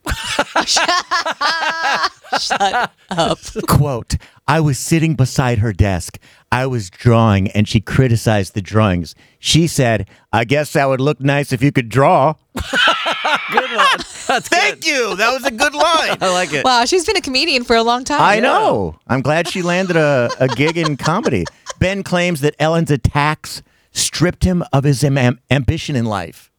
Speaker 4: Quote, I was sitting beside her desk. I was drawing and she criticized the drawings. She said, I guess that would look nice if you could draw.
Speaker 6: Good one. [laughs] That's
Speaker 4: Thank you. That was a good line.
Speaker 6: I like it.
Speaker 5: wow, she's been a comedian for a long
Speaker 4: [laughs]
Speaker 5: time.
Speaker 4: I know. I'm glad she landed a, a gig in comedy. Ben claims that Ellen's attacks stripped him of his am- am- ambition in life.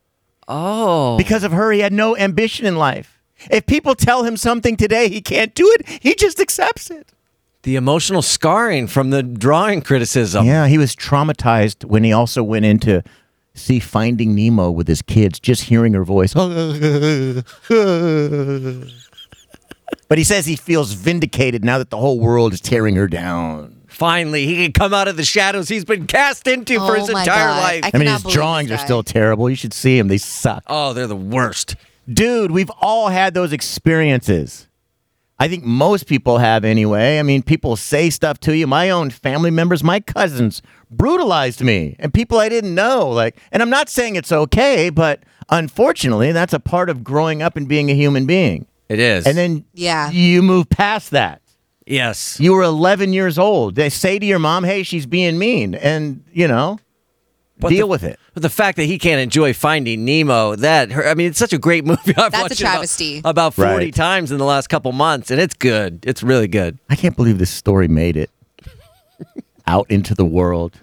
Speaker 6: Oh,
Speaker 4: Because of her, he had no ambition in life. If people tell him something today, he can't do it. He just accepts it.
Speaker 6: the emotional scarring from the drawing criticism.
Speaker 4: Yeah, he was traumatized when he also went into see Finding Nemo with his kids, just hearing her voice. but he says he feels vindicated now that the whole world is tearing her down.
Speaker 6: Finally, he can come out of the shadows he's been cast into for
Speaker 5: Oh
Speaker 6: his
Speaker 5: my
Speaker 6: entire
Speaker 5: God.
Speaker 6: life.
Speaker 5: I
Speaker 4: I, mean,
Speaker 5: cannot
Speaker 4: his
Speaker 5: believe
Speaker 4: drawings are
Speaker 5: this guy.
Speaker 4: still terrible. You should see him; they suck.
Speaker 6: oh, they're the worst.
Speaker 4: Dude, we've all had those experiences. I think most people have anyway. I mean, people say stuff to you. My own family members, my cousins brutalized me and people I didn't know. Like, and I'm not saying it's okay, but unfortunately, that's a part of growing up and being a human being.
Speaker 6: It is.
Speaker 4: And then
Speaker 5: Yeah.
Speaker 4: you move past that.
Speaker 6: yes.
Speaker 4: You were 11 years old. They say to your mom, "Hey, she's being mean." And, you know, Deal
Speaker 6: the-
Speaker 4: with it.
Speaker 6: But the fact that he can't enjoy Finding Nemo, that I mean, it's such a great [laughs] movie. I've
Speaker 5: That's a
Speaker 6: watched it about-
Speaker 5: travesty.
Speaker 6: About, forty
Speaker 4: Right.
Speaker 6: times in the last couple months, and it's good. It's really good.
Speaker 4: I can't believe this story made it out into the world.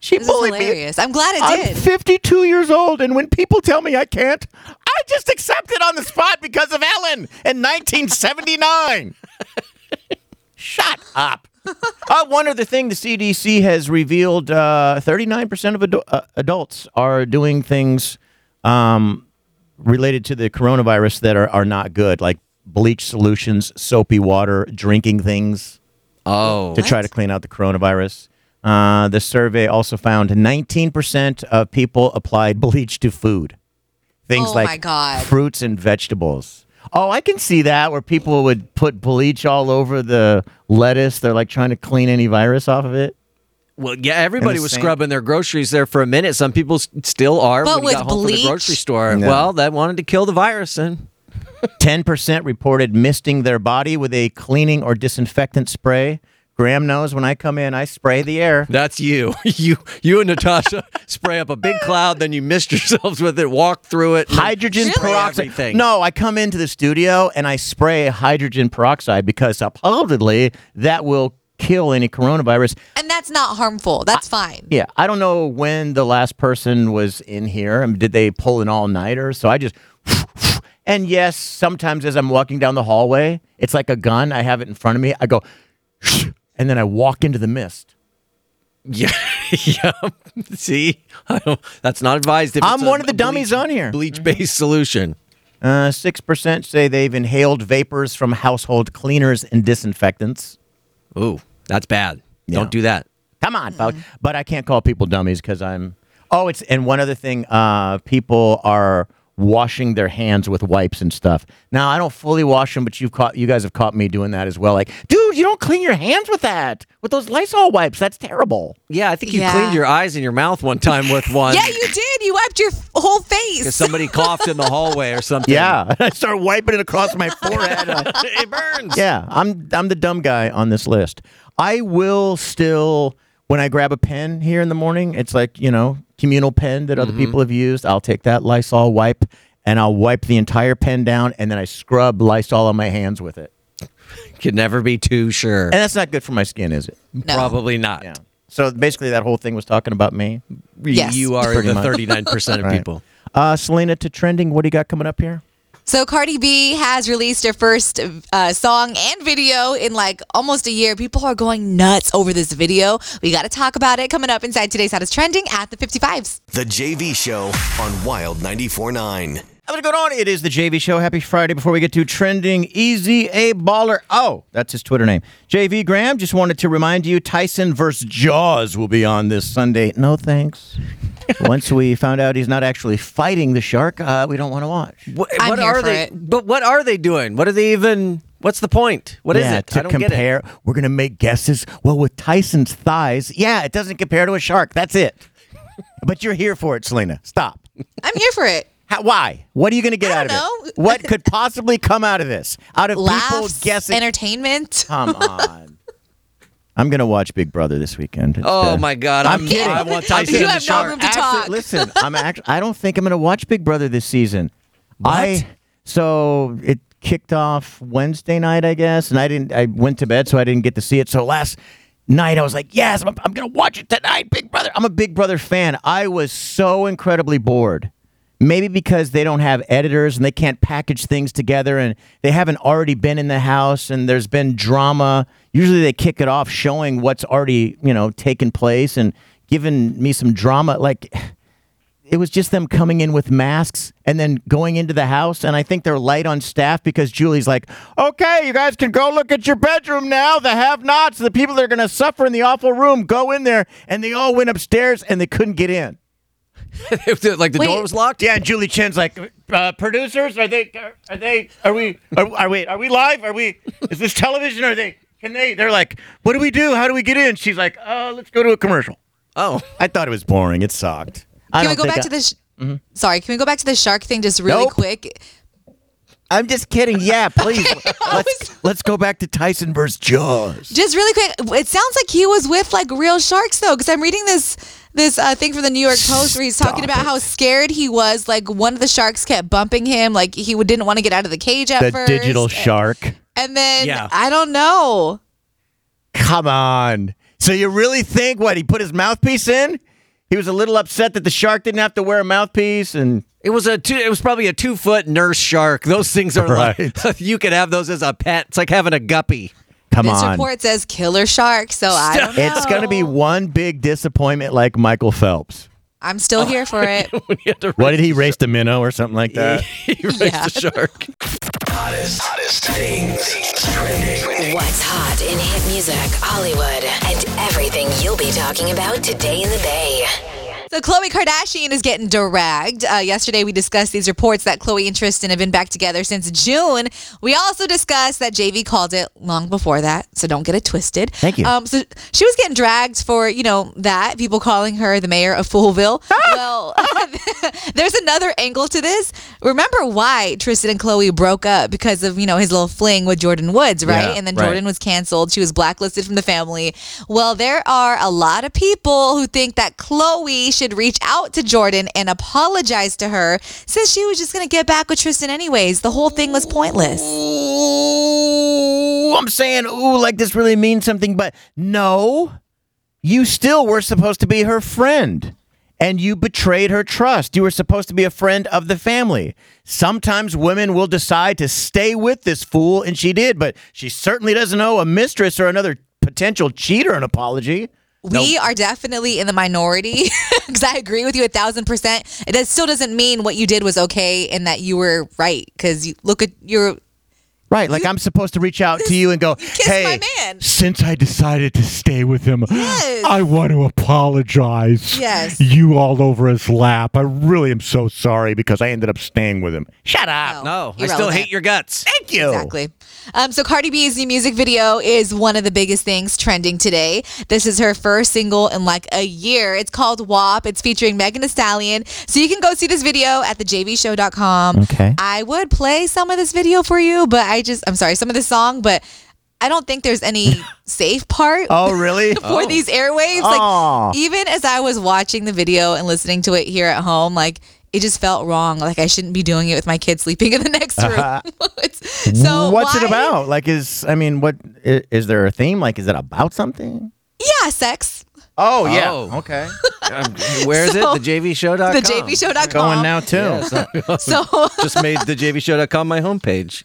Speaker 4: She
Speaker 5: This is hilarious. I'm glad it
Speaker 4: I'm
Speaker 5: did.
Speaker 4: 52 years old, and when people tell me I can't, I just accept it on the spot because of Ellen in 1979. [laughs] Shut [laughs] up. uh, one other thing the CDC has revealed uh, 39% of adu- uh, adults are doing things um, related to the coronavirus that are, are not good, like bleach solutions, soapy water, drinking things.
Speaker 6: Oh.
Speaker 4: To try to clean out the coronavirus. Uh, the survey also found 19% of people applied [laughs] bleach to food. Things
Speaker 5: Oh,
Speaker 4: like
Speaker 5: my God.
Speaker 4: fruits and vegetables. Oh, I can see that where people would put bleach all over the lettuce. They're like trying to clean any virus off of it.
Speaker 6: Well, yeah, everybody
Speaker 4: the
Speaker 6: was
Speaker 4: same-
Speaker 6: scrubbing their groceries there for a minute. Some people s- still are.
Speaker 5: But
Speaker 6: when you
Speaker 5: with
Speaker 6: got home from the
Speaker 5: bleach?
Speaker 6: grocery store.
Speaker 4: No.
Speaker 6: Well, that wanted to kill the virus, and
Speaker 4: 10% reported misting their body with a cleaning or disinfectant spray. Graham knows when I come in, I spray the air.
Speaker 6: that's you. [laughs] you, you and Natasha [laughs] spray up a big cloud, then you mist [laughs] yourselves with it, walk through it, and then
Speaker 4: hydrogen
Speaker 6: spray
Speaker 4: peroxide.
Speaker 6: everything.
Speaker 4: No, I come into the studio and I spray hydrogen peroxide because supposedly that will kill any coronavirus.
Speaker 5: And that's not harmful. That's fine.
Speaker 4: Yeah, I don't know when the last person was in here. I mean, Did they pull an all nighter? So I just. [laughs] And yes, sometimes as I'm walking down the hallway, it's like a gun. I have it in front of me. I go, [laughs] and then I walk into the mist.
Speaker 6: [laughs] Yeah, yeah. [laughs] See, I don't, that's not advised. If
Speaker 4: I'm one of the dummies on here.
Speaker 6: Bleach-based solution.
Speaker 4: Uh, 6% say they've inhaled vapors from household cleaners and disinfectants.
Speaker 6: Ooh, that's bad. Don't do that.
Speaker 4: Come on, folks. But I can't call people dummies because I'm. Oh, it's and one other thing. Uh, people are washing their hands with wipes and stuff. Now I don't fully wash them, but you've caught you guys have caught me doing that as well. Like, dude, you don't clean your hands with that with those Lysol wipes. That's terrible.
Speaker 6: Yeah, I think you
Speaker 5: Yeah.
Speaker 6: cleaned your eyes and your mouth one time
Speaker 5: [laughs]
Speaker 6: with one.
Speaker 5: Yeah, you did. You wiped your f- whole face. [laughs]
Speaker 6: Because somebody coughed in the hallway or something.
Speaker 4: Yeah, [laughs] I start wiping it across my forehead.
Speaker 6: [laughs] it burns.
Speaker 4: Yeah, I'm I'm the dumb guy on this list. I will still when I grab a pen here in the morning, it's like, you know, communal pen that
Speaker 6: Mm-hmm.
Speaker 4: other people have used. I'll take that Lysol wipe and I'll wipe the entire pen down and then I scrub Lysol on my hands with it.
Speaker 6: Could never be too sure.
Speaker 4: And that's not good for my skin, is it?
Speaker 6: Probably not.
Speaker 4: Yeah. So basically that whole thing was talking about me.
Speaker 5: Yes.
Speaker 6: You are
Speaker 4: Pretty
Speaker 6: the
Speaker 4: much.
Speaker 6: 39%
Speaker 4: [laughs]
Speaker 6: of
Speaker 4: Right.
Speaker 6: people.
Speaker 4: Uh Selena to trending, what do you got coming up here?
Speaker 5: So Cardi B has released her first uh, song and video in like almost a year. People are going nuts over this video. We got to talk about it coming up inside today's hottest trending at the 55s.
Speaker 1: The JV Show on Wild 94.9.
Speaker 4: What's going on? It is the JV Show. Happy Friday. Before we get to trending, Easy A Baller. Oh, that's his Twitter name. JV Graham, just wanted to remind you Tyson versus Jaws will be on this Sunday. No
Speaker 6: [laughs]
Speaker 4: thanks. Once we found out he's not actually fighting the shark, uh, we don't want to watch.
Speaker 6: What,
Speaker 5: I'm
Speaker 6: what
Speaker 5: here
Speaker 6: are
Speaker 5: for
Speaker 6: they?
Speaker 5: it.
Speaker 6: But what are they doing? What are they even? What's the point? What is
Speaker 4: yeah,
Speaker 6: it?
Speaker 4: To
Speaker 6: I don't get it.
Speaker 4: compare, we're going to make guesses. Well, with Tyson's thighs, yeah, it doesn't compare to a shark. That's
Speaker 6: [laughs]
Speaker 4: it. but you're here for it, Selena. Stop.
Speaker 5: I'm here for it.
Speaker 4: How, why? What are you going to get
Speaker 5: I
Speaker 4: out of
Speaker 5: don't
Speaker 4: it?
Speaker 5: know. [laughs]
Speaker 4: What could possibly come out of this? Out of [laughs] people
Speaker 5: Laughs,
Speaker 4: guessing.
Speaker 5: entertainment.
Speaker 4: [laughs] Come on. I'm gonna watch Big Brother this weekend. It's,
Speaker 6: Oh
Speaker 4: uh,
Speaker 6: my God!
Speaker 4: I'm
Speaker 6: I'm,
Speaker 4: kidding.
Speaker 6: I
Speaker 5: [laughs]
Speaker 6: want
Speaker 5: Oh, You
Speaker 6: Tyson and the
Speaker 5: have no
Speaker 6: shark. [laughs]
Speaker 5: room to talk.
Speaker 4: Listen, I'm actually. I don't think I'm gonna watch Big Brother this season. I so it kicked off Wednesday night, I guess, and I didn't. I went to bed, so I didn't get to see it. So last night, I was like, "Yes, I'm, I'm gonna watch it tonight, Big Brother." I'm a Big Brother fan. I was so incredibly bored. Maybe because they don't have editors and they can't package things together, and they haven't already been in the house, and there's been drama. Usually, they kick it off showing what's already you know taken place and giving me some drama. Like it was just them coming in with masks and then going into the house. And I think they're light on staff because Julie's like, okay, you guys can go look at your bedroom now. The have nots, the people that are going to suffer in the awful room, go in there. And they all went upstairs and they couldn't get in.
Speaker 6: like the door
Speaker 5: Wait.
Speaker 6: was locked.
Speaker 4: Yeah, and Julie Chen's like, uh, producers, are they, are they, are we, are, are we, are we live? Are we, is this television? Are they, can they, they're like, what do we do? How do we get in? She's like, uh, let's go to a commercial.
Speaker 6: Oh,
Speaker 4: I thought it was boring. It sucked. I
Speaker 5: Can
Speaker 4: don't
Speaker 5: we go
Speaker 4: think
Speaker 5: back
Speaker 4: I- Mm-hmm.
Speaker 5: to the? Sh- Sorry, can we go back to the shark thing just really
Speaker 4: Nope.
Speaker 5: quick?
Speaker 4: I'm just kidding. Yeah,
Speaker 5: [laughs]
Speaker 4: please. let's let's go back to Tyson versus Jaws.
Speaker 5: Just really quick. It sounds like he was with like real sharks though, because I'm reading this this uh, thing from the New York Post where he's talking about how scared he was. Like one of the sharks kept bumping him. Like he would- didn't want to get out of the cage at
Speaker 4: the
Speaker 5: first.
Speaker 4: digital shark.
Speaker 5: And then
Speaker 4: Yeah.
Speaker 5: I don't know.
Speaker 4: Come on. So you really think what he put his mouthpiece in? He was a little upset that the shark didn't have to wear a mouthpiece, and
Speaker 6: It was a two, it was probably a two foot nurse shark. Those things are like [laughs] you could have those as a pet. It's like having a guppy. [laughs]
Speaker 4: Come
Speaker 5: this
Speaker 4: on.
Speaker 5: report says killer shark. So I don't know.
Speaker 4: It's going to be one big disappointment, like Michael Phelps.
Speaker 5: I'm still here for it.
Speaker 4: What did he race the minnow or something like
Speaker 5: [laughs]
Speaker 4: that?
Speaker 6: [laughs] he raced the shark.
Speaker 10: Hottest, hottest things. What's hot in hit music, Hollywood, and everything you'll be talking about today in the Bay.
Speaker 5: So Khloe Kardashian is getting dragged. Uh, yesterday we discussed these reports that Khloe and Tristan have been back together since June. We also discussed that JV called it long before that, so don't get it twisted.
Speaker 13: Thank you.
Speaker 5: Um, so she was getting dragged for you know that people calling her the mayor of
Speaker 13: [laughs]
Speaker 5: Foolville.
Speaker 13: Ah!
Speaker 5: well, [laughs] there's another angle to this. Remember why Tristan and Khloe broke up because of you know his little fling with Jordan Woods, right?
Speaker 13: Yeah,
Speaker 5: and then
Speaker 13: right.
Speaker 5: Jordan was canceled. She was blacklisted from the family. Well, there are a lot of people who think that Chloe should reach out to Jordan and apologize to her since she was just going to get back with Tristan anyways. The whole thing was pointless.
Speaker 4: Ooh, I'm saying, ooh, like this really means something, but no, you still were supposed to be her friend. And you betrayed her trust. You were supposed to be a friend of the family. Sometimes women will decide to stay with this fool, and she did, but she certainly doesn't owe a mistress or another potential cheater an apology.
Speaker 5: We are definitely in the minority [laughs] because I agree with you a thousand percent. It does- still doesn't mean what you did was okay and that you were right because you look at your
Speaker 4: Right, like I'm supposed to reach out to you and go, "Hey, man. since I decided to stay with him, I want to apologize.
Speaker 5: Yes.
Speaker 4: you all over his lap. I really am so sorry because I ended up staying with him. Shut up.
Speaker 6: No, I still
Speaker 5: irrelevant.
Speaker 6: hate
Speaker 5: [laughs]
Speaker 6: your guts.
Speaker 4: Thank you.
Speaker 5: Exactly. Um, so Cardi B's new music video is one of the biggest things trending today. This is her first single in like a year. It's called WAP. It's featuring Megan Thee Stallion. So you can go see this video at thejvshow.com.
Speaker 13: Okay.
Speaker 5: I would play some of this video for you, but I just, I'm sorry, some of this song, but I don't think there's any
Speaker 4: [laughs]
Speaker 5: safe part.
Speaker 4: Oh, really?
Speaker 5: for
Speaker 4: Oh.
Speaker 5: these airwaves.
Speaker 4: Oh.
Speaker 5: Like, even as I was watching the video and listening to it here at home, like, it just felt wrong. Like, I shouldn't be doing it with my kids sleeping in the
Speaker 4: [laughs]
Speaker 5: next room. [laughs]
Speaker 4: Uh-huh.
Speaker 5: [laughs] So
Speaker 4: what's it
Speaker 5: why-
Speaker 4: about? Like, is I mean, what is, is there a theme? Like, is it about something?
Speaker 5: Yeah, sex.
Speaker 4: Oh yeah.
Speaker 6: Oh.
Speaker 4: Okay.
Speaker 6: Where is
Speaker 5: So-
Speaker 6: it? The JVShow.com.
Speaker 5: The JVShow.com.
Speaker 6: Going now too.
Speaker 5: Yes.
Speaker 6: so
Speaker 5: [laughs] So-
Speaker 6: [laughs] just made the JVShow.com
Speaker 5: [laughs]
Speaker 6: my homepage.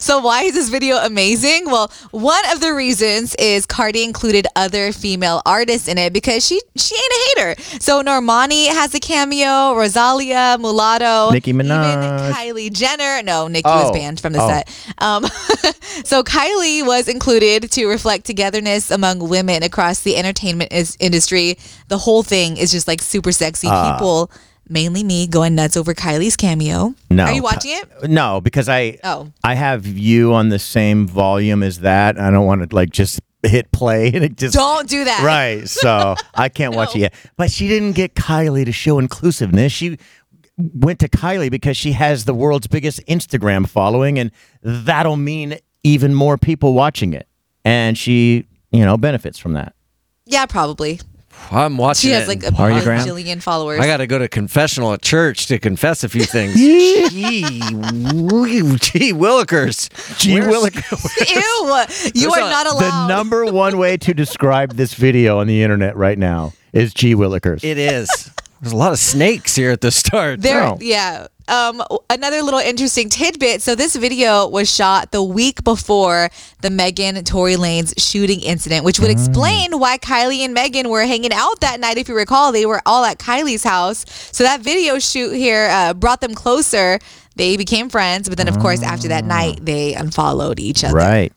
Speaker 5: So why is this video amazing? Well, one of the reasons is Cardi included other female artists in it because she she ain't a hater. So Normani has a cameo, Rosalia, Mulatto,
Speaker 4: Nicki Minaj.
Speaker 5: Kylie Jenner. No, Nicki
Speaker 4: Oh.
Speaker 5: was banned from the
Speaker 4: Oh.
Speaker 5: set. Um, [laughs] so Kylie was included to reflect togetherness among women across the entertainment is- industry. The whole thing is just like super sexy
Speaker 4: Ah.
Speaker 5: people, mainly me, going nuts over Kylie's cameo.
Speaker 4: No.
Speaker 5: are you watching it?
Speaker 4: No, because I
Speaker 5: Oh.
Speaker 4: I have you on the same volume as that. I don't want to like just hit play and it just
Speaker 5: Don't do that.
Speaker 4: Right.
Speaker 5: [laughs]
Speaker 4: So I can't watch it yet. But she didn't get Kylie to show inclusiveness. She went to Kylie because she has the world's biggest Instagram following and that'll mean even more people watching it. And she, you know, benefits from that.
Speaker 5: Yeah, probably.
Speaker 6: I'm watching.
Speaker 5: She has
Speaker 6: it.
Speaker 5: like a bajillion followers.
Speaker 6: I got to go to confessional at church to confess a few things. gee,
Speaker 4: [laughs]
Speaker 6: woo- gee willikers.
Speaker 4: Gee
Speaker 5: [laughs] Ew! You are not allowed.
Speaker 4: The number one way to describe this video on the internet right now is G Willikers.
Speaker 6: It is. There's a lot of snakes here at the start.
Speaker 5: There,
Speaker 4: Oh.
Speaker 5: yeah. Um, another little interesting tidbit. So this video was shot the week before the Megan Tory Lane's shooting incident, which
Speaker 4: Mm.
Speaker 5: would explain why Kylie and Megan were hanging out that night. If you recall, they were all at Kylie's house. So that video shoot here uh, brought them closer. They became friends, but then of course after that night, they unfollowed each other.
Speaker 4: Mm. Right.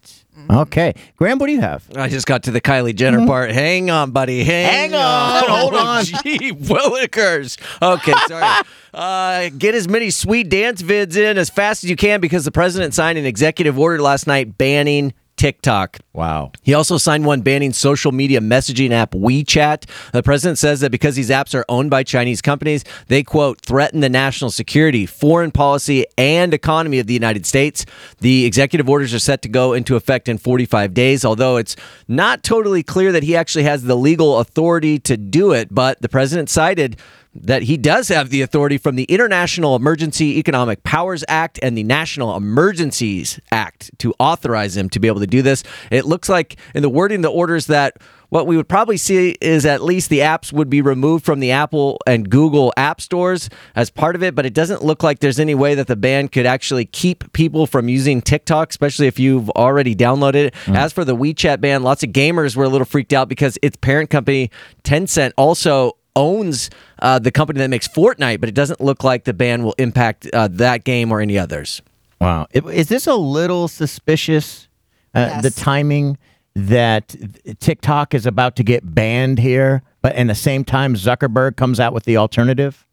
Speaker 4: Okay. Graham, what do you have?
Speaker 6: I just got to the Kylie Jenner part. Hang on, buddy. Hang,
Speaker 4: Mm-hmm. Hang on.
Speaker 6: [laughs]
Speaker 4: Hold on.
Speaker 6: Gee, willikers. Okay, sorry. uh, get as many sweet dance vids in as fast as you can because the president signed an executive order last night banning TikTok.
Speaker 4: Wow.
Speaker 6: He also signed one banning social media messaging app WeChat. The president says that because these apps are owned by Chinese companies, they quote threaten the national security, foreign policy, and economy of the United States. The executive orders are set to go into effect in 45 days, although it's not totally clear that he actually has the legal authority to do it, but the president cited that he does have the authority from the International Emergency Economic Powers Act and the National Emergencies Act to authorize him to be able to do this. It looks like in the wording of the orders that what we would probably see is at least the apps would be removed from the Apple and Google app stores as part of it, but it doesn't look like there's any way that the ban could actually keep people from using TikTok, especially if you've already downloaded it. As for the WeChat ban, lots of gamers were a little freaked out because its parent company, Tencent, also owns uh, the company that makes Fortnite, but it doesn't look like the ban will impact uh, that game or any others.
Speaker 4: Wow. It- Is this a little suspicious? Uh, The timing that TikTok is about to get banned here, but in the same time, Zuckerberg comes out with the alternative.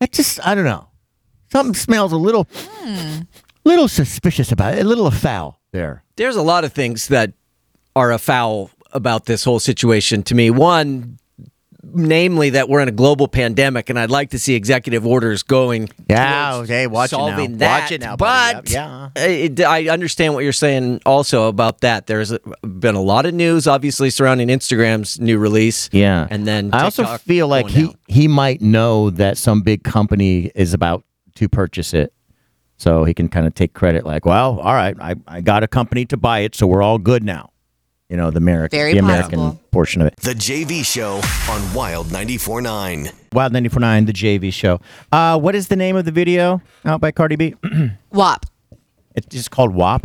Speaker 4: That just, I don't know. Something smells a little, Hmm. little suspicious about it, a little foul there.
Speaker 6: There's a lot of things that are afoul about this whole situation to me. One, namely that we're in a global pandemic, and I'd like to see executive orders going.
Speaker 4: Yeah,
Speaker 6: towards
Speaker 4: Ah, okay, watch it now.
Speaker 6: solving
Speaker 4: Watch
Speaker 6: that.
Speaker 4: it now, buddy.
Speaker 6: But
Speaker 4: Yeah. uh-huh.
Speaker 6: it, I understand what you're saying also about that. There's been a lot of news, obviously, surrounding Instagram's new release.
Speaker 4: Yeah.
Speaker 6: And then
Speaker 4: I also
Speaker 6: TikTok
Speaker 4: feel like
Speaker 6: going
Speaker 4: he,
Speaker 6: down.
Speaker 4: he might know that some big company is about to purchase it. So he can kind of take credit, like, well, all right, I, I got a company to buy it, so we're all good now. You know, the American,
Speaker 1: Very
Speaker 4: the American
Speaker 1: possible.
Speaker 4: portion of it.
Speaker 1: The JV Show on Wild 94.9.
Speaker 4: Wild 94.9, the JV show. Uh, what is the name of the video out by Cardi B?
Speaker 5: WAP.
Speaker 4: it's just called WAP.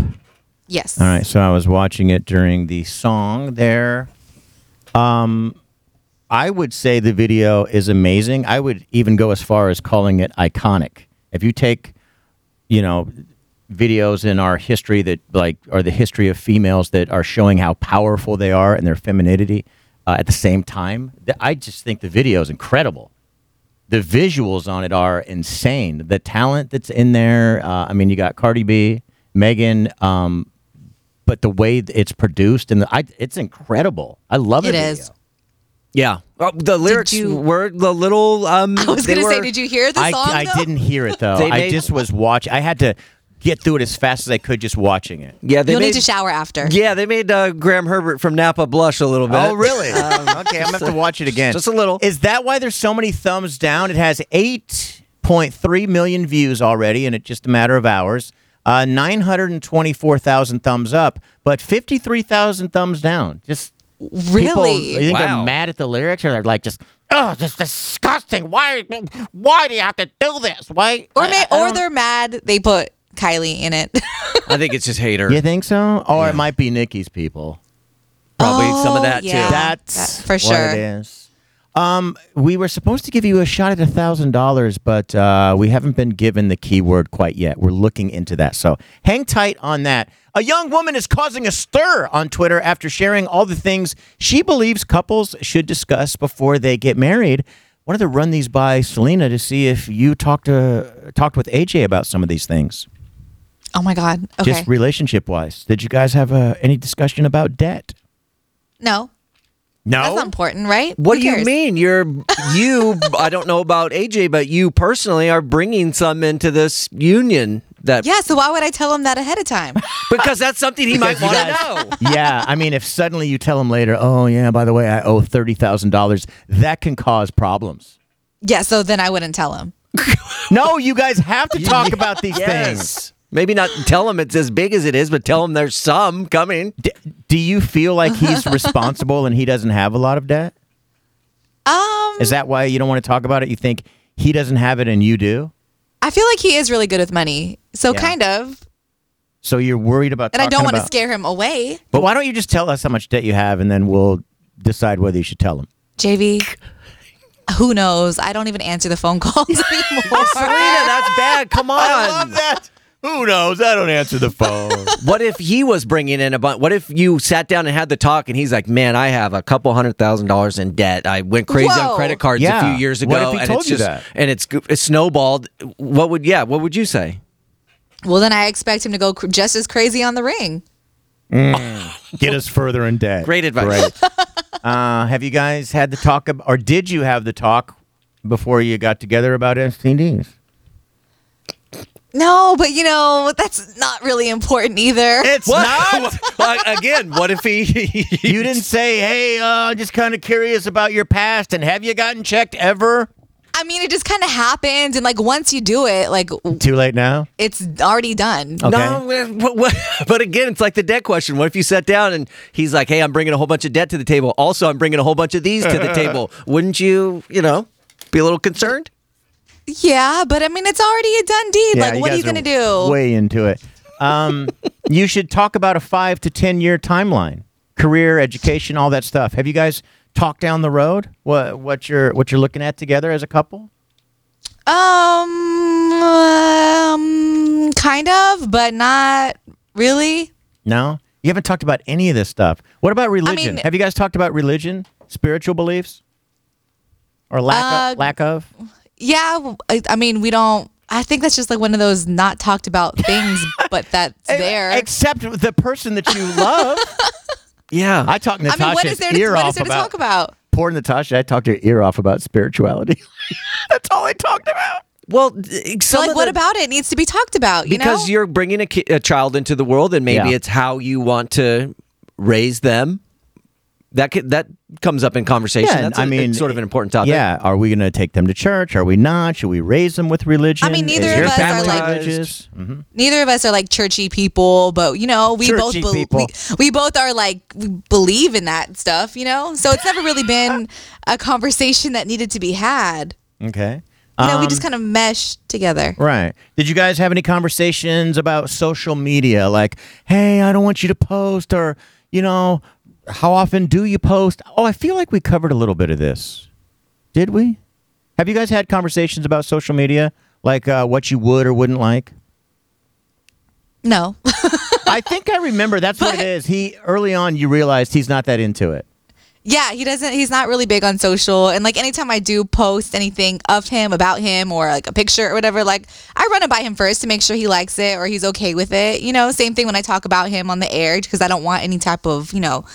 Speaker 5: Yes.
Speaker 4: All right, so I was watching it during the song there. Um, I would say the video is amazing. I would even go as far as calling it iconic. If you take, you know, videos in our history that like are the history of females that are showing how powerful they are and their femininity uh, at the same time, th- I just think the video is incredible the visuals on it are insane. The talent that's in there. Uh, I mean, you got Cardi B, Megan, um, but the way th- it's produced and the, I, it's incredible. I love it.
Speaker 5: It is.
Speaker 6: Yeah. Oh, the lyrics were the
Speaker 5: [laughs]
Speaker 6: little. Um, I
Speaker 5: was gonna say, did you hear the
Speaker 4: I,
Speaker 5: song?
Speaker 4: I
Speaker 5: though?
Speaker 4: didn't hear
Speaker 6: [laughs]
Speaker 4: it though.
Speaker 6: They
Speaker 4: I
Speaker 6: made-
Speaker 4: just was watching. I had to get through it as fast as I could just watching it.
Speaker 6: Yeah, they
Speaker 5: You'll
Speaker 6: made,
Speaker 5: need to shower after.
Speaker 6: Yeah, they made uh, Graham Herbert from Napa blush a little bit. Um,
Speaker 4: Oh, really? [laughs] okay, I'm gonna have to watch it again.
Speaker 6: Just a little.
Speaker 4: Is that why there's so many thumbs down? It has 8.3 million views already, and it's just a matter of hours. Uh, 924,000 thumbs up, but 53,000 thumbs down. Just people,
Speaker 5: Really?
Speaker 4: you think
Speaker 5: Wow.
Speaker 4: I'm mad at the lyrics, or they're like just, oh, this is disgusting. Why? Why do you have to do this? Why?
Speaker 5: Or may,
Speaker 6: um,
Speaker 5: or they're mad they put Kylie in it. [laughs]
Speaker 6: I think it's just hater.
Speaker 4: You think so? Or it might be Nikki's people.
Speaker 6: Probably some of
Speaker 5: Oh,
Speaker 6: that
Speaker 5: yeah.
Speaker 6: too.
Speaker 4: That's
Speaker 5: That- for
Speaker 4: what
Speaker 5: sure.
Speaker 4: it is. Um, we were supposed to give you a shot at a thousand dollars, but uh, we haven't been given the keyword quite yet. We're looking into that, so hang tight on that. A young woman is causing a stir on Twitter after sharing all the things she believes couples should discuss before they get married. Wanted to run these by Selena to see if you talked to talked with AJ about some of these things,
Speaker 5: oh my god. Okay.
Speaker 4: just relationship wise. Did you guys have uh, any discussion about debt?
Speaker 5: no.
Speaker 4: No,
Speaker 5: That's not important, right?
Speaker 6: What
Speaker 5: Who
Speaker 6: do you
Speaker 5: cares?
Speaker 6: mean? You're you. I don't know about AJ, but you personally are bringing some into this union that
Speaker 5: Yeah, so why would I tell him that ahead of
Speaker 6: [laughs]
Speaker 5: time?
Speaker 6: because that's something he might want to know.
Speaker 4: [laughs] yeah, I mean, if suddenly you tell them later, oh yeah, by the way, I owe thirty thousand dollars, that can cause problems.
Speaker 5: yeah, so then I wouldn't tell him.
Speaker 4: No, you guys have [laughs] to talk about these things.
Speaker 6: Yes. Maybe not tell him it's as big as it is, but tell him there's some coming.
Speaker 4: Do you feel like [laughs] he's responsible and he doesn't have a lot of debt?
Speaker 5: Um,
Speaker 4: Is that why you don't want to talk about it? You think he doesn't have it and you do,
Speaker 5: I feel like he is really good with money. So
Speaker 4: Yeah.
Speaker 5: kind of.
Speaker 4: so you're worried about.
Speaker 5: And I don't
Speaker 4: talking
Speaker 5: want to
Speaker 4: about-
Speaker 5: scare him away.
Speaker 4: But why don't you just tell us how much debt you have, and then we'll decide whether you should tell him.
Speaker 5: JV, who knows? I don't even answer the phone [laughs]
Speaker 6: [laughs]
Speaker 5: calls anymore.
Speaker 6: Selena, that's bad. Come on.
Speaker 4: that. Who knows? I don't answer the [laughs] phone.
Speaker 6: What if he was bringing in a bunch? What if you sat down and had the talk, and he's like, "Man, I have a couple hundred thousand dollars in debt. I went crazy
Speaker 5: Whoa.
Speaker 6: on credit cards a
Speaker 4: Yeah.
Speaker 6: few years ago,
Speaker 4: What if he
Speaker 6: and
Speaker 4: told
Speaker 6: it's
Speaker 4: you
Speaker 6: just
Speaker 4: that?
Speaker 6: and it's, it's snowballed."
Speaker 4: [laughs]
Speaker 6: What would yeah? What would you say?
Speaker 5: well, then I expect him to go cr- just as crazy on the ring.
Speaker 4: Mm. Get us further in debt.
Speaker 6: Great advice.
Speaker 4: Great. Uh, have you guys had the talk, ab- or did you have the talk before you got together about STDs?
Speaker 5: No, but you know, that's not really important
Speaker 6: [laughs]
Speaker 5: either.
Speaker 4: It's not.
Speaker 6: Well, again, what if he?
Speaker 4: you didn't say, "Hey, uh, just kind of curious about your past, and have you gotten checked ever?"
Speaker 5: I mean, it just kind of happens. And like once you do it, like
Speaker 4: Too late now.
Speaker 5: it's already done.
Speaker 4: Oh.
Speaker 6: [laughs] No, but, but- but again, it's like the debt question. What if you sat down and he's like, "Hey, I'm bringing a whole bunch of debt to the table. Also, I'm bringing a whole bunch of
Speaker 4: [laughs]
Speaker 6: these to the table. Wouldn't you, you know, be a little concerned?"
Speaker 5: Yeah, but I mean, it's already a done deed.
Speaker 4: Yeah,
Speaker 5: like, what are
Speaker 4: guys
Speaker 5: you going to do?
Speaker 4: Way into it. Um, [laughs] you should talk about a five to ten year timeline, career, education, all that stuff. Have you guys talked down the road? What what you're what you're looking at together as a couple?
Speaker 5: Um, um, kind of, but not really.
Speaker 4: No, you haven't talked about any of this stuff. What about religion? Have you guys talked about religion, spiritual beliefs, or lack of,
Speaker 5: Uh,
Speaker 4: lack of?
Speaker 5: Yeah, w- I, I mean, we don't. I think that's just like one of those not
Speaker 4: [laughs]
Speaker 5: talked about things, but that's there.
Speaker 4: E-, Except the person that you
Speaker 5: [laughs]
Speaker 4: love.
Speaker 6: Yeah,
Speaker 4: I talked
Speaker 5: I
Speaker 4: Natasha's
Speaker 5: mean, what is there to,
Speaker 4: ear
Speaker 5: what
Speaker 4: off
Speaker 5: is there to
Speaker 4: about
Speaker 5: talk about?
Speaker 4: poor Natasha. I talked her ear off about spirituality. [laughs] That's all I talked about.
Speaker 6: Well,
Speaker 5: So like, what about it needs to be talked about? You
Speaker 6: because
Speaker 5: know,
Speaker 6: you're bringing a, ki- a child into the world, and maybe
Speaker 5: Yeah.
Speaker 6: it's how you want to raise them. That could, that comes up in conversation.
Speaker 4: Yeah,
Speaker 6: That's
Speaker 4: I
Speaker 6: a-
Speaker 4: mean,
Speaker 6: it's sort of an important topic.
Speaker 4: Yeah, are we going to take them to church? Are we not? Should we raise them with religion?
Speaker 5: I mean,
Speaker 4: Is
Speaker 5: neither
Speaker 4: your
Speaker 5: of us are
Speaker 4: family
Speaker 5: like-
Speaker 4: religious? Mhm.
Speaker 5: neither of us are like churchy people, but you know, we both
Speaker 4: Churchy
Speaker 5: bel-
Speaker 4: people.
Speaker 5: We, we both are like we believe in that stuff. You know, so it's never really been a conversation that needed to be had.
Speaker 4: Okay.
Speaker 5: You know, we just
Speaker 4: Um,
Speaker 5: kind of mesh together.
Speaker 4: Right. Did you guys have any conversations about social media? Like, hey, I don't want you to post, or, you know, how often do you post? Oh, I feel like we covered a little bit of this. Did we? Have you guys had conversations about social media? Like uh, what you would or wouldn't like?
Speaker 5: No. [laughs]
Speaker 4: I think I remember. That's what it is. He early on, you realized he's not that into it.
Speaker 5: Yeah, he doesn't. He's not really big on social, and like anytime I do post anything of him, about him, or like a picture or whatever, like I run it by him first to make sure he likes it or he's okay with it. You know, same thing when I talk about him on the air because I don't want any type of you know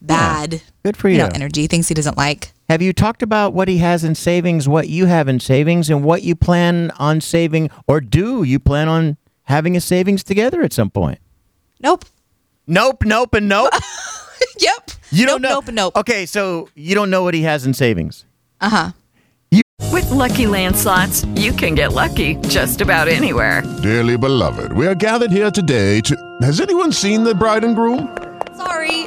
Speaker 5: bad.
Speaker 4: Good for you.
Speaker 5: you know, energy thinks he doesn't like.
Speaker 4: Have you talked about what he has in savings, what you have in savings, and what you plan on saving, or do you plan on having a savings together at some point?
Speaker 5: Nope.
Speaker 4: Nope, nope, and [laughs] nope.
Speaker 5: yep.
Speaker 4: You don't know. Nope, nope. Okay, so you don't know what he has in savings.
Speaker 5: Uh huh.
Speaker 13: With Lucky Land slots, you can get lucky just about anywhere.
Speaker 14: Dearly beloved, we are gathered here today to. Has anyone seen the bride and groom?
Speaker 15: Sorry,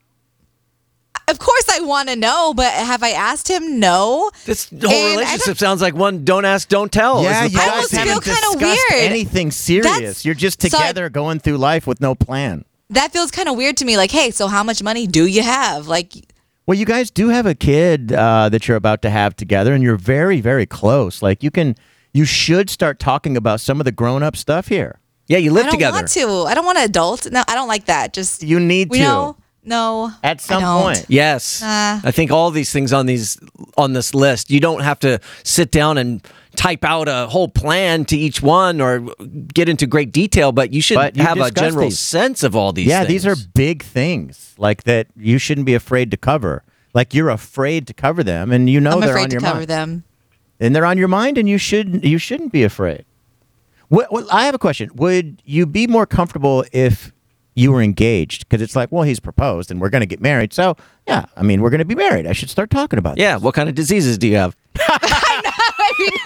Speaker 5: Of course, I want to know, but have I asked him? No.
Speaker 6: This whole relationship sounds like one don't ask, don't tell.
Speaker 4: yeah,
Speaker 6: is
Speaker 4: you
Speaker 6: the
Speaker 4: guys
Speaker 6: policy.
Speaker 4: haven't discussed
Speaker 5: weird.
Speaker 4: anything serious.
Speaker 5: That's-
Speaker 4: You're just
Speaker 5: so I-
Speaker 4: together going through life with no plan.
Speaker 5: That feels kind of weird to me. Like, hey, so how much money do you have? Like,
Speaker 4: Well, you guys do have a kid uh, that you're about to have together, and you're very, very close. Like you can, you should start talking about some of the grown-up stuff here.
Speaker 6: Yeah, you
Speaker 5: I don't want to. I don't want to adult. No, I don't like that. Just
Speaker 4: you need
Speaker 5: we
Speaker 6: to.
Speaker 5: Know, no.
Speaker 4: At
Speaker 5: I don't.
Speaker 6: Yes.
Speaker 5: Nah.
Speaker 6: I think all these things on these on this list, you don't have to sit down and type out a whole plan to each one or get into great detail, but you should
Speaker 4: But you
Speaker 6: have a
Speaker 4: discuss
Speaker 6: general
Speaker 4: these.
Speaker 6: sense of all these
Speaker 4: yeah,
Speaker 6: things.
Speaker 4: these are big things like that. You shouldn't be afraid to cover. Like you're afraid to cover them, and you know
Speaker 5: I'm
Speaker 4: they're
Speaker 5: afraid
Speaker 4: on
Speaker 5: to
Speaker 4: your
Speaker 5: cover
Speaker 4: mind.
Speaker 5: them.
Speaker 4: and they're on your mind, and you should you shouldn't be afraid. What, what, I have a question. Would you be more comfortable if you were engaged? Because it's like, well, he's proposed, and we're going to get married. So yeah, I mean, we're going to be married. I should start talking about.
Speaker 6: Yeah, what kind of diseases do you have?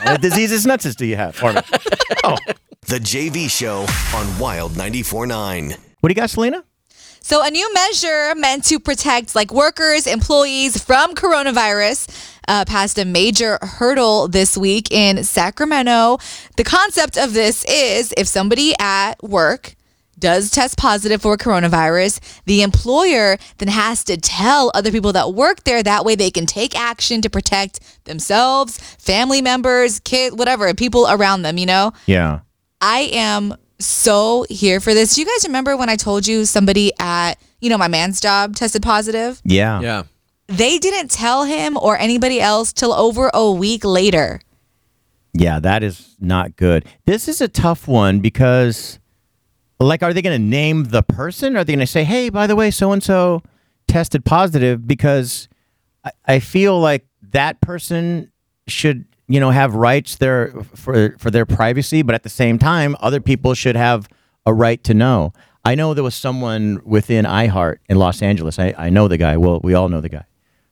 Speaker 4: What diseases nuts do you have for me?
Speaker 1: The JV Show on Wild 94.9.
Speaker 4: What do you got, Selena?
Speaker 5: So, a new measure meant to protect like workers, employees from coronavirus uh, passed a major hurdle this week in Sacramento. The concept of this is if somebody at work does test positive for coronavirus, the employer then has to tell other people that work there. That way they can take action to protect themselves, family members, kids, whatever, people around them, you know?
Speaker 4: Yeah.
Speaker 5: I am so here for this. Do you guys remember when I told you somebody at, you know, my man's job tested positive?
Speaker 4: Yeah. Yeah.
Speaker 5: They didn't tell him or anybody else till over a week later.
Speaker 4: Yeah, that is not good. This is a tough one because, like, are they going to name the person? Are they going to say, hey, by the way, so and so tested positive? Because I, I feel like that person should, you know, have rights there for, for their privacy, but at the same time, other people should have a right to know. I know there was someone within iHeart in Los Angeles. I, I know the guy. Well, we all know the guy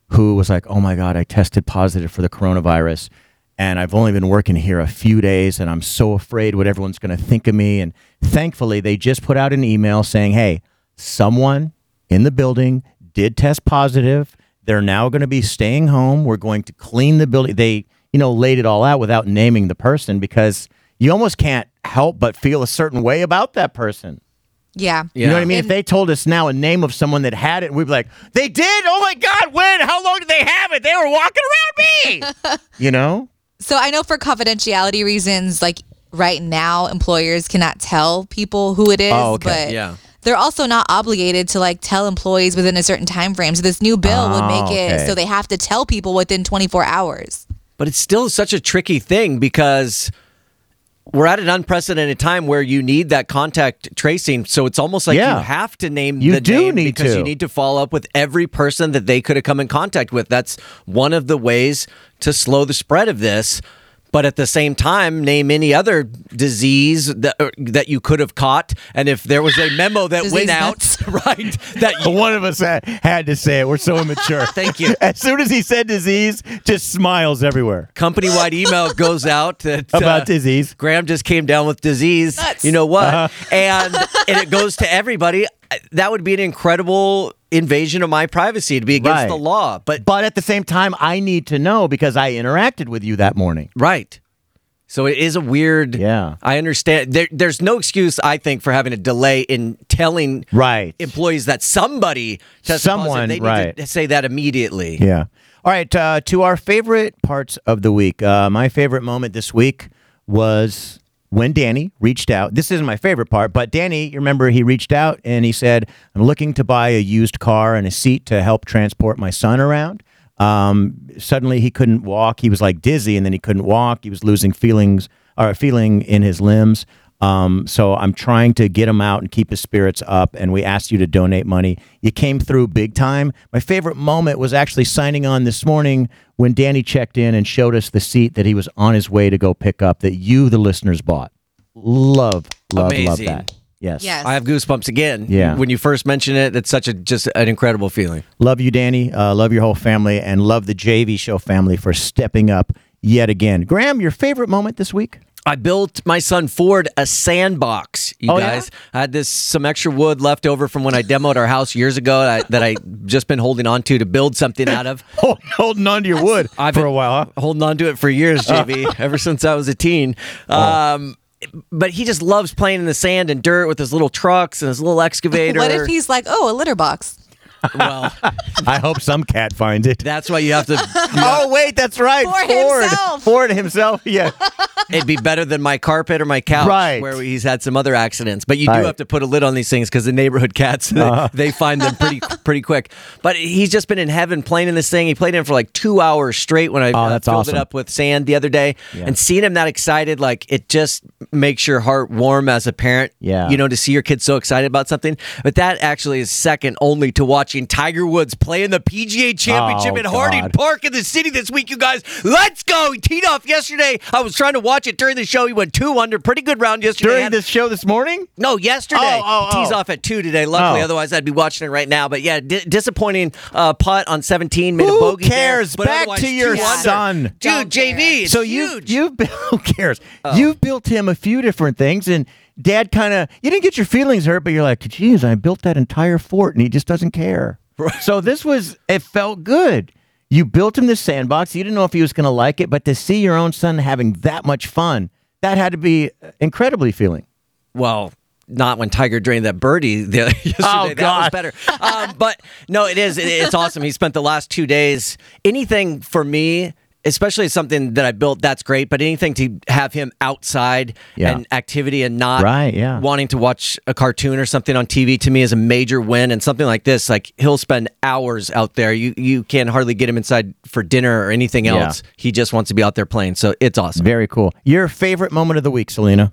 Speaker 4: who was like, oh my God, I tested positive for the coronavirus and I've only been working here a few days, and I'm so afraid what everyone's going to think of me. And thankfully, they just put out an email saying, hey, someone in the building did test positive. They're now going to be staying home. We're going to clean the building. They, you know, laid it all out without naming the person because you almost can't help but feel a certain way about that person.
Speaker 5: Yeah.
Speaker 4: You know what I mean? if they told us now a name of someone that had it, we'd be like, they did? Oh my God, when? How long did they have it? They were walking around me. you know?
Speaker 5: So I know for confidentiality reasons, like right now, employers cannot tell people who it is.
Speaker 6: Oh, okay.
Speaker 5: But
Speaker 6: Yeah.
Speaker 5: they're also not obligated to like tell employees within a certain time frame. So this new bill would
Speaker 6: Oh,
Speaker 5: make it
Speaker 6: okay.
Speaker 5: so they have to tell people within 24 hours.
Speaker 6: But it's still such a tricky thing because we're at an unprecedented time where you need that contact tracing. So it's almost like
Speaker 4: Yeah.
Speaker 6: you have to name
Speaker 4: You
Speaker 6: the
Speaker 4: do
Speaker 6: name
Speaker 4: need
Speaker 6: because
Speaker 4: to.
Speaker 6: you need to follow up with every person that they could have come in contact with. That's one of the ways to slow the spread of this. But at the same time, name any other disease that or, that you could have caught, and if there was a memo that
Speaker 4: Disease
Speaker 6: went out, [laughs] right? That
Speaker 4: one of us had, had to say it. We're so immature. [laughs]
Speaker 6: Thank you.
Speaker 4: As soon as he said disease, just smiles everywhere.
Speaker 6: company wide email goes out that,
Speaker 4: [laughs]
Speaker 6: uh,
Speaker 4: About disease. Uh-huh.
Speaker 6: Graham just came down with disease. You know what? And and it goes to everybody. That would be an incredible invasion of my privacy to be against
Speaker 4: Right.
Speaker 6: the law. But
Speaker 4: But at the same time, I need to know because I interacted with you that morning.
Speaker 6: right. So it is a weird. Yeah. I understand. There, there's no excuse, I think, for having a delay in telling
Speaker 4: right
Speaker 6: employees that somebody tested
Speaker 4: Someone,
Speaker 6: positive. They need to
Speaker 4: right.
Speaker 6: say that immediately.
Speaker 4: Yeah. All right. Uh, to our favorite parts of the week. Uh, my favorite moment this week was when Danny reached out. This isn't my favorite part, but Danny, you remember, he reached out and he said, I'm looking to buy a used car and a seat to help transport my son around. Um, suddenly he couldn't walk. He was like dizzy and then he couldn't walk. He was losing feelings or feeling in his limbs. Um, so I'm trying to get him out and keep his spirits up. And we asked you to donate money. You came through big time. My favorite moment was actually signing on this morning when Danny checked in and showed us the seat that he was on his way to go pick up that you, the listeners, bought. Love, love, love
Speaker 6: Amazing.
Speaker 4: that. Yes.
Speaker 6: I have goosebumps again.
Speaker 4: Yeah.
Speaker 6: When you first mention it, it's such a just an incredible feeling.
Speaker 4: Love you, Danny. Uh, love your whole family, and love the JV Show family for stepping up yet again. Graham, your favorite moment this [laughs] week?
Speaker 6: I built my son Ford a sandbox. You
Speaker 4: Oh, yeah?
Speaker 6: guys, I had this some extra wood left over from when I demoed our house years ago I, that I just been holding on to to build something out of.
Speaker 4: holding Oh, on to your wood for a while, huh?
Speaker 6: Holding on to it for years, JB. ever since I was a teen. Um, But he just loves playing in the sand and dirt with his little trucks and his little excavator.
Speaker 5: What if he's like, oh, a litter box?
Speaker 6: well,
Speaker 5: [laughs]
Speaker 4: I hope some cat finds it.
Speaker 6: That's why you have
Speaker 4: [laughs]
Speaker 6: to.
Speaker 4: oh wait, that's right.
Speaker 5: For
Speaker 4: Ford.
Speaker 5: himself.
Speaker 4: Ford himself.
Speaker 5: [laughs]
Speaker 4: Yeah.
Speaker 6: It'd be better than my carpet or my couch,
Speaker 4: Right.
Speaker 6: where he's had some other accidents. But you
Speaker 4: Right. Uh-huh.
Speaker 6: do have to put a lid on these things because the neighborhood cats [laughs] they, they find them pretty pretty quick. But he's just been in heaven playing in this thing. He played in it for like two hours straight when I
Speaker 4: Oh,
Speaker 6: uh,
Speaker 4: that's
Speaker 6: filled
Speaker 4: awesome.
Speaker 6: it up with sand the other day,
Speaker 4: Yeah.
Speaker 6: and seeing him that excited, like it just makes your heart warm as a parent.
Speaker 4: Yeah.
Speaker 6: you know, to see your kid so excited about something. But that actually is second only to watching Tiger Woods play in the PGA Championship
Speaker 4: Oh,
Speaker 6: at Harding
Speaker 4: God.
Speaker 6: Park in the city this week, you guys. Let's go. He teed off yesterday. I was trying to watch it during the show. He went two under. Pretty good round yesterday.
Speaker 4: During
Speaker 6: Had-
Speaker 4: this show this morning?
Speaker 6: no, yesterday.
Speaker 4: Oh, oh,
Speaker 6: He Tees
Speaker 4: oh.
Speaker 6: off at two today. Luckily,
Speaker 4: Oh.
Speaker 6: otherwise I'd be watching it right now. But yeah, di- disappointing uh, putt on seventeen. Made
Speaker 4: Who
Speaker 6: a bogey. there,
Speaker 4: cares?
Speaker 6: but
Speaker 4: Back
Speaker 6: otherwise
Speaker 4: to your
Speaker 6: two under.
Speaker 4: son.
Speaker 6: dude. JV. It's
Speaker 4: so you
Speaker 6: huge. Oh.
Speaker 4: you [laughs] who cares? You've built him a few different things, and Dad kind of you didn't get your feelings hurt, but you're like, geez, I built that entire fort, and he just doesn't care. so this was it felt good. You built him this sandbox. You didn't know if he was going to like it, but to see your own son having that much fun, that had to be incredibly uh, feeling.
Speaker 6: Well, not when Tiger drained that birdie [laughs] the, yesterday.
Speaker 4: Oh,
Speaker 6: That was
Speaker 4: God.
Speaker 6: better. Um, but no, it is. It, it's awesome. He spent the last two days. Anything for me, especially something that I built, that's great. But anything to have him outside
Speaker 4: Yeah.
Speaker 6: and activity and not
Speaker 4: Right, yeah.
Speaker 6: wanting to watch a cartoon or something on TV to me is a major win. And something like this, like he'll spend hours out there. You you can hardly get him inside for dinner or anything
Speaker 4: Yeah.
Speaker 6: else. He just wants to be out there playing. So it's awesome.
Speaker 4: Very cool. Your favorite moment of the week, Selena?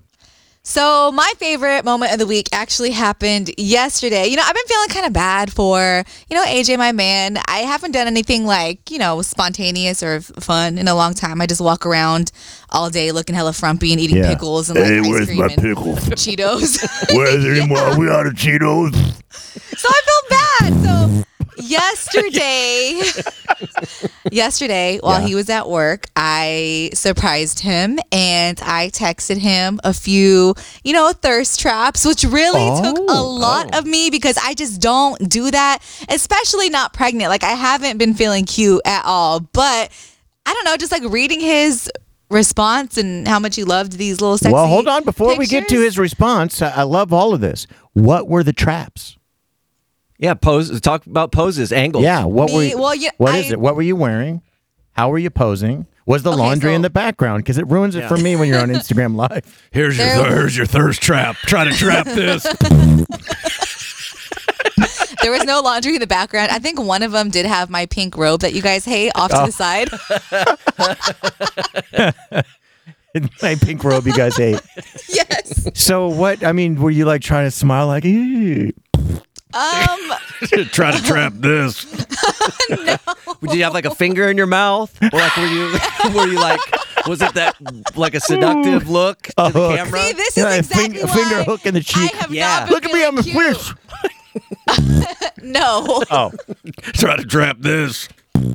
Speaker 5: So my favorite moment of the week actually happened yesterday. You know, I've been feeling kind of bad for, you know, AJ, my man. I haven't done anything like, you know, spontaneous or f- fun in a long time. I just walk around all day looking hella frumpy and eating
Speaker 16: Yeah.
Speaker 5: pickles and like
Speaker 16: Hey,
Speaker 5: ice
Speaker 16: where's
Speaker 5: cream
Speaker 16: my
Speaker 5: and
Speaker 16: pickle?
Speaker 5: Cheetos. [laughs]
Speaker 16: Where's it anymore? Are we out of Cheetos?
Speaker 5: so I
Speaker 4: [laughs]
Speaker 5: felt bad. So yesterday, [laughs] yesterday while
Speaker 16: Yeah.
Speaker 5: he was at work, I surprised him and I texted him a few, you know, thirst traps, which really took
Speaker 4: Oh,
Speaker 5: a lot of me because I just don't do that, especially not pregnant. Like I haven't been feeling cute at all, but I don't know, just like reading his response and how much he loved these little sexy
Speaker 4: well, hold on. Before we get to his response, I I love all of this. What were the traps?
Speaker 6: Yeah, pose. Talk about poses, angles.
Speaker 4: Yeah. What were?
Speaker 5: Me-
Speaker 4: You,
Speaker 5: well, yeah,
Speaker 4: what
Speaker 5: I-
Speaker 4: is it? What were you wearing? How were you posing? Was the laundry in the background? Because it ruins it for me when you're
Speaker 5: [laughs]
Speaker 4: on Instagram Live.
Speaker 17: Here's your
Speaker 5: There-
Speaker 17: here's your thirst trap. Try to trap
Speaker 4: [laughs]
Speaker 17: this.
Speaker 5: there was no laundry in the background. I think one of them did have my pink robe that you guys hate off to
Speaker 4: Oh.
Speaker 5: the
Speaker 4: [laughs]
Speaker 5: side.
Speaker 4: My pink robe, you guys hate.
Speaker 5: yes.
Speaker 4: So what? I mean, were you like trying to smile like? "Ew."
Speaker 5: Um,
Speaker 17: Try to trap this.
Speaker 6: Did you have like a finger in your mouth? Or like were you [laughs] were you like was it that like a seductive look to the
Speaker 4: Oh,
Speaker 6: camera?
Speaker 5: See, this
Speaker 4: Yeah,
Speaker 5: is
Speaker 4: a
Speaker 5: exactly
Speaker 4: fing- a finger
Speaker 5: why
Speaker 4: hook in the cheek.
Speaker 6: yeah.
Speaker 4: [laughs] Look at me, I'm a fish.
Speaker 5: no. [laughs]
Speaker 4: Oh,
Speaker 17: [laughs] Try to trap this.
Speaker 4: [laughs]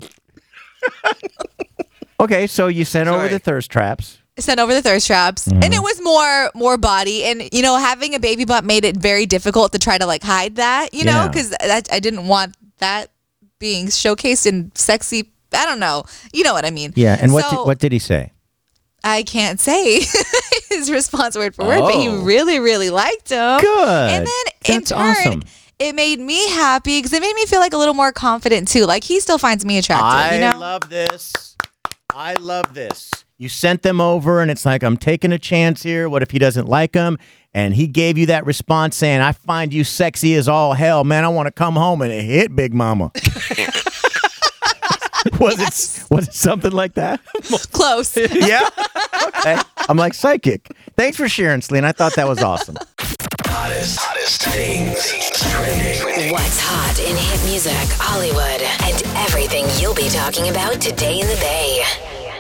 Speaker 4: okay. So you sent over the thirst traps.
Speaker 5: Sent over the thirst traps,
Speaker 4: Mm-hmm.
Speaker 5: and it was more more body, and you know, having a baby bump made it very difficult to try to like hide that, you know,
Speaker 4: Yeah.
Speaker 5: because that I didn't want that being showcased in sexy. I don't know, you know what I mean?
Speaker 4: Yeah. And what?
Speaker 5: So-
Speaker 4: did, what did he say?
Speaker 5: I can't say [laughs] his response word for word, but he
Speaker 4: Oh.
Speaker 5: really, really liked him.
Speaker 4: Good.
Speaker 5: And then in
Speaker 4: Uh, That's
Speaker 5: turn,
Speaker 4: awesome.
Speaker 5: it made me happy because it made me feel like a little more confident too. Like he still finds me attractive. you know?
Speaker 4: love this. I love this. You sent them over, and it's like I'm taking a chance here. What if he doesn't like them? And he gave you that response saying, "I find you sexy as all hell, man. I want to come home and hit Big
Speaker 5: [laughs]
Speaker 4: Mama." was it was it something like that?
Speaker 5: [laughs]
Speaker 4: [laughs]
Speaker 5: Close.
Speaker 4: yeah. Okay. I'm like psychic. Thanks for sharing, Selena. I thought that was awesome.
Speaker 10: Hottest, hottest things, things trending. What's hot in hit music, Hollywood, and everything you'll be talking about today in the Bay.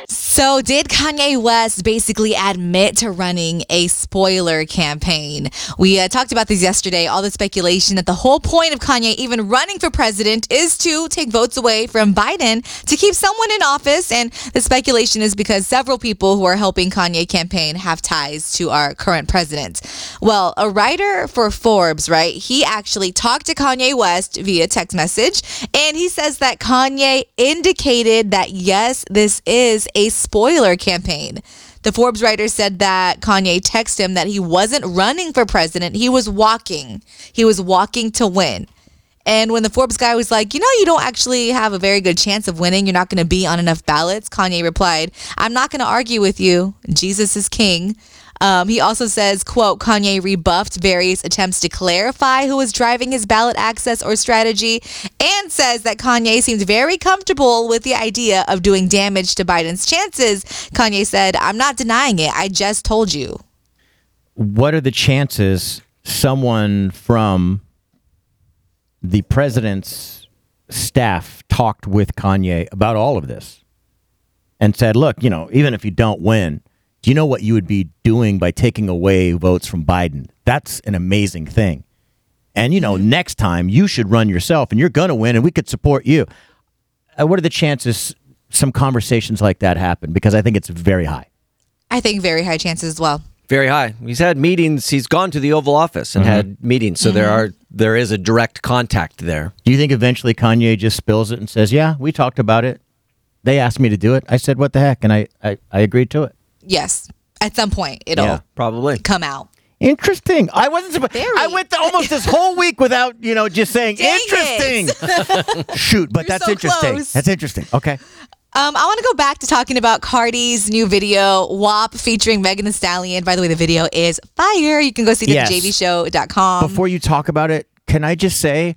Speaker 5: So, did Kanye West basically admit to running a spoiler campaign? We uh, talked about this yesterday. All the speculation that the whole point of Kanye even running for president is to take votes away from Biden to keep someone in office. And the speculation is because several people who are helping Kanye campaign have ties to our current president. Well, a writer for Forbes, right? He actually talked to Kanye West via text message, and he says that Kanye indicated that yes, this is a spoiler campaign. The Forbes writer said that Kanye texted him that he wasn't running for president, he was walking. He was walking to win. And when the Forbes guy was like, you know, you don't actually have a very good chance of winning. You're not going to be on enough ballots. Kanye replied, I'm not going to argue with you. Jesus is king. Um, he also says, quote, Kanye rebuffed various attempts to clarify who was driving his ballot access or strategy and says that Kanye seemed very comfortable with the idea of doing damage to Biden's chances. Kanye said, I'm not denying it. I just told you.
Speaker 4: what are the chances someone from the president's staff talked with Kanye about all of this and said, look, you know, even if you don't win, do you know what you would be doing by taking away votes from Biden? That's an amazing thing. And, you know, next time you should run yourself and you're going to win and we could support you. Uh, what are the chances some conversations like that happen? Because I think it's very high.
Speaker 5: I think very high chances as well.
Speaker 6: Very high. He's had meetings. He's gone to the Oval Office
Speaker 4: Mm-hmm.
Speaker 6: and had meetings. So there
Speaker 5: Mm-hmm.
Speaker 6: are there is a direct contact there.
Speaker 4: Do you think eventually Kanye just spills it and says, "Yeah, we talked about it. They asked me to do it. I said, what the heck?" And I I, I agreed to it.
Speaker 5: Yes. At some point, it'll
Speaker 4: Yeah,
Speaker 6: probably
Speaker 5: come out.
Speaker 4: Interesting. I wasn't supposed. I went to almost this whole week without you know just saying
Speaker 5: Dang
Speaker 4: interesting. [laughs] Shoot, but that's
Speaker 5: so
Speaker 4: interesting.
Speaker 5: close.
Speaker 4: That's interesting. Okay.
Speaker 5: Um, I want to go back to talking about Cardi's new video, WAP, featuring Megan Thee Stallion. By the way, the video is fire. You can go see it
Speaker 4: Yes.
Speaker 5: at jvshow.com.
Speaker 4: Before you talk about it, can I just say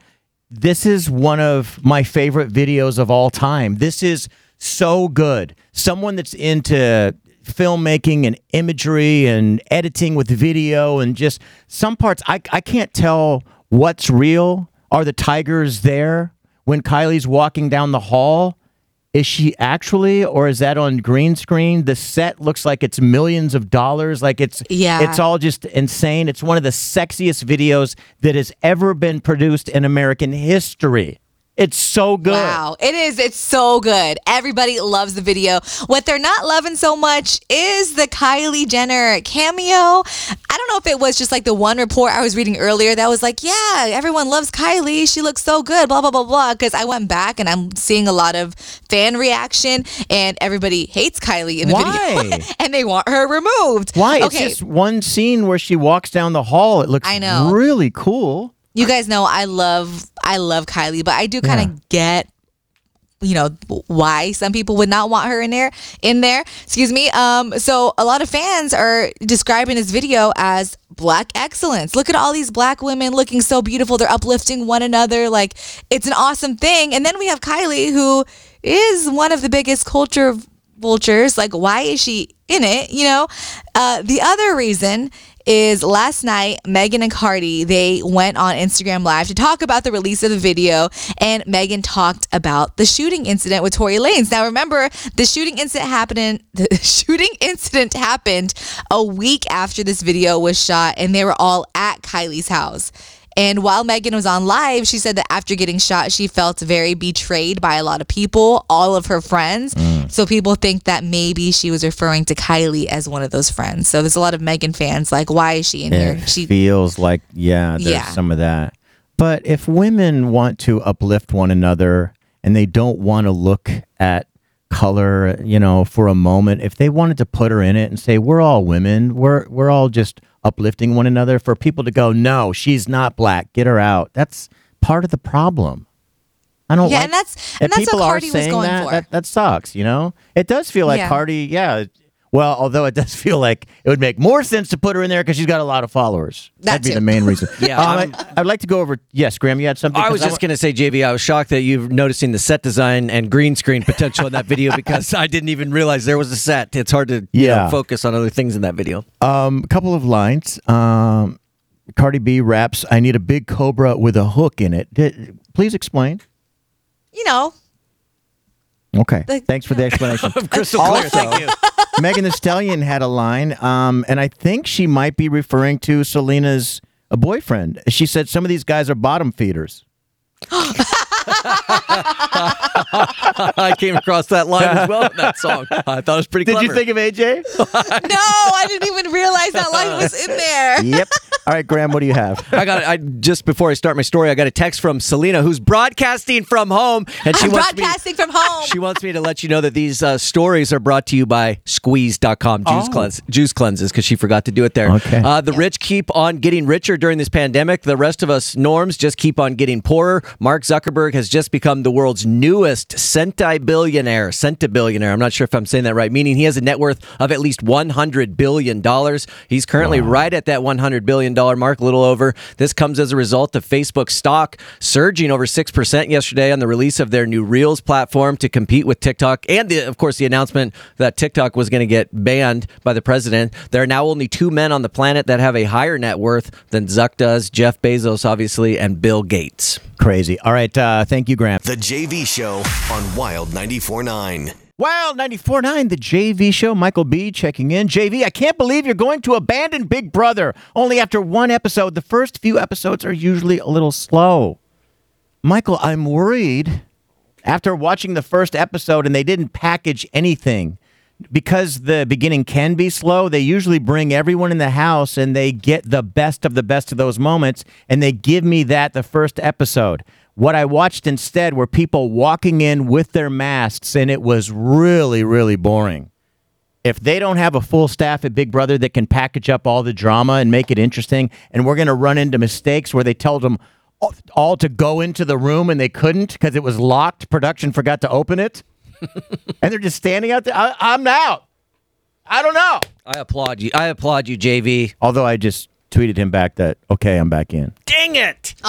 Speaker 4: this is one of my favorite videos of all time. This is so good. Someone that's into filmmaking and imagery and editing with video and just some parts I I can't tell what's real. Are the tigers there when Kylie's walking down the hall? Is she actually, or is that on green screen? The set looks like it's millions of dollars. Like it's
Speaker 5: Yeah.
Speaker 4: it's all just insane. It's one of the sexiest videos that has ever been produced in American history. It's so good.
Speaker 5: Wow, it is. It's so good. Everybody loves the video. What they're not loving so much is the Kylie Jenner cameo. I don't know if it was just like the one report I was reading earlier that was like, yeah, everyone loves Kylie. She looks so good, blah, blah, blah, blah. Because I went back and I'm seeing a lot of fan reaction and everybody hates Kylie in the
Speaker 4: Why?
Speaker 5: video [laughs] and they want her removed.
Speaker 4: Why? It's just one scene where she walks down the hall. It looks
Speaker 5: I know.
Speaker 4: really cool.
Speaker 5: you guys know I love I love Kylie, but I do kind of get you know why some people would not want her in there in there. Excuse me. Um so a lot of fans are describing this video as black excellence. Look at all these black women looking so beautiful. They're uplifting one another like it's an awesome thing. And then we have Kylie who is one of the biggest culture vultures. Like, why is she in it? You know, uh, the other reason is last night Megan and Cardi they went on Instagram live to talk about the release of the video and Megan talked about the shooting incident with Tory Lanez. Now remember the shooting incident happened [laughs] the shooting incident happened a week after this video was shot and they were all at Kylie's house. And while Megan was on live, she said that after getting shot, she felt very betrayed by a lot of people, all of her friends. So people think that maybe she was referring to Kylie as one of those friends. So there's a lot of Megan fans like, why is she in here?
Speaker 4: It
Speaker 5: She
Speaker 4: feels like yeah, there's
Speaker 5: Yeah.
Speaker 4: some of that. But if women want to uplift one another and they don't want to look at color, you know, for a moment, if they wanted to put her in it and say we're all women, we're we're all just uplifting one another for people to go, "No, she's not black. Get her out." That's part of the problem. I don't
Speaker 5: Yeah,
Speaker 4: like-
Speaker 5: and that's- and
Speaker 4: if
Speaker 5: that's what
Speaker 4: people are
Speaker 5: Cardi was
Speaker 4: saying
Speaker 5: going
Speaker 4: that,
Speaker 5: for.
Speaker 4: That, that sucks, you know? It does feel like
Speaker 5: Yeah.
Speaker 4: Cardi, yeah. Well, although it does [laughs] feel like it would make more sense to put her in there because she's got a lot of followers.
Speaker 5: That
Speaker 4: would be
Speaker 5: too.
Speaker 4: the main
Speaker 5: [laughs]
Speaker 4: reason.
Speaker 6: Yeah,
Speaker 4: Um, I, I'd like to go over. Yes, Graham, you had something.
Speaker 6: Oh, I was just going to say, JV, I was shocked that you've noticing the set design and green screen potential in
Speaker 4: [laughs]
Speaker 6: that video because I didn't even realize there was a set. It's hard to you know,
Speaker 4: Yeah.
Speaker 6: focus on other things in that video.
Speaker 4: Um, a couple of lines. Um, Cardi B raps, I need a big cobra with a hook in it. Di- please explain.
Speaker 5: you know,
Speaker 4: Okay.
Speaker 5: The-
Speaker 4: Thanks
Speaker 5: [laughs]
Speaker 4: for the explanation.
Speaker 6: Crystal
Speaker 4: clear,
Speaker 6: thank you.
Speaker 4: Megan Thee Stallion had a line, um, and I think she might be referring to Selena's uh, boyfriend. She said some of these guys are bottom feeders.
Speaker 6: [laughs] I came across that line as well in that
Speaker 4: [laughs]
Speaker 6: song. I thought it was pretty
Speaker 4: Did
Speaker 6: clever.
Speaker 4: you think of AJ?
Speaker 5: no, I didn't even realize that line was in there.
Speaker 4: [laughs] yep. All right, Graham, what do you have?
Speaker 6: I got. I just before I start my story, I got a text from Selena, who's broadcasting from home, and she
Speaker 5: I'm
Speaker 6: wants me.
Speaker 5: broadcasting from home.
Speaker 6: She wants me to let you know that these uh, stories are brought to you by squeeze.com juice,
Speaker 5: Oh.
Speaker 6: cleanse, juice cleanses because she forgot to do it there.
Speaker 4: Okay.
Speaker 6: Uh, the rich keep on getting richer during this pandemic. The rest of us norms just keep on getting poorer. Mark Zuckerberg has just become the world's newest centi-billionaire. Centi-billionaire. I'm not sure if I'm saying that right. Meaning he has a net worth of at least 100 billion dollars. He's currently right at that 100 billion dollar mark, a little over. This comes as a result of Facebook stock surging over six percent yesterday on the release of their new Reels platform to compete with TikTok, and the, of course the announcement that TikTok was going to get banned by the president. There are now only two men on the planet that have a higher net worth than Zuck does: Jeff Bezos, obviously, and Bill Gates.
Speaker 4: [laughs] Crazy. All right. Uh, thank you, Graham.
Speaker 18: The JV Show on Wild 94.9.
Speaker 4: Wild 94.9, the JV show. Michael B checking in. JV, I can't believe you're going to abandon Big Brother only after one episode. The first few episodes are usually a little slow. Michael, I'm worried after watching the first episode and they didn't package anything. Because the beginning can be slow, they usually bring everyone in the house and they get the best of the best of those moments and they give me that the first episode. What I watched instead were people walking in with their masks and it was really, really boring. If they don't have a full staff at Big Brother that can package up all the drama and make it interesting, and we're going to run into mistakes where they tell them all- all to go into the room and they couldn't because it was locked, production forgot to open it, [laughs] and they're just standing out there. I, I'm out. I don't know.
Speaker 6: I applaud you. I applaud you, JV.
Speaker 4: Although I just tweeted him back that, okay, I'm back in.
Speaker 6: Dang it!
Speaker 18: [laughs]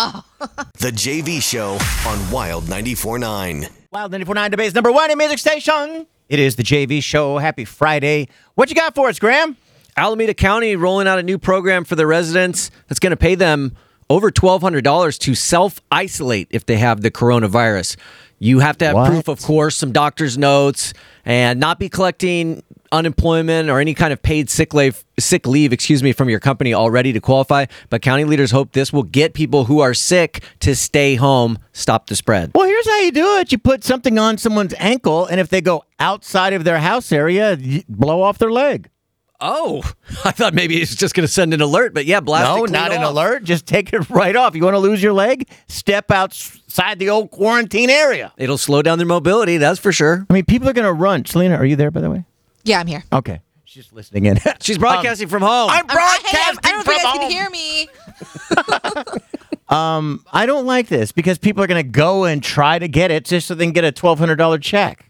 Speaker 18: The JV Show on Wild 94.9.
Speaker 4: Wild 94.9 debates number one in music station. It is the JV Show. Happy Friday. What you got for us, Graham?
Speaker 6: Alameda County rolling out a new program for their residents that's going to pay them over $1,200 to self isolate if they have the coronavirus. You have to have proof, of course, some doctor's notes, and not be collecting unemployment or any kind of paid sick leave, sick leave, excuse me, from your company already to qualify. But county leaders hope this will get people who are sick to stay home, stop the spread.
Speaker 4: Well, here's how you do it. You put something on someone's ankle, and if they go outside of their house area, you blow off their leg.
Speaker 6: Oh, [laughs] I thought maybe it's just going to send an alert, but yeah, blast.
Speaker 4: no, not an alert. Just take it [laughs] right off. You want to lose your leg? Step outside the old quarantine area.
Speaker 6: It'll slow down their mobility, that's for sure.
Speaker 4: I mean, people are going to run. Selena, are you there, by the way?
Speaker 5: Yeah, I'm here.
Speaker 4: Okay. Um, She's just listening in. [laughs]
Speaker 6: She's broadcasting from home.
Speaker 5: I'm broadcasting I don't know if you guys can hear me.
Speaker 4: Um, I don't like this because people are going to go and try to get it just so they can get a $1,200 check.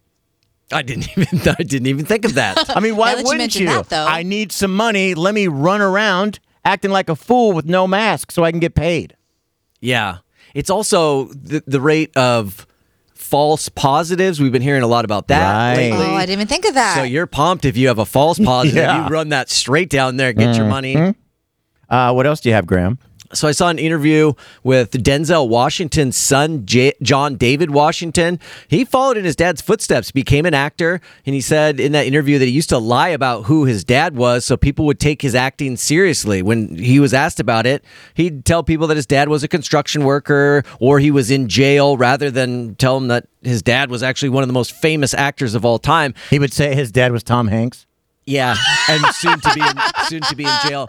Speaker 6: I didn't even [laughs] I didn't even think
Speaker 4: [laughs]
Speaker 6: of that.
Speaker 4: I mean,
Speaker 5: Now
Speaker 4: why
Speaker 5: that you
Speaker 4: wouldn't
Speaker 5: mention
Speaker 4: you?
Speaker 5: that, though.
Speaker 4: I need some money. Let me run around acting like a fool with no mask so I can get paid.
Speaker 6: Yeah. It's also the, the rate of false positives. We've been hearing a lot about that
Speaker 4: Right.
Speaker 6: lately.
Speaker 5: Oh, I didn't even think of that.
Speaker 6: So you're pumped if you have a
Speaker 4: [laughs]
Speaker 6: false positive.
Speaker 4: Yeah. Mm-hmm.
Speaker 6: You run that straight down there, get your money.
Speaker 4: Uh, what else do you have, Graham?
Speaker 6: So I saw an interview with Denzel Washington's son, J- John David Washington. He followed in his dad's footsteps, became an actor, and he said in that interview that he used to lie about who his dad was so people would take his acting seriously. When he was asked about it, he'd tell people that his dad was a construction worker or he was in jail rather than tell them that his dad was actually one of the most famous actors of all time.
Speaker 4: He would say his dad was Tom Hanks.
Speaker 6: Yeah, and soon to be in, soon to be in jail.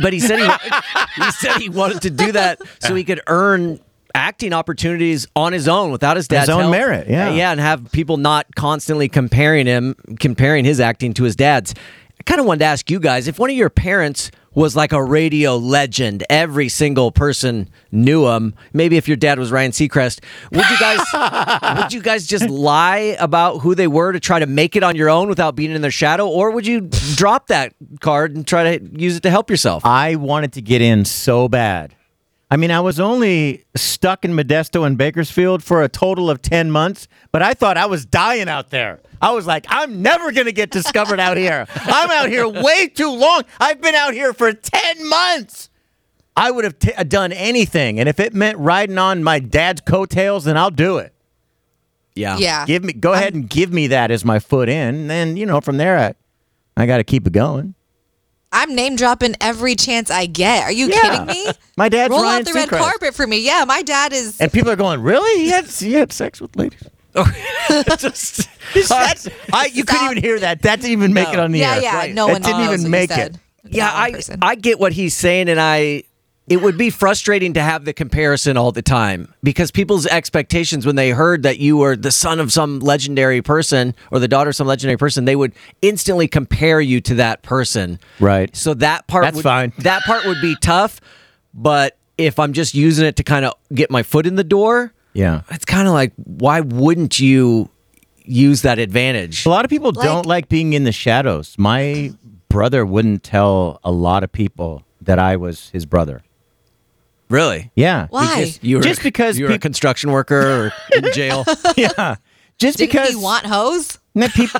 Speaker 6: But he said he, he said he wanted to do that so he could earn acting opportunities on his own without his dad's
Speaker 4: His own
Speaker 6: help.
Speaker 4: merit, yeah.
Speaker 6: Uh, yeah, and have people not constantly comparing him comparing his acting to his dad's. I kind of wanted to ask you guys if one of your parents was like a radio legend, every single person knew him. Maybe if your dad was Ryan Seacrest, would you guys would you guys just lie about who they were to try to make it on your own without being in their shadow, or would you drop that card and try to use it to help yourself?
Speaker 4: I wanted to get in so bad. I mean, I was only stuck in Modesto and Bakersfield for a total of 10 months, but I thought I was dying out there. I was like, I'm never going to get discovered out here. I'm out here way too long. I've been out here for 10 months. I would have t- uh, done anything. And if it meant riding on my dad's coattails, then I'll do it.
Speaker 6: Yeah.
Speaker 5: yeah.
Speaker 4: Give me, go ahead and give me that as my foot in. And then, you know, from there, I, I got to keep it going.
Speaker 5: I'm name dropping every chance I get. Are you
Speaker 4: Yeah.
Speaker 5: kidding me?
Speaker 4: My dad's
Speaker 5: Roll
Speaker 4: Ryan
Speaker 5: out the red
Speaker 4: Seacrest.
Speaker 5: carpet for me. Yeah, my dad is.
Speaker 4: And people are going, really? He had, he had sex with ladies? [laughs]
Speaker 5: [laughs]
Speaker 6: Just-
Speaker 4: That's- I, you couldn't even hear that. That didn't even make it on the
Speaker 5: yeah,
Speaker 4: air.
Speaker 5: yeah. No
Speaker 4: that
Speaker 5: one
Speaker 4: didn't
Speaker 5: knows what
Speaker 4: even
Speaker 5: you
Speaker 4: make
Speaker 5: said.
Speaker 4: it.
Speaker 6: yeah,
Speaker 5: Not one
Speaker 6: I
Speaker 5: person.
Speaker 6: I get what he's saying, and I it would be frustrating to have the comparison all the time because people's expectations when they heard that you were the son of some legendary person or the daughter of some legendary person, they would instantly compare you to that person.
Speaker 4: Right.
Speaker 6: So that part
Speaker 4: That's
Speaker 6: would,
Speaker 4: fine.
Speaker 6: [laughs] That part would be tough, but if I'm just using it to kind of get my foot in the door,
Speaker 4: Yeah.
Speaker 6: it's kind of like why wouldn't you use that advantage?
Speaker 4: A lot of people don't like being in the shadows. My brother wouldn't tell a lot of people that I was his brother.
Speaker 6: Really?
Speaker 4: Yeah.
Speaker 5: Why?
Speaker 4: Because- just because
Speaker 6: you were a
Speaker 4: peop-
Speaker 6: construction worker or in jail.
Speaker 4: [laughs] yeah. Just
Speaker 5: Didn't
Speaker 4: because
Speaker 5: he want hoes?
Speaker 4: No, peop-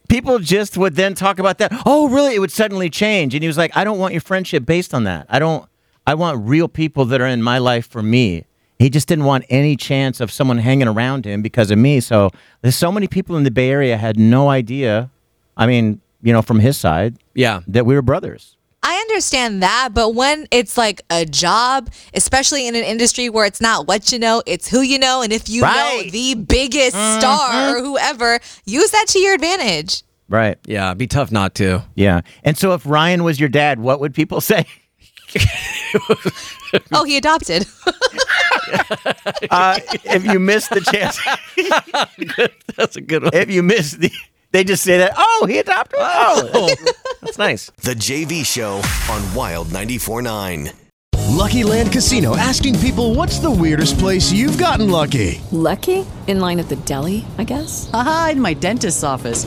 Speaker 6: [laughs]
Speaker 4: people just would then talk about that. Oh, really? It would suddenly change. And he was like, I don't want your friendship based on that. I don't, I want real people that are in my life for me. He just didn't want any chance of someone hanging around him because of me. So there's so many people in the Bay Area had no idea. I mean, you know, from his side,
Speaker 6: Yeah.
Speaker 4: that we were brothers.
Speaker 5: I understand that, but when it's like a job, especially in an industry where it's not what you know, it's who you know, and if you
Speaker 4: Right.
Speaker 5: know the biggest star or whoever, use that to your advantage.
Speaker 4: Right.
Speaker 6: Yeah, it'd be tough not to.
Speaker 4: Yeah. And so if Ryan was your dad, what would people [laughs] say?
Speaker 5: Oh, he adopted. [laughs]
Speaker 4: Uh, if you missed the chance,
Speaker 6: [laughs] That's a good one.
Speaker 4: if you missed the, They just say that. Oh, he adopted. Oh,
Speaker 19: that's nice.
Speaker 20: The JV Show on Wild 94.9.
Speaker 9: Lucky Land Casino asking people what's the weirdest place you've gotten lucky?
Speaker 10: Lucky? In line at the deli, I guess?
Speaker 21: Aha, in my dentist's office.